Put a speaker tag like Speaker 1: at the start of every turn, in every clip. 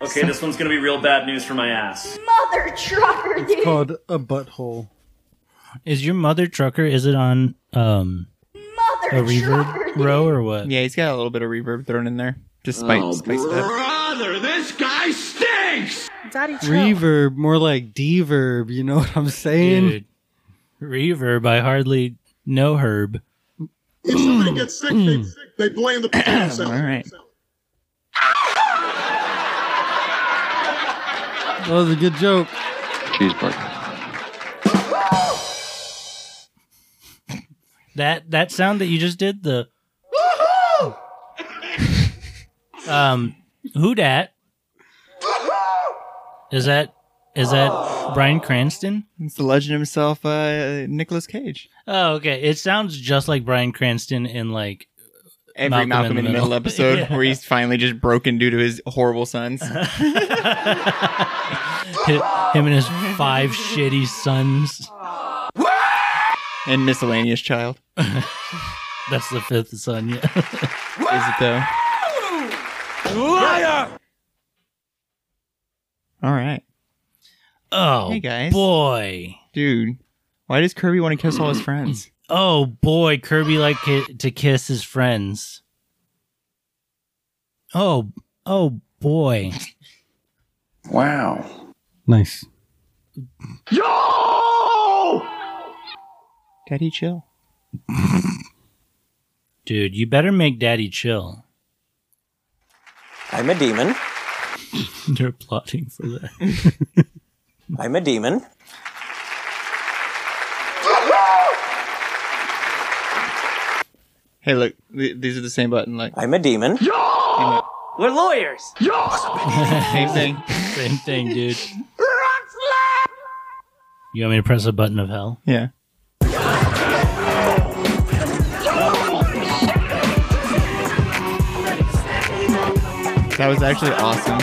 Speaker 1: Okay, this one's gonna be real bad news for my ass.
Speaker 2: Mother trucker, dude.
Speaker 3: called a butthole.
Speaker 4: Is your mother trucker? Is it on um
Speaker 2: Mother
Speaker 4: a reverb
Speaker 2: trucker,
Speaker 4: row or what?
Speaker 5: Yeah, he's got a little bit of reverb thrown in there. Just spice, spice it up.
Speaker 6: Daddy chill.
Speaker 3: Reverb, more like deverb. You know what I'm saying?
Speaker 4: Dude, reverb. I hardly know Herb.
Speaker 7: If somebody gets sick, they, they blame the potato
Speaker 5: All
Speaker 7: salad.
Speaker 5: right.
Speaker 3: That was a good joke.
Speaker 8: Cheeseburger.
Speaker 4: That that sound that you just did the. um, who dat? Is that is that Brian Cranston?
Speaker 5: It's the legend himself, uh, Nicolas Cage.
Speaker 4: Oh, okay. It sounds just like Brian Cranston in like
Speaker 5: Every
Speaker 4: Malcolm
Speaker 5: Malcolm,
Speaker 4: in the
Speaker 5: in the Middle,
Speaker 4: Middle.
Speaker 5: episode
Speaker 4: Yeah.
Speaker 5: where he's finally just broken due to his horrible sons.
Speaker 4: hi- him and his five shitty sons.
Speaker 5: and miscellaneous child.
Speaker 4: That's the fifth son. Yeah.
Speaker 5: Is it though? All right,
Speaker 4: Oh,
Speaker 5: Hey, guys.
Speaker 4: boy.
Speaker 5: dude. Why does Kirby want to kiss all his friends?
Speaker 4: Oh boy, Kirby like ki- to kiss his friends. Oh, oh boy.
Speaker 8: Wow.
Speaker 3: Nice.
Speaker 5: Daddy, chill.
Speaker 4: Dude, you better make daddy chill.
Speaker 9: I'm a demon.
Speaker 4: They're plotting for that.
Speaker 9: I'm a demon.
Speaker 5: Hey, look, th- these are the same button. Like
Speaker 9: I'm a demon.
Speaker 6: We're lawyers.
Speaker 5: same thing.
Speaker 4: Same thing, dude. You want me to press a button of hell?
Speaker 5: Yeah. That was actually awesome.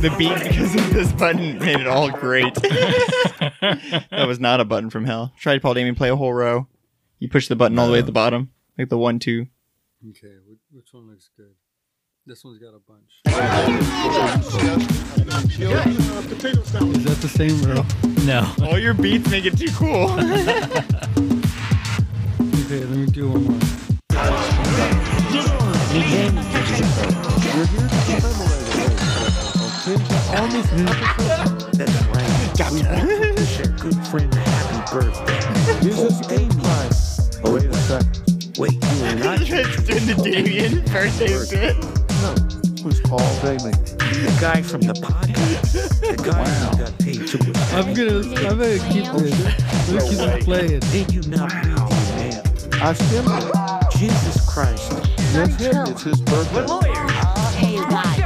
Speaker 5: The beat because of this button made it all great. that was not a button from hell. Try to Paul Damien play a whole row. You push the button all the way at the bottom, like the one two.
Speaker 3: Okay, which one looks good? This one's got a bunch.
Speaker 7: Potato salad.
Speaker 3: Is that the same row?
Speaker 4: No.
Speaker 5: All your beats make it too cool.
Speaker 3: Okay, let me do one more.
Speaker 5: Just doing the Damien birthday bit.
Speaker 3: I'm gonna, I'm gonna keep this. I'm gonna keep it playing.
Speaker 6: We're lawyers.
Speaker 2: Hey, you guys.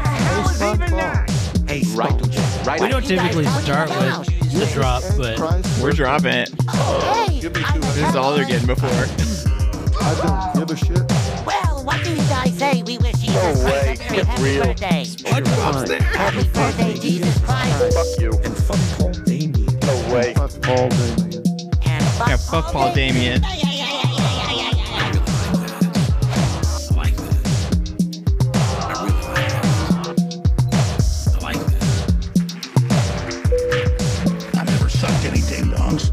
Speaker 4: We don't typically start with the drop, but
Speaker 5: We're dropping it.
Speaker 2: Hey, I'm a
Speaker 5: This is all they're getting before.
Speaker 2: Well, what do you guys say? We wish Jesus Christ a very happy birthday. Happy birthday, Jesus Christ. Fuck you. And fuck
Speaker 5: Yeah,
Speaker 2: Paul
Speaker 5: fuck Paul
Speaker 2: Damien.
Speaker 5: Damien.
Speaker 7: I never sucked any ding dongs,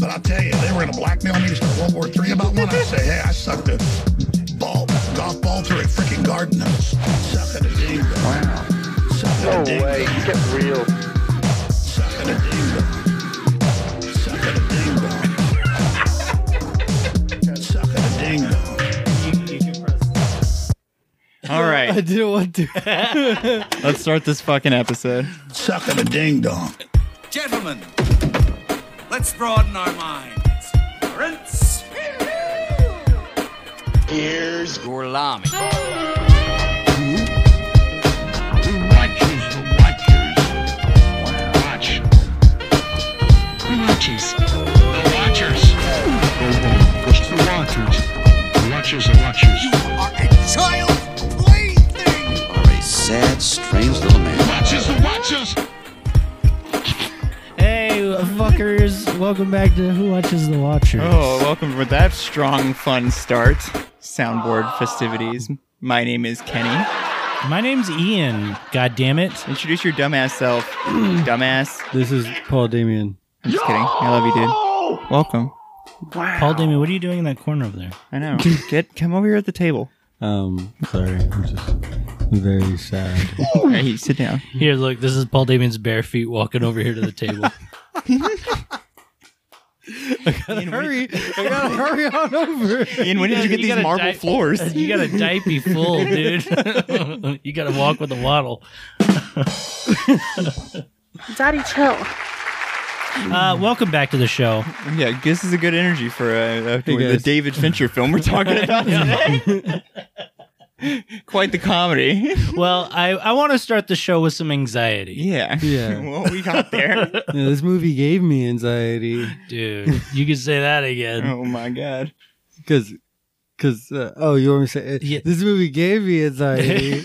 Speaker 7: but I'll tell you, they were gonna blackmail me to start World War III about one. I say, hey, I sucked a ball, golf ball through a freaking garden hose. Sucking a ding dong. Wow. Sucking no a ding way. Dong. Get real. Sucking a ding dong. Sucking a ding dong. Sucking a ding dong.
Speaker 5: All
Speaker 3: I
Speaker 5: right,
Speaker 3: didn't want to.
Speaker 5: let's start this fucking episode.
Speaker 7: Sucking a ding dong.
Speaker 10: Gentlemen, let's broaden our minds. Lawrence. Here's Gorlami. Child plaything!
Speaker 8: Are a sad, strange little man.
Speaker 7: Watches the watches.
Speaker 4: hey, fuckers, welcome back to Who Watches the Watcher.
Speaker 5: Oh, welcome with that strong, fun start. Soundboard festivities. My name is Kenny.
Speaker 4: My name's Ian. God damn it.
Speaker 5: Introduce your dumbass self, dumbass.
Speaker 3: This is Paul Damien.
Speaker 5: I'm just kidding. I love you, dude. Welcome.
Speaker 4: Paul Damien, what are you doing in that corner over there?
Speaker 5: I know. Get come over here at the table.
Speaker 3: Um, sorry, I'm just very sad.
Speaker 5: All right, sit down.
Speaker 4: Here, look, this is Paul Damien's bare feet walking over here to the table.
Speaker 5: Hurry!
Speaker 3: I gotta hurry on over.
Speaker 5: Ian, when did you get these
Speaker 4: gotta
Speaker 5: marble
Speaker 4: di-
Speaker 5: floors?
Speaker 4: You gotta dipe be full, dude. you gotta walk with a waddle.
Speaker 6: Daddy, chill.
Speaker 4: Uh, welcome back to the show.
Speaker 5: Yeah, this is a good energy for uh, uh,
Speaker 3: Hey,
Speaker 5: the
Speaker 3: guys.
Speaker 5: David Fincher film we're talking about today. Quite the comedy.
Speaker 4: Well, I, I want to start the show with some anxiety,
Speaker 5: Yeah.
Speaker 3: Yeah.
Speaker 5: Well, we got there.
Speaker 3: Yeah, this movie gave me anxiety
Speaker 4: dude. You can say that again.
Speaker 5: oh my god.
Speaker 3: because, because uh, oh, you want me to say it?
Speaker 4: Yeah.
Speaker 3: this movie gave me anxiety?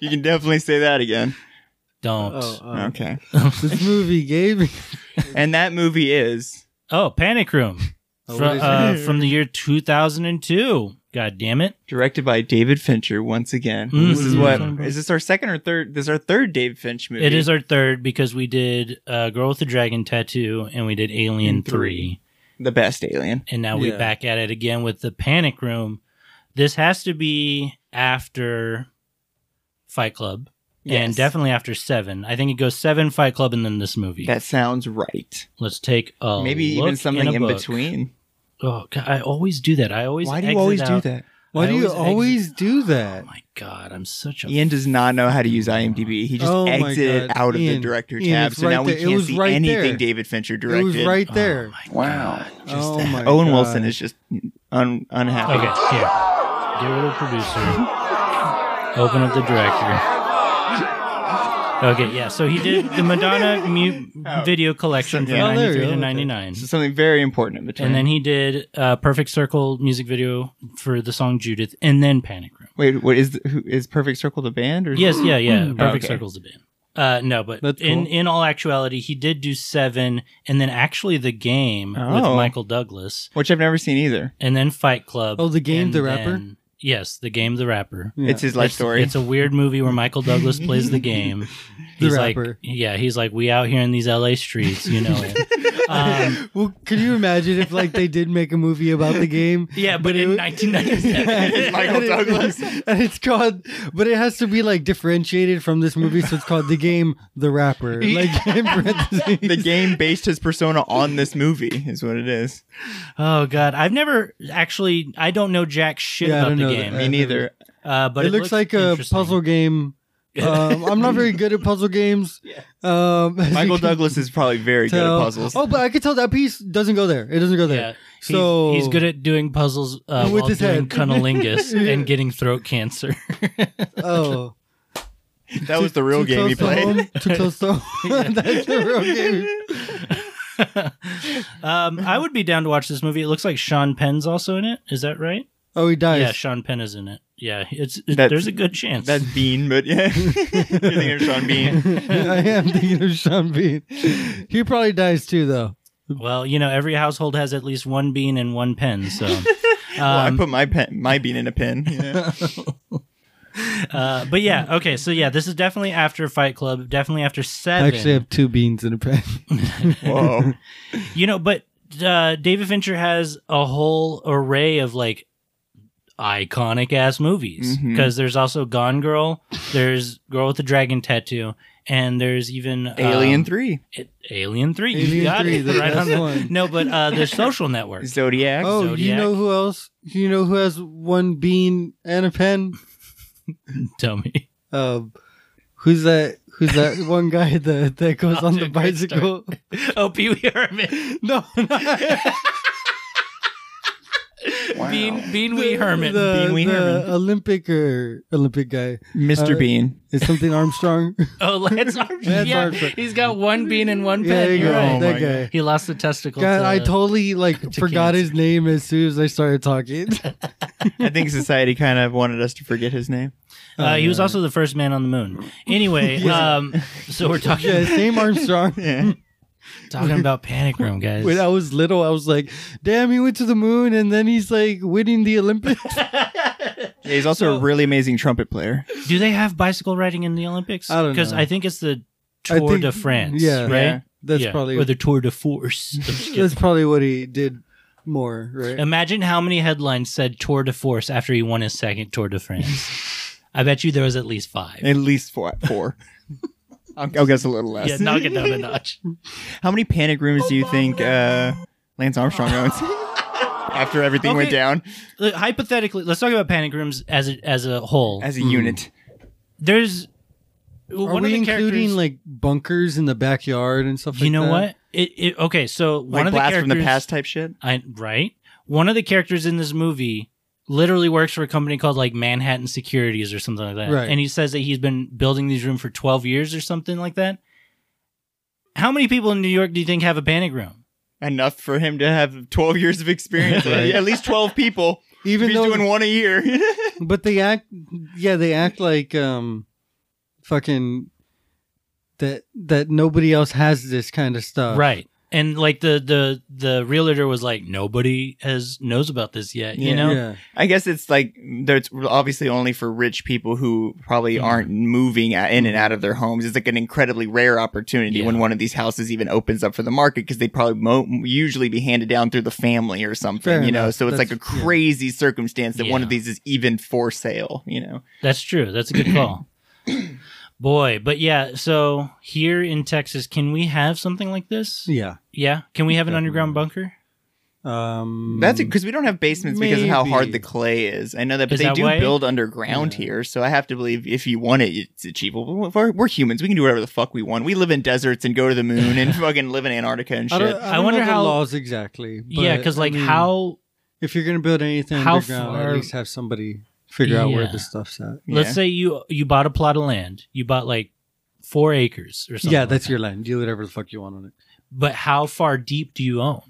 Speaker 5: You can definitely say that again.
Speaker 4: Don't.
Speaker 3: oh,
Speaker 4: Oh,
Speaker 3: um,
Speaker 5: Okay.
Speaker 3: this movie gave me.
Speaker 5: And that movie is
Speaker 4: Panic Room
Speaker 3: Oh, what
Speaker 4: from,
Speaker 3: is
Speaker 4: uh,
Speaker 3: it?
Speaker 4: from the year 2002. God damn it.
Speaker 5: directed by David Fincher once again.
Speaker 3: Mm-hmm.
Speaker 4: Mm.
Speaker 5: This is
Speaker 4: Mhm.
Speaker 5: what is this our second or third? This is our third David Finch movie.
Speaker 4: It is our third because we did uh, Girl with the Dragon Tattoo and we did Alien 3.
Speaker 5: the best Alien.
Speaker 4: And now we're
Speaker 3: Yeah.
Speaker 4: back at it again with the Panic Room. This has to be after Fight Club and
Speaker 5: Yes.
Speaker 4: definitely after Seven. I think it goes Seven, Fight Club, and then this movie.
Speaker 5: That sounds right.
Speaker 4: Let's take a
Speaker 5: Maybe
Speaker 4: look
Speaker 5: even something
Speaker 4: a
Speaker 5: in,
Speaker 4: book.
Speaker 5: between.
Speaker 4: Oh, God, I always do that. I always
Speaker 5: Why do you
Speaker 4: exit
Speaker 5: always
Speaker 4: out-
Speaker 5: do that?
Speaker 3: Why
Speaker 4: I
Speaker 3: do you
Speaker 4: always
Speaker 3: always
Speaker 4: exit-
Speaker 3: do that?
Speaker 4: Oh my God, I'm such a
Speaker 5: Ian does not know how to use IMDb. He just
Speaker 3: Oh my
Speaker 5: exited
Speaker 3: God.
Speaker 5: out of the
Speaker 3: Ian,
Speaker 5: director
Speaker 3: Ian,
Speaker 5: tab,
Speaker 3: it's
Speaker 5: so
Speaker 3: right
Speaker 5: now we
Speaker 3: there. It
Speaker 5: can't
Speaker 3: was
Speaker 5: see
Speaker 3: right
Speaker 5: anything
Speaker 3: there.
Speaker 5: David Fincher
Speaker 3: It
Speaker 5: directed.
Speaker 3: was right
Speaker 4: Oh,
Speaker 3: there.
Speaker 4: my
Speaker 8: Wow.
Speaker 3: Oh my
Speaker 5: Owen
Speaker 3: God.
Speaker 5: Wilson is just un- unhappy.
Speaker 4: Okay, here. Dear little producer, open up the directory. Okay, yeah. So he did the Madonna mu-
Speaker 5: Oh.
Speaker 4: video collection from
Speaker 5: Yeah.
Speaker 3: Oh, there you
Speaker 4: 93
Speaker 3: go,
Speaker 4: to
Speaker 3: okay.
Speaker 4: 99.
Speaker 5: So something very important in between.
Speaker 4: Hmm? And then he did uh, Perfect Circle music video for the song Judith and then Panic Room.
Speaker 5: wait, what is who, is Perfect Circle the band or
Speaker 4: Yes, yeah, yeah. Perfect
Speaker 5: Okay.
Speaker 4: Circle's a band. Uh, no, but
Speaker 3: Hmm. That's
Speaker 4: in,
Speaker 3: cool.
Speaker 4: in all actuality, he did do Seven and then actually The Game with
Speaker 5: Oh.
Speaker 4: Michael Douglas
Speaker 5: Which I've never seen either.
Speaker 4: and then Fight Club.
Speaker 3: Oh, The Game,
Speaker 4: and
Speaker 3: the rapper?
Speaker 4: then- yes, The Game, the rapper.
Speaker 3: Yeah.
Speaker 5: It's his life
Speaker 4: it's,
Speaker 5: story.
Speaker 4: It's a weird movie where Michael Douglas plays the game.
Speaker 3: The
Speaker 4: He's like,
Speaker 3: rapper.
Speaker 4: yeah, he's like, we out here in these LA streets, you know. um,
Speaker 3: Well, could you imagine if like they did make a movie about the game?
Speaker 4: yeah, but in 1997,
Speaker 5: Michael
Speaker 3: And it-
Speaker 5: Douglas.
Speaker 3: and it's called, but it has to be like differentiated from this movie, so it's called the game, the rapper. Like in parentheses.
Speaker 5: the game based his persona on this movie is what it is.
Speaker 4: oh god, I've never actually. I don't know jack shit
Speaker 3: Yeah, I
Speaker 4: about
Speaker 3: don't
Speaker 4: the
Speaker 3: know
Speaker 4: game.
Speaker 3: that.
Speaker 5: Me neither.
Speaker 4: Uh, but
Speaker 3: it, looks, like a
Speaker 4: interesting.
Speaker 3: puzzle game. Um, I'm not very good at puzzle games. Um, as you
Speaker 5: Michael
Speaker 3: can
Speaker 5: Douglas is probably very good
Speaker 3: tell.
Speaker 5: at puzzles.
Speaker 3: Oh, but I could tell that piece doesn't go there. It doesn't go
Speaker 4: Yeah,
Speaker 3: there.
Speaker 4: he's,
Speaker 3: So
Speaker 4: he's good at doing puzzles uh,
Speaker 3: With
Speaker 4: while
Speaker 3: his
Speaker 4: doing
Speaker 3: head.
Speaker 4: cunnilingus
Speaker 3: Yeah.
Speaker 4: and getting throat cancer.
Speaker 3: Oh,
Speaker 5: that was the real
Speaker 3: Too
Speaker 5: game he
Speaker 3: close to
Speaker 5: played.
Speaker 3: home, Too close to home. That's the real game.
Speaker 4: um, I would be down to watch this movie. It looks like Sean Penn's also in it. Is that right?
Speaker 3: Oh, he dies.
Speaker 4: Yeah, Sean Penn is in it. Yeah, it's it,
Speaker 5: That's-
Speaker 4: there's a good chance.
Speaker 5: That's Bean, but yeah, you're thinking of Sean Bean.
Speaker 3: I am thinking of Sean Bean. He probably dies too, though.
Speaker 4: well, you know, every household has at least one bean and one pen. So,
Speaker 5: Well, I
Speaker 4: um,
Speaker 5: put my pen, my bean in a pin. Yeah.
Speaker 4: uh, but yeah, okay, so yeah, this is definitely after Fight Club, definitely after
Speaker 3: I
Speaker 4: Seven.
Speaker 3: actually have two beans in a pen.
Speaker 5: Whoa.
Speaker 4: you know, but uh, David Fincher has a whole array of like iconic ass movies
Speaker 5: Mhm.
Speaker 4: because there's also Gone Girl, there's Girl with the Dragon Tattoo, and there's even um,
Speaker 5: Alien Three,
Speaker 4: it- Alien Three. you
Speaker 3: Alien
Speaker 4: got
Speaker 3: 3,
Speaker 4: it
Speaker 3: the
Speaker 4: right on
Speaker 3: best
Speaker 4: the-
Speaker 3: one.
Speaker 4: No, but uh, the Social Network.
Speaker 5: Zodiac.
Speaker 3: Oh, you
Speaker 4: Zodiac.
Speaker 3: know who else? You know who has one bean and a pen?
Speaker 4: Tell me.
Speaker 3: Um, who's that? Who's that one guy that that goes on the
Speaker 4: Off to a great
Speaker 3: bicycle?
Speaker 4: Oh, Pee Wee Herman.
Speaker 3: No, not
Speaker 4: Bean, Bean Wee Herman.
Speaker 3: the,
Speaker 5: Bean Wee
Speaker 3: the
Speaker 5: Herman.
Speaker 3: Olympic or Olympic guy
Speaker 5: Mr.
Speaker 3: Uh,
Speaker 5: Bean.
Speaker 3: is something Armstrong.
Speaker 4: oh, Lance Armstrong.
Speaker 3: Lance
Speaker 4: yeah,
Speaker 3: Armstrong.
Speaker 4: he's got one bean and one
Speaker 3: Yeah, there
Speaker 4: pen.
Speaker 3: you
Speaker 4: You're
Speaker 3: go.
Speaker 4: right.
Speaker 5: Oh
Speaker 3: that
Speaker 5: my
Speaker 3: guy.
Speaker 4: He lost the testicle.
Speaker 3: God,
Speaker 4: to-
Speaker 3: I totally like
Speaker 4: to
Speaker 3: forgot
Speaker 4: cancer.
Speaker 3: his name as soon as I started talking.
Speaker 5: I think society kind of wanted us to forget his name.
Speaker 4: Uh, he was also the first man on the moon. Anyway, um, so we're talking
Speaker 3: yeah, same Armstrong.
Speaker 5: Yeah.
Speaker 4: talking about Panic Room, guys.
Speaker 3: When I was little, I was like, "Damn, he went to the moon, and then he's like winning the Olympics."
Speaker 5: Yeah, he's also a really amazing trumpet player.
Speaker 4: Do they have bicycle riding in the Olympics?
Speaker 3: I don't
Speaker 4: Because
Speaker 3: know.
Speaker 4: I think it's the
Speaker 3: I
Speaker 4: Tour
Speaker 3: think-
Speaker 4: de France.
Speaker 3: yeah.
Speaker 4: right.
Speaker 5: Yeah.
Speaker 3: That's
Speaker 4: Yeah,
Speaker 3: probably
Speaker 4: or the Tour de Force. I'm just kidding.
Speaker 3: that's probably what he did more, right?
Speaker 4: Imagine how many headlines said Tour de Force after he won his second Tour de France. I bet you there was at least five.
Speaker 5: At least four. four. I'll, I'll guess a little less.
Speaker 4: Yeah, knock it down a notch.
Speaker 5: How many panic rooms do you think uh, Lance Armstrong owns after everything went
Speaker 4: Okay.
Speaker 5: down
Speaker 4: Look, hypothetically, let's talk about panic rooms as a, as a whole.
Speaker 5: as a
Speaker 3: Hmm.
Speaker 5: unit?
Speaker 4: There's
Speaker 3: Are
Speaker 4: one
Speaker 3: we
Speaker 4: of the
Speaker 3: including
Speaker 4: characters.
Speaker 3: like bunkers in the backyard and stuff?
Speaker 4: you
Speaker 3: like
Speaker 4: know
Speaker 3: that?
Speaker 4: what? It, it okay. So one of
Speaker 5: like
Speaker 4: the
Speaker 5: blast
Speaker 4: characters
Speaker 5: from the past type shit.
Speaker 4: I right. One of the characters in this movie literally works for a company called like Manhattan Securities or something like that.
Speaker 3: Right.
Speaker 4: And he says that he's been building these rooms for 12 years or something like that. How many people in New York do you think have a panic room?
Speaker 5: Enough for him to have 12 years of experience.
Speaker 3: Right.
Speaker 5: At least 12 people.
Speaker 3: Even
Speaker 5: If he's
Speaker 3: though,
Speaker 5: doing one a year.
Speaker 3: but they act, yeah, they act like um, fucking that that nobody else has this kind of
Speaker 5: Uh,
Speaker 3: stuff,
Speaker 4: Right. And like the the the realtor was like nobody has knows about this yet, you
Speaker 5: Yeah.
Speaker 4: know?
Speaker 3: Yeah,
Speaker 5: I guess it's like there's obviously only for rich people who
Speaker 3: Mm-hmm.
Speaker 5: probably aren't moving a- in and out of their homes. It's like an incredibly rare opportunity when
Speaker 4: Yeah.
Speaker 5: one of these houses even opens up for the market because they probably mo- usually be handed down through the family or something,
Speaker 3: Fair
Speaker 5: you know.
Speaker 3: enough.
Speaker 5: So it's like a
Speaker 3: That's- yeah.
Speaker 5: crazy circumstance that one of
Speaker 4: Yeah.
Speaker 5: these is even for sale, you know.
Speaker 4: That's true. That's a good call. Boy, but yeah, so here in Texas, can we have something like this?
Speaker 3: yeah.
Speaker 4: Yeah. Can we have an underground bunker?
Speaker 3: Um,
Speaker 5: That's because we don't have basements because of how hard
Speaker 3: Maybe.
Speaker 5: the clay is. I know that, but
Speaker 4: Is
Speaker 5: they
Speaker 4: that
Speaker 5: do
Speaker 4: why?
Speaker 5: build underground here, so I have to believe if you want it, it's achievable. We're, we're humans; we can do whatever the fuck we want. We live in deserts and go to the moon and fucking live in Antarctica and
Speaker 3: I,
Speaker 5: shit.
Speaker 3: don't, I, don't
Speaker 4: wonder
Speaker 3: know the
Speaker 4: how-
Speaker 3: laws exactly. But,
Speaker 4: yeah, because
Speaker 3: I
Speaker 4: like
Speaker 3: mean,
Speaker 4: how
Speaker 3: if you're gonna build anything
Speaker 4: how
Speaker 3: underground,
Speaker 4: far-
Speaker 3: at least have somebody figure out where
Speaker 4: Yeah.
Speaker 3: the stuff's at.
Speaker 5: Yeah.
Speaker 4: let's say you you bought a plot of land, you bought like four acres or something.
Speaker 3: yeah,
Speaker 4: like
Speaker 3: that's
Speaker 4: that.
Speaker 3: your land. Do whatever the fuck you want on it.
Speaker 4: But how far deep do you own?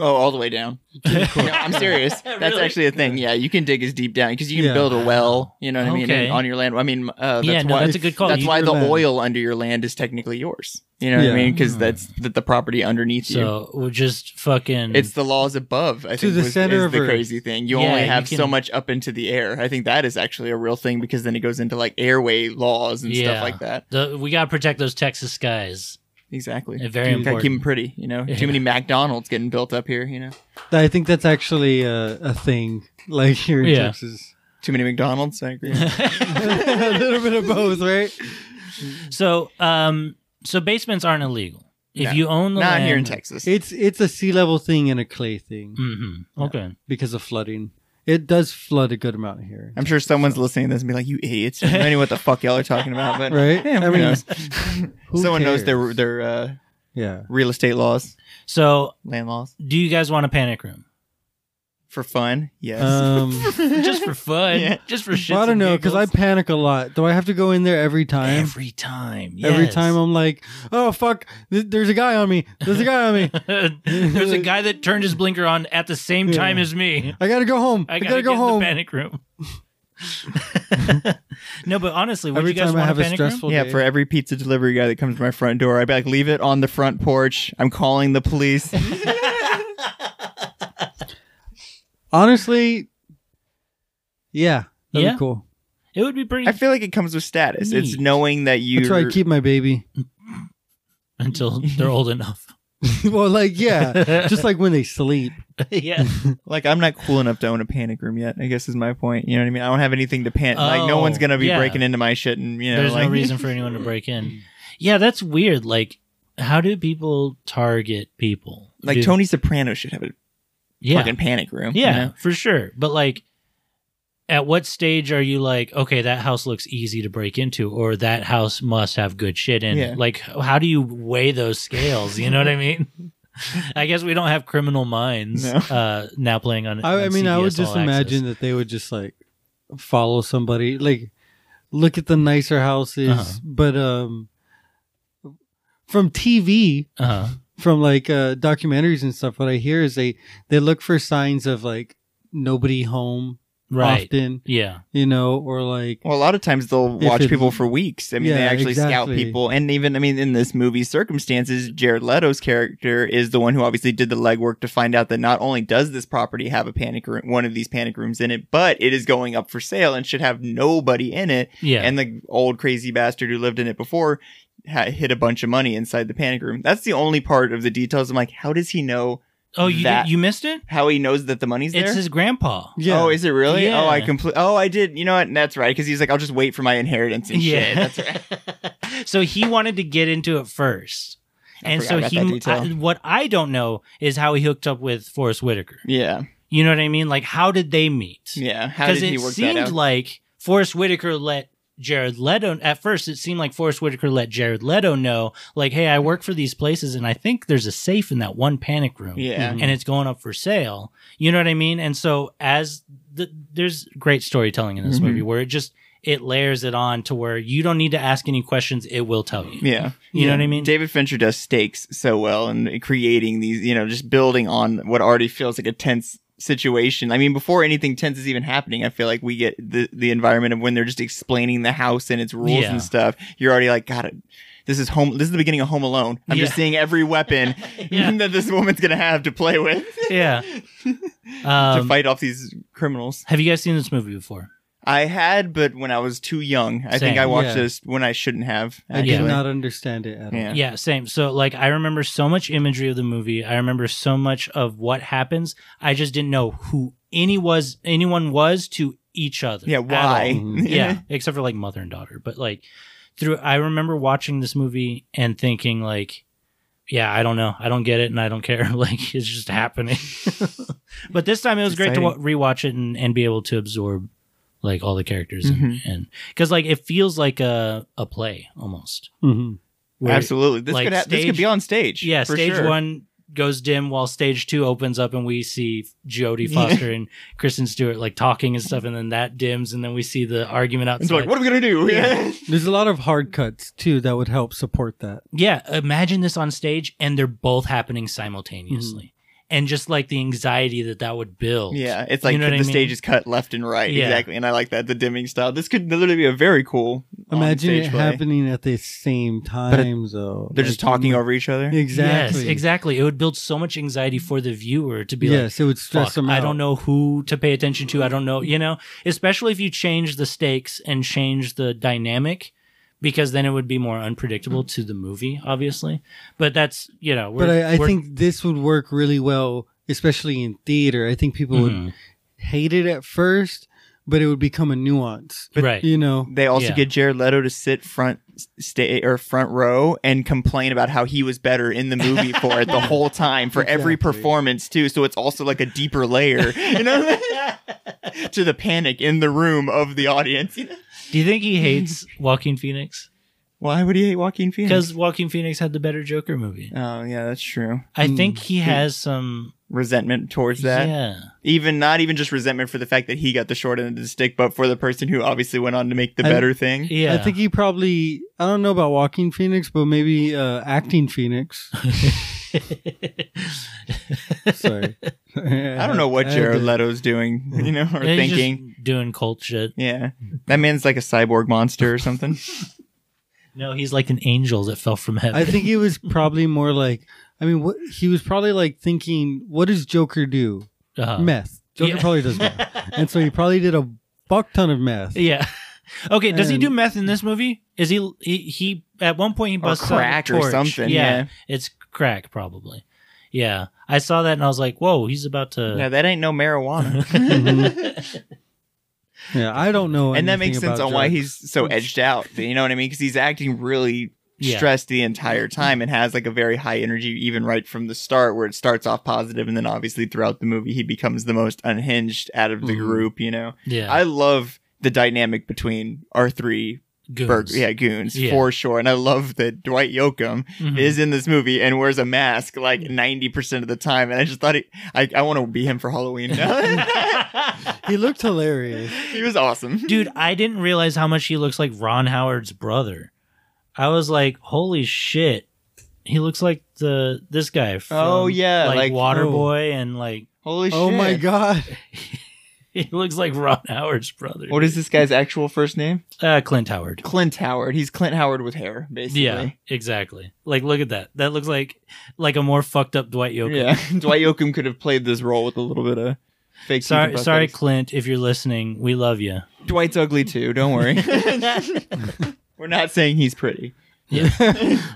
Speaker 5: Oh, all the way down. No, I'm serious. That's actually a thing. Yeah, you can dig as deep down because you can
Speaker 3: Yeah.
Speaker 5: build a well. You know what I mean?
Speaker 4: Okay.
Speaker 5: and on your land. I mean, uh, that's
Speaker 4: yeah, no,
Speaker 5: why.
Speaker 4: that's a good call.
Speaker 5: that's
Speaker 4: You-
Speaker 5: why
Speaker 3: your
Speaker 5: the
Speaker 3: land.
Speaker 5: oil under your land is technically yours. You know what I
Speaker 3: Yeah.
Speaker 5: mean? Because that's the, the property underneath you.
Speaker 4: Hmm. so hmm. we're just fucking.
Speaker 5: It's the laws above. I
Speaker 3: To
Speaker 5: think
Speaker 3: the
Speaker 5: was,
Speaker 3: center
Speaker 5: is
Speaker 3: of
Speaker 5: the
Speaker 3: Earth.
Speaker 5: crazy thing. You
Speaker 4: Yeah,
Speaker 5: only
Speaker 4: you
Speaker 5: have so
Speaker 4: can-
Speaker 5: much up into the air. I think that is actually a real thing because then it goes into like airway laws and
Speaker 4: Yeah.
Speaker 5: stuff like that.
Speaker 4: the, we gotta protect those Texas skies.
Speaker 5: Exactly.
Speaker 4: Uh, very
Speaker 5: You gotta keep them
Speaker 4: important.
Speaker 5: pretty. You know,
Speaker 4: Yeah.
Speaker 5: too many McDonald's getting built up here. You know,
Speaker 3: I think that's actually a, a thing, like here in
Speaker 4: Yeah.
Speaker 3: Texas.
Speaker 5: too many McDonald's. I agree.
Speaker 3: a little bit of both, right?
Speaker 4: So, um, so basements aren't illegal if
Speaker 5: No.
Speaker 4: you own the
Speaker 5: Not
Speaker 4: land.
Speaker 5: here in Texas.
Speaker 3: It's it's a sea level thing and a clay thing
Speaker 4: hmm Okay.
Speaker 3: because of flooding. It does flood a good amount here,
Speaker 5: I'm sure someone's listening to this and be like, "You idiots! I don't know what the fuck y'all are talking about." But
Speaker 3: right?
Speaker 5: Yeah, who knows?
Speaker 3: who
Speaker 5: someone knows
Speaker 3: cares?
Speaker 5: their their uh,
Speaker 3: yeah.
Speaker 5: real estate laws,
Speaker 4: So,
Speaker 5: land laws
Speaker 4: do you guys want a panic room
Speaker 5: for fun. Yes.
Speaker 3: Um,
Speaker 4: just for fun?
Speaker 5: Yeah.
Speaker 4: Just for shits
Speaker 3: well, I don't
Speaker 4: and
Speaker 3: know because I
Speaker 4: giggles?
Speaker 3: panic a lot. Do I have to go in there every time?
Speaker 4: every time.
Speaker 3: Every
Speaker 4: yes.
Speaker 3: time I'm like, oh fuck, th- there's a guy on me. There's a guy on me.
Speaker 4: There's a guy that turned his blinker on at the same time
Speaker 3: Yeah.
Speaker 4: as me.
Speaker 3: I gotta go home.
Speaker 4: I
Speaker 3: I gotta,
Speaker 4: gotta,
Speaker 3: go
Speaker 4: get in
Speaker 3: home.
Speaker 4: the panic room. no, but honestly, would
Speaker 3: Every
Speaker 4: you guys
Speaker 3: time I
Speaker 4: want
Speaker 3: have
Speaker 4: a
Speaker 3: a
Speaker 4: panic
Speaker 3: stressful
Speaker 5: yeah,
Speaker 3: day.
Speaker 5: for e- every pizza delivery guy that comes to my front door, I'd be like, leave it on the front porch. I'm calling the police.
Speaker 3: honestly, yeah, that'd
Speaker 4: Yeah.
Speaker 3: be cool.
Speaker 4: room? It would be pretty
Speaker 5: I feel like it comes with status. It's
Speaker 4: Neat.
Speaker 5: knowing that you
Speaker 3: That's where I keep my baby.
Speaker 4: until they're old enough.
Speaker 3: well, like yeah, just like when they sleep.
Speaker 4: yeah.
Speaker 5: like I'm not cool enough to own a panic room yet, I guess is my point. You know what I mean? I don't have anything to panic. like no
Speaker 4: Oh,
Speaker 5: one's gonna be
Speaker 4: yeah.
Speaker 5: breaking into my shit and you know
Speaker 4: There's
Speaker 5: like
Speaker 4: no reason for anyone to break in. Yeah, that's weird. Like, how do people target people?
Speaker 5: like
Speaker 4: Do-
Speaker 5: Tony Soprano should have a
Speaker 4: yeah.
Speaker 5: fucking panic room. you
Speaker 4: Yeah,
Speaker 5: know?
Speaker 4: for sure. But like, at what stage are you like, okay, that house looks easy to break into, or that house must have good shit in
Speaker 5: Yeah.
Speaker 4: it? Like, how do you weigh those scales? You know what I mean? I guess we don't have criminal minds
Speaker 5: No.
Speaker 4: uh, now playing on.
Speaker 3: I, I
Speaker 4: on
Speaker 3: mean, I would
Speaker 4: CBS
Speaker 3: just
Speaker 4: All Access.
Speaker 3: imagine that they would just like follow somebody, like look at the nicer houses,
Speaker 4: Uh-huh.
Speaker 3: but um, from TV,
Speaker 4: Uh-huh.
Speaker 3: from like uh documentaries and stuff, what I hear is they they look for signs of like nobody home
Speaker 4: Right.
Speaker 3: often.
Speaker 4: Yeah.
Speaker 3: You know, or like
Speaker 5: Well, a lot of times they'll
Speaker 3: If
Speaker 5: watch
Speaker 3: it-
Speaker 5: people for weeks. I mean, they
Speaker 3: Yeah,
Speaker 5: actually scout
Speaker 3: exactly.
Speaker 5: people, and even I mean, in this movie's circumstances, Jared Leto's character is the one who obviously did the legwork to find out that not only does this property have a panic room, one of these panic rooms in it, but it is going up for sale and should have nobody in it.
Speaker 4: Yeah.
Speaker 5: and the old crazy bastard who lived in it before ha- hid a bunch of money inside the panic room. That's the only part of the details. I'm like, how does he know?
Speaker 4: Oh, you
Speaker 5: That-
Speaker 4: did, you missed it?
Speaker 5: How he knows that the money's there?
Speaker 4: It's his grandpa.
Speaker 3: yeah.
Speaker 5: Oh, is it really? Oh, I
Speaker 4: Yeah.
Speaker 5: complete. Oh, I did. You know what? That's right. Because he's like, I'll just wait for my inheritance and shit.
Speaker 4: Yeah.
Speaker 5: That's right.
Speaker 4: so he wanted to get into it first.
Speaker 5: I
Speaker 4: and
Speaker 5: forgot
Speaker 4: so
Speaker 5: about
Speaker 4: he,
Speaker 5: that detail.
Speaker 4: I- what I don't know is how he hooked up with Forrest Whitaker.
Speaker 5: Yeah,
Speaker 4: You know what I mean? Like, how did they meet?
Speaker 5: yeah. How
Speaker 4: Because
Speaker 5: did he
Speaker 4: it
Speaker 5: work
Speaker 4: seemed
Speaker 5: that out?
Speaker 4: like Forrest Whitaker let Jared Leto. At first, it seemed like Forrest Whitaker let Jared Leto know, like, "Hey, I work for these places, and I think there's a safe in that one panic room,
Speaker 5: Yeah.
Speaker 4: and it's going up for sale." You know what I mean? And so, as the, there's great storytelling in this
Speaker 5: Mm-hmm.
Speaker 4: movie where it just it layers it on to where you don't need to ask any questions; it will tell you.
Speaker 5: yeah,
Speaker 4: You know what I mean?
Speaker 5: David Fincher does stakes so well and creating these, you know, just building on what already feels like a tense situation. I mean, before anything tense is even happening, I feel like we get the the environment of when they're just explaining the house and its rules
Speaker 4: Yeah.
Speaker 5: and stuff. You're already like, God, it- this is home. This is the beginning of Home Alone. I'm just
Speaker 4: Yeah.
Speaker 5: seeing every weapon
Speaker 4: Yeah.
Speaker 5: that this woman's gonna have to play with
Speaker 4: yeah.
Speaker 5: to
Speaker 4: Um,
Speaker 5: fight off these criminals.
Speaker 4: have you guys seen this movie before?
Speaker 5: I had, but when I was too young. I think
Speaker 4: Same.
Speaker 5: I watched
Speaker 3: Yeah.
Speaker 5: this when I shouldn't have.
Speaker 3: I
Speaker 5: actually.
Speaker 3: did not understand it at all.
Speaker 5: Yeah.
Speaker 4: Yeah, same. So like I remember so much imagery of the movie. I remember so much of what happens. I just didn't know who any was anyone was to each other.
Speaker 5: Yeah,
Speaker 4: at
Speaker 5: why?
Speaker 4: all.
Speaker 3: Mm-hmm.
Speaker 4: yeah, except for like mother and daughter, but like through I remember watching this movie and thinking like yeah, I don't know. I don't get it and I don't care. Like it's just happening. but this time it was great to wa-
Speaker 5: Exciting.
Speaker 4: rewatch it and, and be able to absorb like all the characters and,
Speaker 5: Mm-hmm.
Speaker 4: and cuz like it feels like a a play almost.
Speaker 3: Mhm.
Speaker 4: Where-
Speaker 5: Absolutely. This
Speaker 4: like,
Speaker 5: could ha- this could
Speaker 4: stage-
Speaker 5: be on stage.
Speaker 4: yeah,
Speaker 5: for
Speaker 4: stage
Speaker 5: sure.
Speaker 4: one goes dim while stage two opens up and we see Jodie
Speaker 5: Yeah.
Speaker 4: Foster and Kristen Stewart like talking and stuff, and then that dims, and then we see the argument
Speaker 5: It's
Speaker 4: outside.
Speaker 5: like, what are we gonna do?
Speaker 4: Yeah.
Speaker 3: There's a lot of hard cuts too that would help support that.
Speaker 4: yeah, imagine this on stage, and they're both happening simultaneously, and just like the anxiety that that would build.
Speaker 5: Mm-hmm. Yeah, it's like
Speaker 4: You know what
Speaker 5: the
Speaker 4: I mean?
Speaker 5: stage is cut left and right.
Speaker 4: Yeah.
Speaker 5: Exactly. And I like that the dimming style. This could literally be a very cool.
Speaker 3: Imagine
Speaker 5: on-stage
Speaker 3: it
Speaker 5: play.
Speaker 3: happening at the same time though.
Speaker 5: They're
Speaker 3: Like,
Speaker 5: just talking
Speaker 3: you-
Speaker 5: over each other.
Speaker 3: Exactly.
Speaker 4: Yes, exactly. It would build so much anxiety for the viewer to be like,
Speaker 3: Yes, it would stress
Speaker 4: Fuck,
Speaker 3: them out.
Speaker 4: I don't know who to pay attention to. I don't know, you know, especially if you change the stakes and change the dynamic because then it would be more unpredictable to the movie, obviously. But that's, you know, we're,
Speaker 3: But I, I
Speaker 4: we're-
Speaker 3: think this would work really well, especially in theater. I think people
Speaker 4: Mhm.
Speaker 3: would
Speaker 5: Mm-hmm.
Speaker 3: hate it at first, but it would become a nuance.
Speaker 4: right.
Speaker 3: You know,
Speaker 5: They also
Speaker 4: Yeah.
Speaker 5: get Jared Leto to sit front stay or front row and complain about how he was better in the movie for it the whole time for every
Speaker 3: Exactly.
Speaker 5: performance too. So it's also like a deeper layer, you know, to the panic in the room of the audience. you know?
Speaker 4: Do you think he hates Joaquin Phoenix?
Speaker 5: Why would he hate Joaquin Phoenix?
Speaker 4: Because Joaquin Phoenix had the better Joker movie.
Speaker 5: oh yeah, that's true.
Speaker 4: I
Speaker 3: Mm.
Speaker 4: think he has some.
Speaker 5: Resentment towards that.
Speaker 4: Yeah.
Speaker 5: Even not even just resentment for the fact that he got the short end of the stick, but for the person who obviously went on to make the
Speaker 3: I-
Speaker 5: better thing.
Speaker 4: Yeah.
Speaker 3: I think he probably I don't know about walking Phoenix, but maybe uh, acting Phoenix. Sorry.
Speaker 5: I don't know what Jared Leto's doing, you know, or
Speaker 4: He's just
Speaker 5: thinking.
Speaker 4: doing cult shit.
Speaker 5: Yeah. That man's like a cyborg monster or something.
Speaker 4: No, he's like an angel that fell from heaven.
Speaker 3: I think he was probably more like I mean what he was probably like thinking, what does Joker do?
Speaker 5: Uh.
Speaker 4: Uh-huh.
Speaker 3: meth. Joker
Speaker 4: Yeah.
Speaker 3: probably does meth. and so he probably did a fuck ton of meth.
Speaker 4: Yeah. Okay, does he
Speaker 3: And-
Speaker 4: do meth in this movie? Is he he, he at one point he
Speaker 5: Or
Speaker 4: busts
Speaker 5: crack
Speaker 4: out a
Speaker 5: or
Speaker 4: torch.
Speaker 5: something, yeah.
Speaker 4: It's crack probably. Yeah. I saw that and I was like, "Whoa, he's about to
Speaker 5: Yeah, that ain't no marijuana.
Speaker 3: Yeah, I don't know.
Speaker 5: and that
Speaker 3: anything
Speaker 5: makes sense
Speaker 3: about
Speaker 5: on why
Speaker 3: drugs.
Speaker 5: he's so edged out. You know what I mean? Because he's acting really
Speaker 4: Yeah.
Speaker 5: stressed the entire time and has like a very high energy even right from the start where it starts off positive and then obviously throughout the movie he becomes the most unhinged out of the group, you know?
Speaker 4: Mm-hmm. Yeah.
Speaker 5: I love the dynamic between our three
Speaker 4: goons.
Speaker 5: Berg, yeah, goons
Speaker 4: Yeah.
Speaker 5: for sure. And I love that Dwight Yoakam
Speaker 4: Mhm.
Speaker 5: is in this movie and wears a mask like ninety percent of the time. And I just thought he, I, I want to be him for Halloween.
Speaker 3: he looked hilarious.
Speaker 5: he was awesome.
Speaker 4: Dude, I didn't realize how much he looks like Ron Howard's brother. I was like, "Holy shit." He looks like the this guy from
Speaker 5: Oh, yeah,
Speaker 4: like,
Speaker 5: like-
Speaker 4: Waterboy and like
Speaker 5: Holy shit!
Speaker 3: Oh my Oh god.
Speaker 4: he looks like Ron Howard's brother.
Speaker 5: What is this guy's actual first name?
Speaker 4: Uh, Clint Howard.
Speaker 5: Clint Howard. He's Clint Howard with hair, basically.
Speaker 4: Yeah, exactly. Like, look at that. That looks like like a more fucked up Dwight Yoakam.
Speaker 5: Yeah. Dwight Yoakam could have played this role with a little bit of fake. teeth
Speaker 4: Sorry,
Speaker 5: and
Speaker 4: sorry,
Speaker 5: prosthetics.
Speaker 4: Clint. If you're listening, we love you.
Speaker 5: Dwight's ugly too. Don't worry. We're not saying he's pretty.
Speaker 3: We're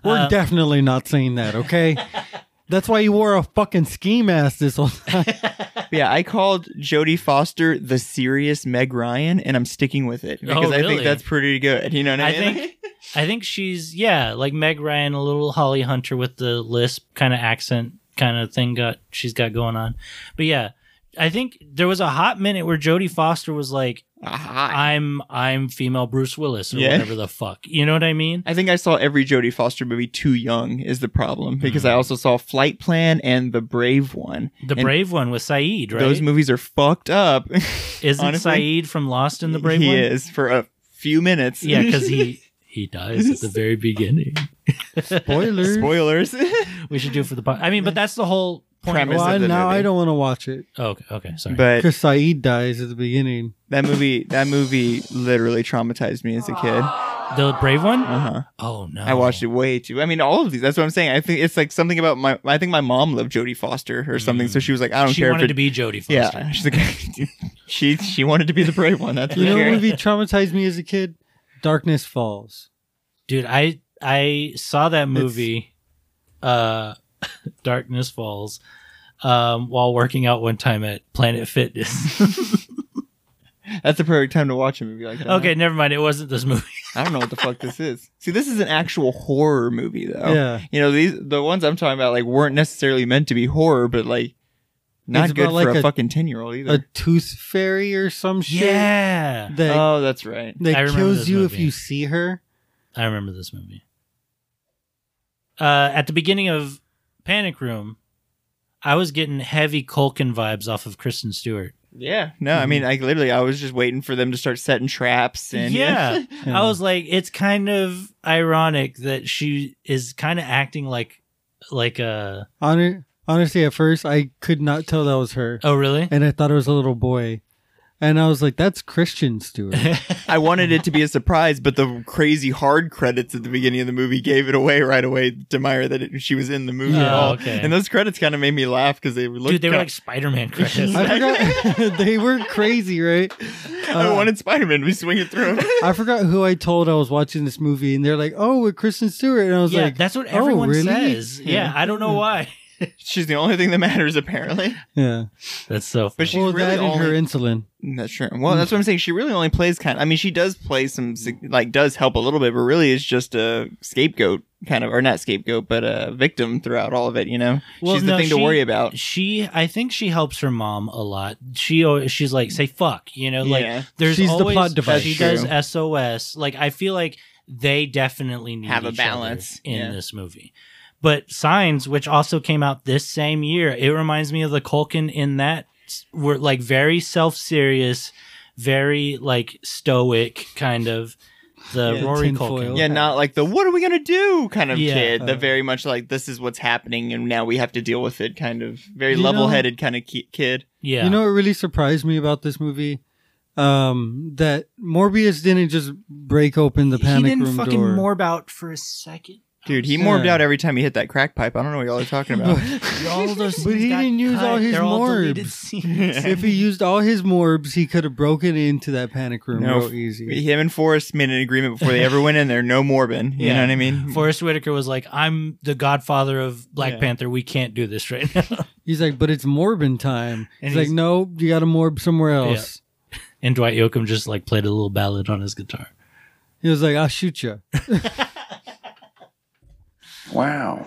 Speaker 4: Uh,
Speaker 3: definitely not saying that, okay? That's why you wore a fucking ski mask this whole time.
Speaker 5: But yeah, I called Jodie Foster the serious Meg Ryan, and I'm sticking with it because I
Speaker 4: really?
Speaker 5: think that's pretty good. You know what I,
Speaker 4: I
Speaker 5: mean?
Speaker 4: think, I think she's yeah, like Meg Ryan, a little Holly Hunter with the lisp kind of accent kind of thing got she's got going on. But yeah, I think there was a hot minute where Jodie Foster was like,
Speaker 5: Aha.
Speaker 4: "I'm I'm female Bruce Willis or
Speaker 5: Yeah.
Speaker 4: whatever the fuck," you know what I mean?
Speaker 5: I think I saw every Jodie Foster movie too young is the problem because I also saw Flight Plan and The Brave One.
Speaker 4: Mm. The
Speaker 5: And
Speaker 4: brave one with Saeed, right?
Speaker 5: Those movies are fucked up.
Speaker 4: Isn't
Speaker 5: honestly,
Speaker 4: Saeed from Lost in the Brave
Speaker 5: he
Speaker 4: One?
Speaker 5: is for a few minutes.
Speaker 4: Yeah, because he he dies at the very beginning.
Speaker 3: Spoilers.
Speaker 5: spoilers.
Speaker 4: We should do it for the podcast. I mean, but that's the whole point.
Speaker 5: Premise.
Speaker 3: Well,
Speaker 5: of the
Speaker 3: now
Speaker 5: movie.
Speaker 3: I don't want to watch it
Speaker 4: Oh, okay, okay, sorry.
Speaker 5: but
Speaker 3: because Saeed dies at the beginning.
Speaker 5: that movie, that movie literally traumatized me as a kid.
Speaker 4: the brave one.
Speaker 5: Uh huh.
Speaker 4: Oh no,
Speaker 5: I watched it way too. I mean, all of these. That's what I'm saying. I think it's like something about my. I think my mom loved Jodie Foster or something, so she was like, I don't
Speaker 4: Mm. She
Speaker 5: care if
Speaker 4: wanted
Speaker 5: it.
Speaker 4: to be Jodie Foster.
Speaker 5: yeah, she's like, she she wanted to be the brave one. That's for
Speaker 3: You know what
Speaker 5: sure.
Speaker 3: movie traumatized me as a kid? Darkness Falls.
Speaker 4: dude i i saw that movie uh darkness falls um while working out one time at planet fitness
Speaker 5: That's the perfect time to watch a movie like that.
Speaker 4: okay never mind it wasn't this movie
Speaker 5: I don't know what the fuck this is. See, this is an actual horror movie
Speaker 4: Oh,
Speaker 5: though.
Speaker 3: Yeah.
Speaker 5: You know these the ones I'm talking about like weren't necessarily meant to be horror, but like not
Speaker 3: It's
Speaker 5: good
Speaker 3: about,
Speaker 5: for
Speaker 3: like,
Speaker 5: a,
Speaker 3: a-
Speaker 5: fucking ten year old
Speaker 3: A
Speaker 5: either.
Speaker 3: tooth fairy or some shit
Speaker 4: yeah
Speaker 3: that,
Speaker 5: oh, that's right.
Speaker 4: I
Speaker 3: that
Speaker 4: remember
Speaker 3: kills
Speaker 4: this
Speaker 3: you if
Speaker 4: movie.
Speaker 3: you see her.
Speaker 4: i remember this movie uh at the beginning of panic room i was getting heavy colkin vibes off of kristen stewart
Speaker 5: Yeah. No, I mean,
Speaker 4: Mm-hmm.
Speaker 5: like literally, I was just waiting for them to start setting traps and
Speaker 4: yeah.
Speaker 3: Yeah.
Speaker 4: I was like, it's kind of ironic that she is kind of acting like, like uh, a.
Speaker 3: Honor- honestly, at first, I could not tell that was her.
Speaker 4: Oh, really?
Speaker 3: And I thought it was a little boy. And I was like, that's Christian Stewart.
Speaker 5: I wanted it to be a surprise, but the crazy hard credits at the beginning of the movie gave it away right away to Meyer that it, she was in the movie at
Speaker 4: Oh,
Speaker 5: all.
Speaker 4: okay.
Speaker 5: And those credits kind of made me laugh because they looked.
Speaker 4: Dude, they were
Speaker 5: kinda-
Speaker 4: like Spider-Man credits.
Speaker 3: I forgot. they were crazy, right?
Speaker 4: "Oh."
Speaker 5: I wanted Spider Man to be swinging through. him.
Speaker 3: I forgot who I told I was watching this movie, and they're like, "Oh, with Kristen Stewart," and I was
Speaker 4: yeah,
Speaker 3: like,
Speaker 4: that's what
Speaker 3: "Oh,
Speaker 4: everyone
Speaker 3: really?"
Speaker 4: says. Yeah. I don't know why.
Speaker 5: She's the only thing that matters, apparently.
Speaker 3: Yeah,
Speaker 4: That's so.
Speaker 5: But she's
Speaker 3: well,
Speaker 5: really
Speaker 3: that and
Speaker 5: only.
Speaker 3: her insulin.
Speaker 5: That's true. Well, that's what I'm saying. She really only plays kind. I mean, she does play some sig- like does help a little bit, but really is just a scapegoat kind of, or not scapegoat, but a victim throughout all of it. You know,
Speaker 4: Well,
Speaker 5: she's the
Speaker 4: no,
Speaker 5: thing
Speaker 4: she-
Speaker 5: to worry about.
Speaker 4: She, I think she helps her mom a lot. She, al- she's like, say fuck, you know, like
Speaker 5: Yeah.
Speaker 4: there's
Speaker 3: She's the
Speaker 4: always-
Speaker 3: plot device.
Speaker 4: She
Speaker 5: That's true.
Speaker 4: does SOS. Like I feel like they definitely need
Speaker 5: Have a
Speaker 4: each
Speaker 5: balance,
Speaker 4: other in
Speaker 5: yeah.
Speaker 4: this movie. But Signs, which also came out this same year, it reminds me of the Culkin in that s- were like very self serious, very like stoic kind of the
Speaker 5: Yeah,
Speaker 4: Rory
Speaker 3: tinfoil.
Speaker 4: Culkin.
Speaker 5: Yeah, not like the what are we gonna do kind of
Speaker 4: Yeah. uh,
Speaker 5: kid. The very much like this is what's happening and now we have to deal with it kind of very
Speaker 3: You know-
Speaker 5: level headed kind of ki- kid.
Speaker 4: yeah.
Speaker 3: You know what really surprised me about this movie? Um, that Morbius didn't just break open the panic
Speaker 4: he didn't
Speaker 3: room
Speaker 4: fucking
Speaker 3: door.
Speaker 4: morb out for a second.
Speaker 5: Dude, he
Speaker 3: Yeah.
Speaker 5: morbed out every time he hit that crack pipe. I don't know what y'all are talking about.
Speaker 4: All those
Speaker 3: But he
Speaker 4: scenes got
Speaker 3: didn't use
Speaker 4: cut.
Speaker 3: all his
Speaker 4: They're all deleted
Speaker 3: morbs.
Speaker 4: scenes.
Speaker 3: if he used all his morbs, he could have broken into that panic room
Speaker 5: No,
Speaker 3: real easy.
Speaker 5: Him and Forrest made an agreement before they ever went in there. No morbin. You
Speaker 4: Yeah.
Speaker 5: know what I mean?
Speaker 4: Forrest Whitaker was like, "I'm the Godfather of Black
Speaker 5: Yeah.
Speaker 4: Panther. We can't do this right now."
Speaker 3: He's like, but it's Morbin time.
Speaker 4: And
Speaker 3: he's, like,
Speaker 4: he's-
Speaker 3: no, you got to morb somewhere else.
Speaker 4: and Dwight Yoakam just like played a little ballad on his guitar.
Speaker 3: He was like, I'll shoot you.
Speaker 8: Wow.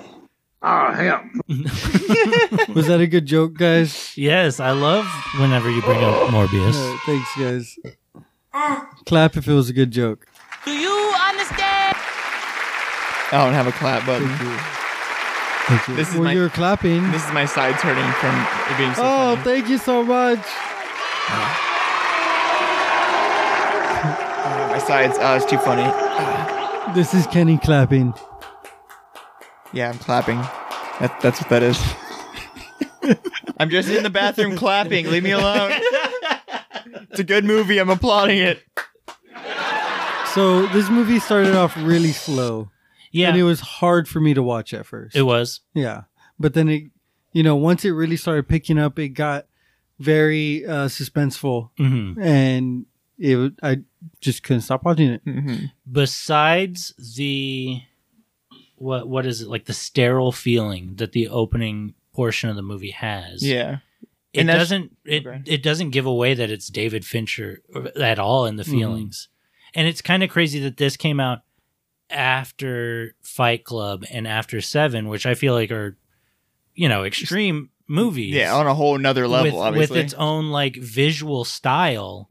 Speaker 3: was that a good joke, guys?
Speaker 4: Yes, I love whenever you bring up Morbius.
Speaker 3: Uh, thanks, guys. Clap if it was a good joke.
Speaker 2: Do you understand?
Speaker 5: I don't have a clap button.
Speaker 3: Thank you.
Speaker 5: This is
Speaker 3: well,
Speaker 5: my-
Speaker 3: you're clapping.
Speaker 5: This is my sides hurting from it being so
Speaker 3: oh,
Speaker 5: funny.
Speaker 3: thank you so much.
Speaker 5: Oh, my sides. Oh, it's too funny.
Speaker 3: This is Kenny clapping.
Speaker 5: Yeah, I'm clapping. That, that's what that is. I'm just in the bathroom clapping. Leave me alone. It's a good movie. I'm applauding it.
Speaker 3: So this movie started off really slow.
Speaker 4: Yeah.
Speaker 3: And it was hard for me to watch at first.
Speaker 4: It was.
Speaker 3: Yeah. But then it, you know, once it really started picking up, it got very uh, suspenseful.
Speaker 4: Mhm.
Speaker 3: And it, w- I just couldn't stop watching it.
Speaker 4: Besides the what what is it like the sterile feeling that the opening portion of the movie has?
Speaker 5: Yeah.
Speaker 4: It
Speaker 5: And that's-
Speaker 4: doesn't it
Speaker 5: Okay.
Speaker 4: it doesn't give away that it's David Fincher at all in the
Speaker 5: Mm-hmm.
Speaker 4: feelings. And it's kind of crazy that this came out after Fight Club and after 7, which I feel like are you know, extreme movies.
Speaker 5: Yeah, on a whole nother level,
Speaker 4: with, with
Speaker 5: obviously.
Speaker 4: its own like visual style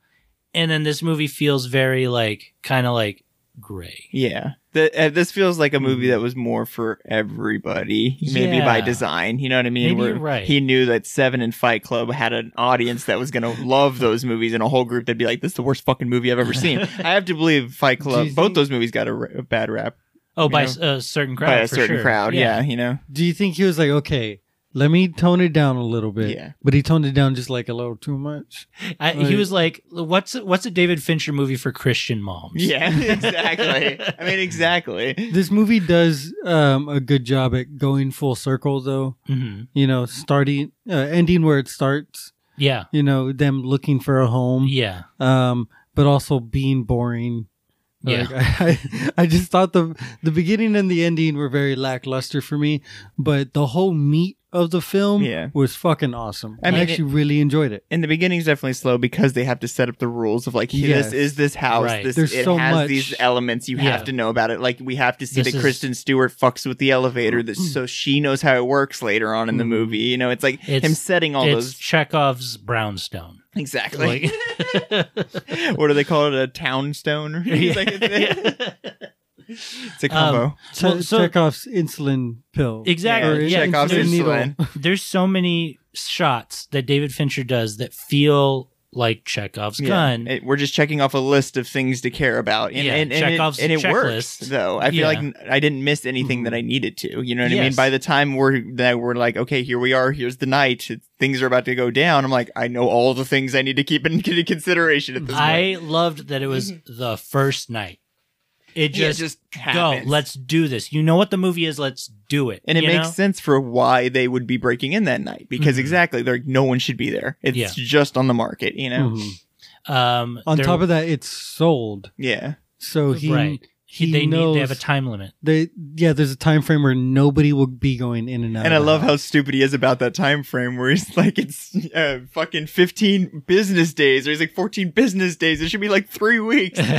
Speaker 4: and then this movie feels very like kind of like gray
Speaker 5: yeah. The, uh, this feels like a movie that was more for everybody, maybe
Speaker 4: Mm-hmm.
Speaker 5: by
Speaker 4: Yeah.
Speaker 5: design. You know what I mean?
Speaker 4: Maybe you're right.
Speaker 5: He knew that Seven and Fight Club had an audience that was going to love those movies, and a whole group that'd be like, "This is the worst fucking movie I've ever seen." I have to believe Fight Club.
Speaker 3: you
Speaker 5: Both
Speaker 3: think-
Speaker 5: those movies got a, ra- a bad rap
Speaker 4: oh by
Speaker 5: Yeah.
Speaker 4: s- a certain crowd
Speaker 5: by a
Speaker 4: for
Speaker 5: certain
Speaker 4: sure.
Speaker 5: crowd. Yeah. you know.
Speaker 3: Do you think he was like, okay, let me tone it down a little bit?
Speaker 5: Yeah.
Speaker 3: But he toned it down just like a little too much.
Speaker 4: I, he
Speaker 3: Right.
Speaker 4: was like what's what's a david fincher movie for christian moms
Speaker 5: Yeah, exactly. I mean, exactly.
Speaker 3: This movie does um, a good job at going full circle, though.
Speaker 4: Mhm.
Speaker 3: You know, starting, uh, ending where it starts.
Speaker 4: yeah
Speaker 3: You know, them looking for a home.
Speaker 4: yeah
Speaker 3: um, but also being boring.
Speaker 4: Yeah.
Speaker 3: Like, I, I, I just thought the the beginning and the ending were very lackluster for me, but the whole meat of the film
Speaker 5: Yeah.
Speaker 3: was fucking awesome.
Speaker 5: I
Speaker 3: I,
Speaker 5: mean,
Speaker 3: actually really enjoyed it.
Speaker 5: And the beginning's definitely slow because they have to set up the rules of like,
Speaker 3: Yes.
Speaker 5: this is this house.
Speaker 4: Right.
Speaker 5: This
Speaker 3: There's
Speaker 5: it
Speaker 3: so
Speaker 5: has
Speaker 3: much-
Speaker 5: these elements. You
Speaker 4: Yeah.
Speaker 5: have to know about it. Like we have to see
Speaker 4: This
Speaker 5: that
Speaker 4: is-
Speaker 5: Kristen Stewart fucks with the elevator,
Speaker 3: Mm-hmm.
Speaker 5: that so she knows how it works later on in the movie. You know, it's like
Speaker 4: It's-
Speaker 5: him setting all
Speaker 4: it's
Speaker 5: those
Speaker 4: chekhov's brownstone
Speaker 5: exactly.
Speaker 4: like
Speaker 5: what do they call it? A town stone? It's like- it's a combo.
Speaker 3: Che-
Speaker 4: Well, so-
Speaker 3: Chekhov's insulin pill.
Speaker 4: Exactly,
Speaker 3: Or
Speaker 4: Um, yeah,
Speaker 5: Chekhov's
Speaker 3: insulin needle.
Speaker 5: insulin.
Speaker 4: there's so many shots that david fincher does that feel like chekhov's
Speaker 5: Yeah.
Speaker 4: gun
Speaker 5: It- we're just checking off a list of things to care about. And,
Speaker 4: Yeah,
Speaker 5: and, and
Speaker 4: Chekhov's
Speaker 5: it, and it works,
Speaker 4: checklist.
Speaker 5: though. I feel
Speaker 4: Yeah.
Speaker 5: like n- I didn't miss anything that I needed to. You know what I mean?
Speaker 4: Yes.
Speaker 5: By the time we're, that we're like, okay, here we are. Here's the night. it- Things are about to go down. I'm like, I know all the things I need to keep in into consideration at this point.
Speaker 4: I loved that it was the first night. It
Speaker 5: Yeah, it
Speaker 4: just,
Speaker 5: just
Speaker 4: go.
Speaker 5: happens.
Speaker 4: Let's do this. You know what the movie is. Let's do it.
Speaker 5: And it
Speaker 4: you
Speaker 5: makes
Speaker 4: know? Mm-hmm.
Speaker 5: sense for why they would be breaking in that night because exactly, they're like, no one should be there. It's
Speaker 4: Yeah.
Speaker 5: just on the market, you know?
Speaker 3: Mhm.
Speaker 4: Um,
Speaker 3: On top of that, it's sold,
Speaker 5: Yeah.
Speaker 3: so he
Speaker 4: right,
Speaker 3: he,
Speaker 4: they
Speaker 3: knows
Speaker 4: need they have a time limit.
Speaker 3: they yeah. There's a time frame where nobody will be going in and out.
Speaker 5: And I
Speaker 3: of the
Speaker 5: love how
Speaker 3: house.
Speaker 5: stupid he is about that time frame where he's like, it's uh, fucking 15 business days, or he's like, 14 business days. It should be like three weeks.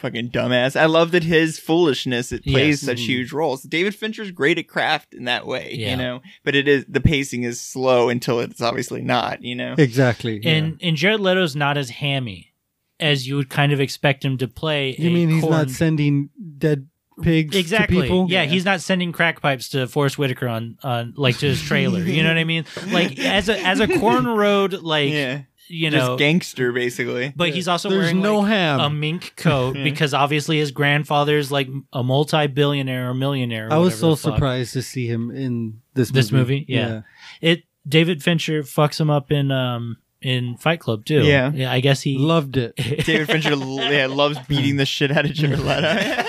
Speaker 5: fucking dumbass. I love that his foolishness, it plays
Speaker 4: Yes.
Speaker 5: such huge roles. David Fincher's great at craft in that way,
Speaker 4: Yeah.
Speaker 5: you know, but it is, the pacing is slow until it's obviously not, you know?
Speaker 3: exactly.
Speaker 4: And and Jared Leto's not as hammy as you would kind of expect him to play.
Speaker 3: you
Speaker 4: a
Speaker 3: mean he's
Speaker 4: corn-
Speaker 3: not sending dead pigs to
Speaker 4: Exactly.
Speaker 3: people?
Speaker 4: Yeah, he's not sending crack pipes to Forrest Whitaker on, on like to his trailer. you know what I mean? Like as a as a corn road, like
Speaker 5: yeah.
Speaker 4: you
Speaker 5: Just
Speaker 4: know,
Speaker 5: gangster, basically.
Speaker 4: But he's also
Speaker 3: There's
Speaker 4: wearing
Speaker 3: no
Speaker 4: like,
Speaker 3: ham.
Speaker 4: a mink coat because obviously his grandfather's like a multi-billionaire or millionaire. or
Speaker 3: I was
Speaker 4: whatever
Speaker 3: so
Speaker 4: the fuck.
Speaker 3: surprised to see him in this
Speaker 4: This movie,
Speaker 3: movie.
Speaker 4: yeah. It David Fincher fucks him up in um in Fight Club too.
Speaker 5: Yeah.
Speaker 4: I guess he.
Speaker 3: loved it.
Speaker 5: David Fincher l- yeah, loves beating the shit out of Jared Leto.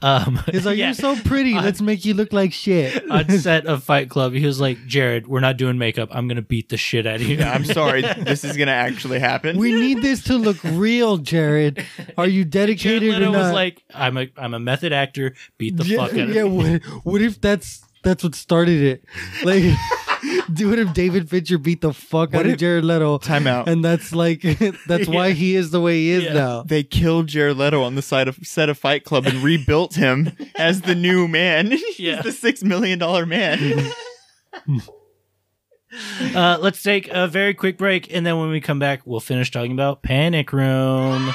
Speaker 4: um,
Speaker 3: He's like,
Speaker 4: yeah.
Speaker 3: "You're so pretty. Let's make you look like shit."
Speaker 4: on set of Fight Club, he was like, "Jared, we're not doing makeup. I'm gonna beat the shit out of you."
Speaker 5: I'm sorry, this is going to actually happen.
Speaker 3: we need this to look real, Jared. Are you
Speaker 4: Jared
Speaker 3: dedicated
Speaker 4: Leto
Speaker 3: or not?
Speaker 4: was like, "I'm a I'm a method actor. Beat the
Speaker 3: yeah,
Speaker 4: fuck out of
Speaker 3: yeah,
Speaker 4: you."
Speaker 3: what, what if that's that's what started it? Like, dude, what if David Fincher beat the fuck out
Speaker 5: if-
Speaker 3: of Jared Leto?
Speaker 5: Time out.
Speaker 3: And that's like that's why he is the way he is
Speaker 4: Yeah.
Speaker 3: now.
Speaker 5: they killed Jared Leto on the side of set of Fight Club and rebuilt him as the new man.
Speaker 4: Yeah.
Speaker 5: He's the six million dollar man.
Speaker 4: Uh, let's take a very quick break, and then when we come back, we'll finish talking about Panic Room.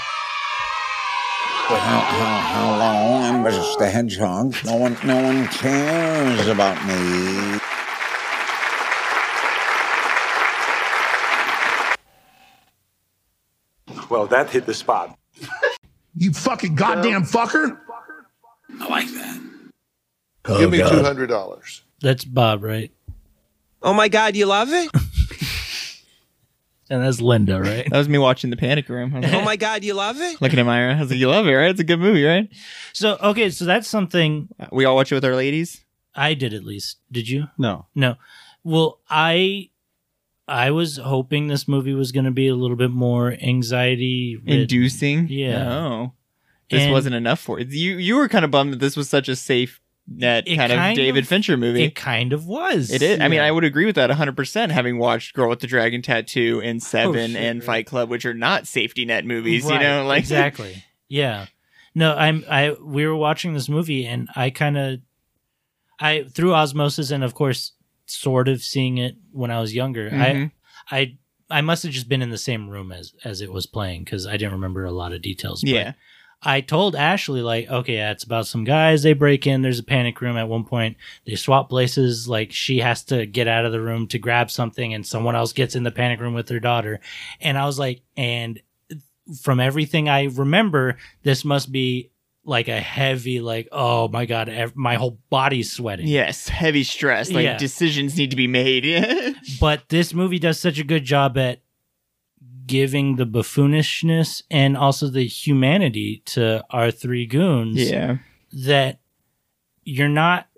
Speaker 11: But how, how, how long I'm just the hedgehog. No one, no one cares about me.
Speaker 10: Well, that hit the spot.
Speaker 7: You fucking goddamn fucker.
Speaker 10: I like that.
Speaker 6: Give me $200.
Speaker 4: That's Bob, right?
Speaker 9: Oh my God, you love it?
Speaker 4: And that's Linda, right?
Speaker 5: That was me watching the Panic Room. I was
Speaker 12: Oh
Speaker 5: like,
Speaker 12: my God, you love it?
Speaker 5: looking at Myra, I was like, "You love it, right? It's a good movie, right?" Uh,
Speaker 4: So okay, so that's something
Speaker 5: we all watch it with our ladies.
Speaker 4: I did at least. Did you?
Speaker 3: No.
Speaker 4: No. Well, I I was hoping this movie was going to be a little bit more anxiety
Speaker 5: Inducing.
Speaker 4: Yeah.
Speaker 5: No, this
Speaker 4: And-
Speaker 5: wasn't enough for it. You you were kind of bummed that this was such a safe net
Speaker 4: It
Speaker 5: kind, of
Speaker 4: kind
Speaker 5: David
Speaker 4: of-
Speaker 5: Fincher movie.
Speaker 4: It kind of was.
Speaker 5: It is. I mean,
Speaker 4: Yeah.
Speaker 5: I would agree with that 100%, having watched Girl with the Dragon Tattoo and Seven
Speaker 4: Oh, shit,
Speaker 5: and Fight Club, which are not safety net movies,
Speaker 4: Right,
Speaker 5: you know? Like,
Speaker 4: exactly. Yeah. No, I'm. I we were watching this movie, and I kind of, I through osmosis, and of course, sort of seeing it when I was younger.
Speaker 5: Mhm.
Speaker 4: I, I, I must have just been in the same room as as it was playing because I didn't remember a lot of details. but
Speaker 5: Yeah.
Speaker 4: I told Ashley like, okay, yeah, it's about some guys. They break in. There's a panic room. At one point, they swap places. Like she has to get out of the room to grab something, and someone else gets in the panic room with their daughter. And I was like, and from everything I remember, this must be like a heavy, like, oh my god, ev- my whole body's sweating.
Speaker 5: Yes, heavy stress. Like,
Speaker 4: Yeah.
Speaker 5: decisions need to be made.
Speaker 4: But this movie does such a good job at giving the buffoonishness and also the humanity to our three goons.
Speaker 5: Yeah.
Speaker 4: That you're not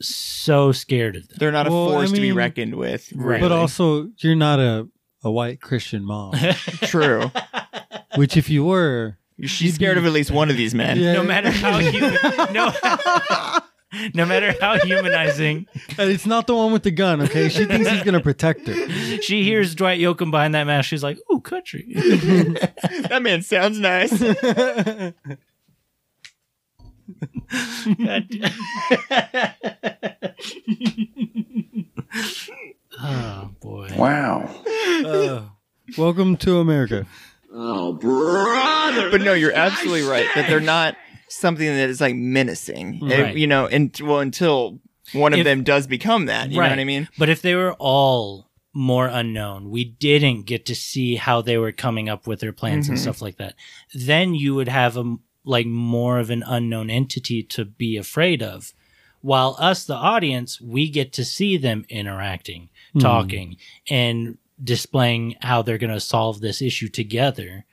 Speaker 4: so scared of them.
Speaker 5: They're not
Speaker 4: Well,
Speaker 5: a
Speaker 4: I
Speaker 5: force to be
Speaker 4: mean-
Speaker 5: reckoned with.
Speaker 4: Right.
Speaker 3: But
Speaker 5: really.
Speaker 3: also, you're not a, a white Christian mom,
Speaker 5: True.
Speaker 3: which if you were,
Speaker 5: She's scared of at least one of these men.
Speaker 3: Yeah.
Speaker 4: No matter how human, no, no matter how humanizing
Speaker 3: and it's not the one with the gun, okay? She thinks he's going to protect her.
Speaker 4: she hears Dwight Yoakam behind that mask, she's like, "Ooh, country."
Speaker 5: that man sounds nice.
Speaker 4: God damn. oh boy!
Speaker 3: Wow. Welcome to America.
Speaker 5: Oh, brother. But no, you're absolutely right that they're not something that is like menacing. And,
Speaker 4: Right.
Speaker 5: you know, and well, until one of
Speaker 4: If-
Speaker 5: them does become that. You know what I mean?
Speaker 4: But if they were all more unknown, we didn't get to see how they were coming up with their plans and
Speaker 5: Mhm.
Speaker 4: stuff like that. Then you would have a m- like more of an unknown entity to be afraid of. While us, the audience, we get to see them interacting,
Speaker 13: Hmm.
Speaker 4: talking, and displaying how they're going to solve this issue together.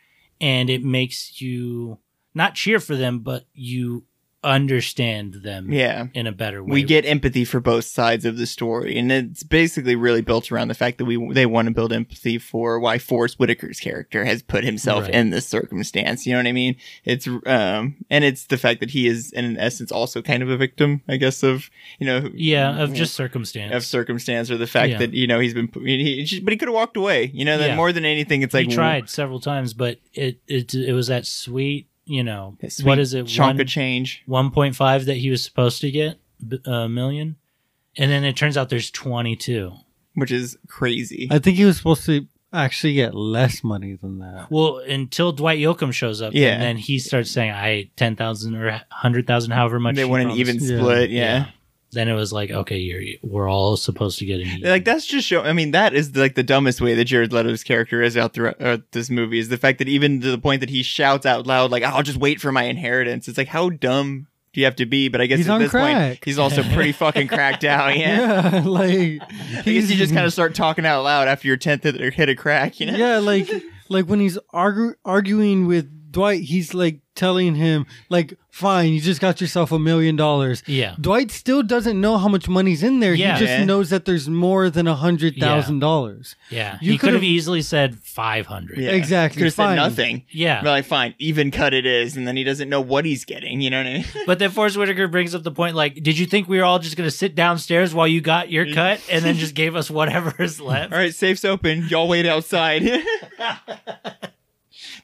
Speaker 4: And it makes you not cheer for them, but you understand them
Speaker 5: Yeah.
Speaker 4: in a better way.
Speaker 5: We get empathy for both sides of the story, and it's basically really built around the fact that we they want to build empathy for why Forrest Whitaker's character has put himself
Speaker 4: Right.
Speaker 5: in this circumstance. You know what I mean? It's um, and it's the fact that he is, in essence, also kind of a victim, I guess, of you know,
Speaker 4: yeah, of just circumstance.
Speaker 5: Mm-hmm. of circumstance or the fact
Speaker 4: Yeah.
Speaker 5: that you know he's been, he, he- but he could have walked away. You know, that
Speaker 4: Yeah.
Speaker 5: more than anything, it's like
Speaker 4: he tried several times, but it it it was that sweet, you know,
Speaker 5: That
Speaker 4: what
Speaker 5: sweet
Speaker 4: is it?
Speaker 5: chunk of change.
Speaker 4: one point five that he was supposed to get b- a million, and then it turns out there's twenty two.
Speaker 5: which is crazy.
Speaker 3: I think he was supposed to actually get less money than that.
Speaker 4: Well, until Dwight Yoakam shows up,
Speaker 3: Yeah.
Speaker 4: and then he starts saying, "I ten thousand or hundred thousand, however much
Speaker 5: They
Speaker 4: she
Speaker 5: want an
Speaker 4: promised."
Speaker 5: even split, yeah.
Speaker 4: Then it was like, okay, you're, we're all supposed to get an even.
Speaker 5: Like that's just show. I mean, that is like the dumbest way that Jared Leto's character is out throughout uh, this movie is the fact that even to the point that he shouts out loud, like "I'll just wait for my inheritance." It's like how dumb do you have to be? But I guess
Speaker 3: He's
Speaker 5: at
Speaker 3: on
Speaker 5: this point,
Speaker 3: crack.
Speaker 5: he's also pretty fucking cracked out. Yeah,
Speaker 3: Yeah, like
Speaker 5: I guess you just kind of start talking out loud after your tenth hit, or hit a crack. You know?
Speaker 3: yeah, like like when he's argu- arguing with Dwight, he's like telling him like, "Fine, you just got yourself a million dollars."
Speaker 4: Yeah.
Speaker 3: Dwight still doesn't know how much money's in there.
Speaker 4: Yeah.
Speaker 3: He just
Speaker 4: Yeah.
Speaker 3: knows that there's more than a hundred
Speaker 4: Yeah.
Speaker 3: thousand dollars.
Speaker 4: yeah,
Speaker 3: You
Speaker 4: he could have
Speaker 3: could've-
Speaker 4: easily said five hundred.
Speaker 5: Yeah.
Speaker 3: Exactly,
Speaker 5: Could have said
Speaker 3: fine.
Speaker 5: nothing.
Speaker 4: Yeah.
Speaker 5: But like, fine, even cut it is, and then he doesn't know what he's getting. You know what I mean?
Speaker 4: But then Forrest Whitaker brings up the point like, did you think we were all just going to sit downstairs while you got your
Speaker 3: Mm.
Speaker 4: cut and then just gave us whatever is left?
Speaker 5: All right, safe's open. Y'all wait outside.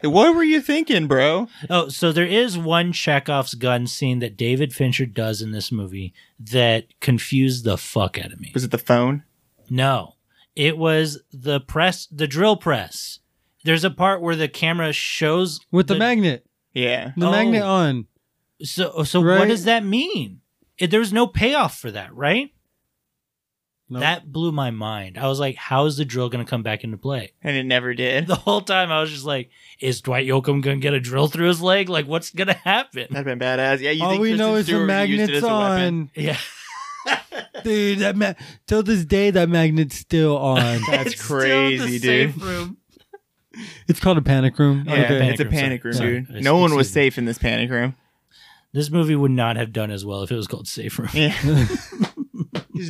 Speaker 5: what were you thinking, bro?
Speaker 4: Oh, so there is one Chekhov's gun scene that David Fincher does in this movie that confused the fuck out of me.
Speaker 5: Was it the phone?
Speaker 4: No, it was the press, the drill press. There's a part where the camera shows
Speaker 3: with the, magnet,
Speaker 5: Yeah,
Speaker 3: the magnet on.
Speaker 4: So, so what
Speaker 3: Right?
Speaker 4: does that mean? It, there was no payoff for that, right? That blew my mind. I was like, "How is the drill going to come back into play?"
Speaker 5: And it never did.
Speaker 4: The whole time, I was just like, "Is Dwight Yoakam going to get a drill through his leg? Like, what's going to happen?"
Speaker 5: That'd been badass. Yeah, you
Speaker 3: All
Speaker 5: think
Speaker 3: we
Speaker 5: Kristen
Speaker 3: know is the
Speaker 5: Stewart used it
Speaker 3: magnet's
Speaker 5: as a weapon?
Speaker 3: on.
Speaker 4: Yeah.
Speaker 3: Dude, that ma- till this day that magnet's still on.
Speaker 5: That's crazy, dude.
Speaker 3: It's called a panic room.
Speaker 5: Yeah, it's a panic room, dude. no one was safe in this panic room.
Speaker 4: This movie would not have done as well if it was called Safe Room.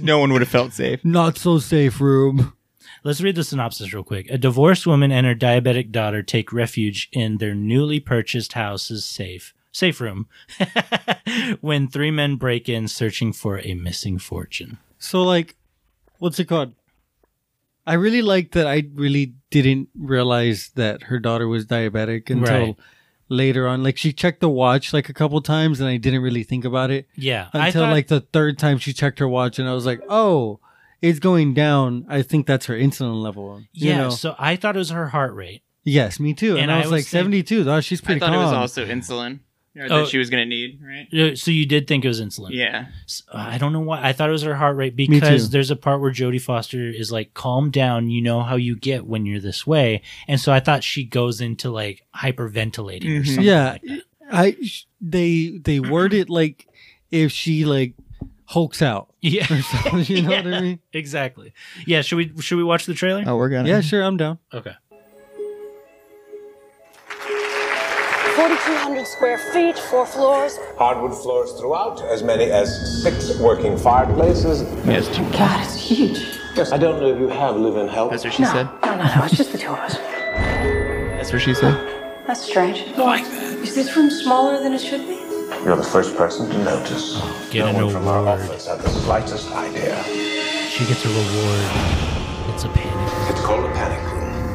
Speaker 5: no one would have felt safe.
Speaker 3: Not so safe room.
Speaker 4: Let's read the synopsis real quick. A divorced woman and her diabetic daughter take refuge in their newly purchased house's safe safe room when three men break in searching for a missing fortune.
Speaker 3: So like, what's it called? I really like that. I really didn't realize that her daughter was diabetic until
Speaker 4: Right.
Speaker 3: later on. Like she checked the watch like a couple times, and I didn't really think about it.
Speaker 4: Yeah, I
Speaker 3: until
Speaker 4: thought-
Speaker 3: like the third time she checked her watch, and I was like, oh, it's going down. I think that's her insulin level. you
Speaker 4: yeah,
Speaker 3: know?
Speaker 4: so I thought it was her heart rate.
Speaker 3: yes, me too. And,
Speaker 4: And
Speaker 3: I
Speaker 4: I
Speaker 3: was,
Speaker 4: was
Speaker 3: like
Speaker 4: think-
Speaker 3: seventy two. though she's
Speaker 5: I
Speaker 3: pretty
Speaker 5: thought it was
Speaker 3: calm.
Speaker 5: also insulin or
Speaker 4: Oh.
Speaker 5: that she was going to need, right?
Speaker 4: Uh, So you did think it was insulin?
Speaker 5: Yeah.
Speaker 4: S- I don't know why. I thought it was her heart rate
Speaker 3: too.
Speaker 4: because there's a part where Jodie Foster is like, "Calm down. You know how you get when you're this way." And so I thought she goes into like hyperventilating or
Speaker 3: Mhm.
Speaker 4: something.
Speaker 3: yeah
Speaker 4: like that.
Speaker 3: i sh- they they word it like if she like hulks out
Speaker 4: Yeah.
Speaker 3: or something, you know what
Speaker 4: Yeah,
Speaker 3: i mean
Speaker 4: Exactly. Yeah. Should we should we watch the trailer?
Speaker 5: Oh, we're going
Speaker 3: yeah sure i'm down
Speaker 4: Okay.
Speaker 12: 4,200 square feet, four floors.
Speaker 10: Hardwood floors throughout, as many as six working fireplaces. Yes.
Speaker 12: God, it's huge.
Speaker 10: I don't know if you have live-in help. That's what
Speaker 5: she
Speaker 12: no, no, no, no. It's just the two of us.
Speaker 5: That's what she said.
Speaker 12: That's strange. I like that. Is this room smaller than it should be?
Speaker 10: You're the first person to notice.
Speaker 4: Get an
Speaker 10: no one
Speaker 4: award.
Speaker 10: from our office had the slightest idea.
Speaker 4: She gets a reward. It's a panic.
Speaker 10: It's called a panic room.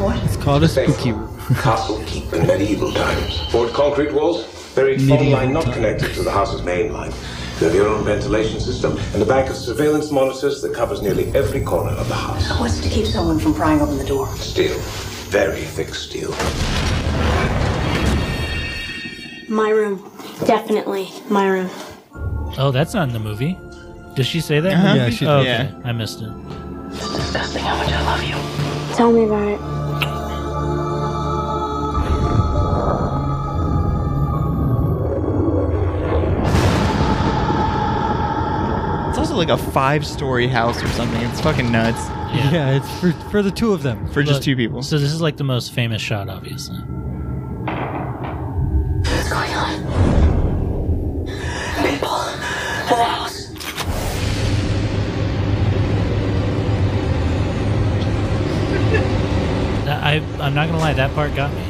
Speaker 12: What?
Speaker 3: it's called a spooky
Speaker 10: Castle keep in medieval times. Poured concrete walls, buried phone line not connected to the house's main line. You have your own ventilation system and a bank of surveillance monitors that covers nearly every corner of the house.
Speaker 12: What's to keep someone from prying open the door?
Speaker 10: Steel. Very thick steel.
Speaker 13: My room. Definitely my room.
Speaker 4: Oh, that's not in the movie. Does she say that?
Speaker 3: Uh-huh. Yeah, she
Speaker 4: Oh,
Speaker 3: did.
Speaker 4: okay. I missed it.
Speaker 12: Disgusting how much I love you.
Speaker 13: Tell me about it.
Speaker 5: It's also like a five story house or something. It's fucking nuts.
Speaker 3: yeah. it's for for the two of them
Speaker 5: For just
Speaker 4: But-
Speaker 5: two people.
Speaker 4: So this is like the most famous shot, obviously.
Speaker 12: What's going on? People. The house.
Speaker 4: That- I I'm not gonna lie, that part got me.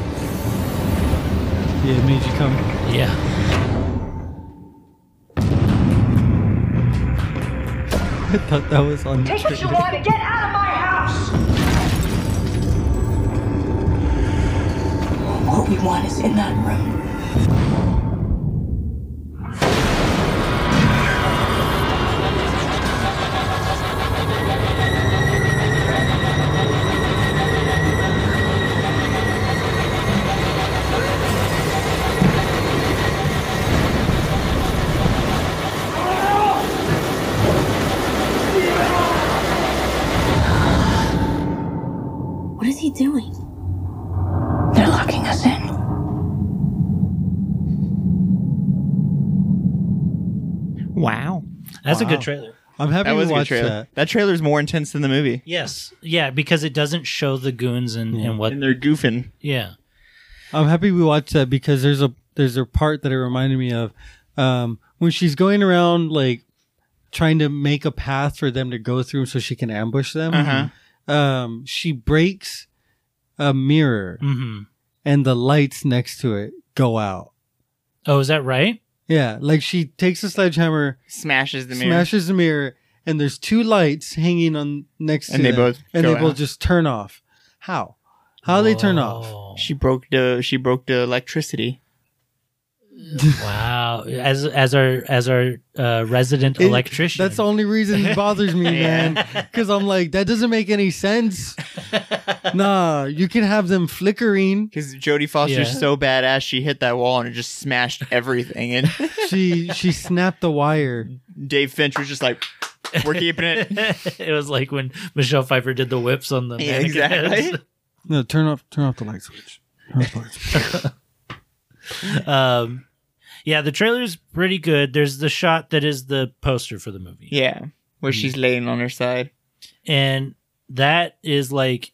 Speaker 3: yeah it made you come
Speaker 4: Yeah.
Speaker 3: i thought that was on the
Speaker 6: Take what you
Speaker 3: trailer.
Speaker 6: want and get out of my house.
Speaker 12: What we want is in that room.
Speaker 13: What is he doing?
Speaker 12: They're locking us in.
Speaker 5: Wow.
Speaker 4: That's a
Speaker 5: Wow.
Speaker 4: good trailer.
Speaker 3: i'm happy
Speaker 5: That was
Speaker 3: to
Speaker 5: a good
Speaker 3: watch
Speaker 5: trailer.
Speaker 3: that
Speaker 5: trailer's more intense than the movie.
Speaker 4: Yes. Yeah, because it doesn't show the goons and,
Speaker 3: Mm-hmm.
Speaker 4: and what
Speaker 5: And they're goofing.
Speaker 4: Yeah.
Speaker 3: i'm happy we watched that because there's a there's a part that it reminded me of um when she's going around like trying to make a path for them to go through so she can ambush them
Speaker 5: Uh-huh.
Speaker 3: um she breaks a mirror
Speaker 4: Mm-hmm.
Speaker 3: and the lights next to it go out.
Speaker 4: Oh, is that right?
Speaker 3: Yeah, like she takes a sledgehammer,
Speaker 5: Smashes the mirror.
Speaker 3: smashes the mirror, and there's two lights hanging on next to
Speaker 5: And they
Speaker 3: them,
Speaker 5: both
Speaker 3: and
Speaker 5: go
Speaker 3: they both
Speaker 5: out.
Speaker 3: just turn off. How? How they turn off?
Speaker 4: Whoa.
Speaker 5: She broke the she broke the electricity.
Speaker 4: wow. As as our as our uh, resident
Speaker 3: It-
Speaker 4: electrician.
Speaker 3: That's the only reason it bothers me, man. Because I'm like, that doesn't make any sense. nah, you can have them flickering.
Speaker 5: Because Jodie Foster's
Speaker 4: Yeah.
Speaker 5: so badass, she hit that wall and it just smashed everything. And
Speaker 3: She she snapped the wire.
Speaker 5: Dave Finch was just like, "We're keeping it."
Speaker 4: it was like when Michelle Pfeiffer did the whips on the
Speaker 5: Yeah,
Speaker 4: mannequin
Speaker 5: exactly.
Speaker 4: heads.
Speaker 3: No, turn off turn off the light switch. Turn off the light switch.
Speaker 4: Um yeah, the trailer's pretty good. There's the shot that is the poster for the movie. Mm.
Speaker 5: Yeah, where she's laying on her side.
Speaker 4: and that is like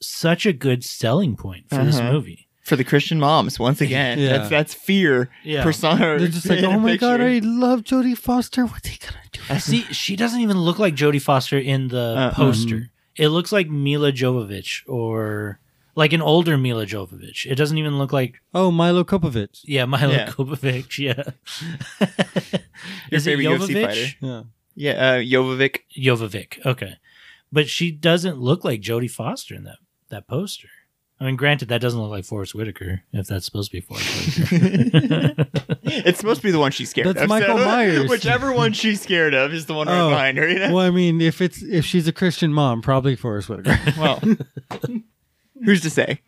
Speaker 4: such a good selling point for this
Speaker 5: Uh-huh.
Speaker 4: movie.
Speaker 5: For the Christian moms, once again,
Speaker 4: Yeah.
Speaker 5: that's that's fear
Speaker 4: Yeah.
Speaker 5: persona.
Speaker 4: They're just like,
Speaker 5: in a
Speaker 4: "Oh my God,
Speaker 5: picture."
Speaker 3: I love Jodie Foster. What they gonna do?
Speaker 4: Uh, See, she doesn't even look like Jodie Foster in the
Speaker 5: Uh-uh.
Speaker 4: poster. It looks like Mila Jovovich or like an older Mila Jovovich. It doesn't even look like
Speaker 3: Oh, Milo Kupovic.
Speaker 4: yeah, Mila
Speaker 5: Yeah.
Speaker 4: Jovovich. Yeah,
Speaker 5: Your
Speaker 4: is it
Speaker 5: favorite UFC
Speaker 4: Jovovich?
Speaker 5: fighter. Yeah, uh, Jovovic.
Speaker 4: Jovovich. Okay, but she doesn't look like Jodie Foster in that that poster. I mean, granted, that doesn't look like Forrest Whitaker, if that's supposed to be Forrest Whitaker.
Speaker 5: It's supposed to be the one she's scared
Speaker 3: That's
Speaker 5: of.
Speaker 3: Michael Myers.
Speaker 5: Whichever one she's scared of is the one
Speaker 4: Oh.
Speaker 5: right behind her. You know?
Speaker 3: well, I mean, if it's if she's a Christian mom, probably Forrest Whitaker.
Speaker 5: Well, who's to say?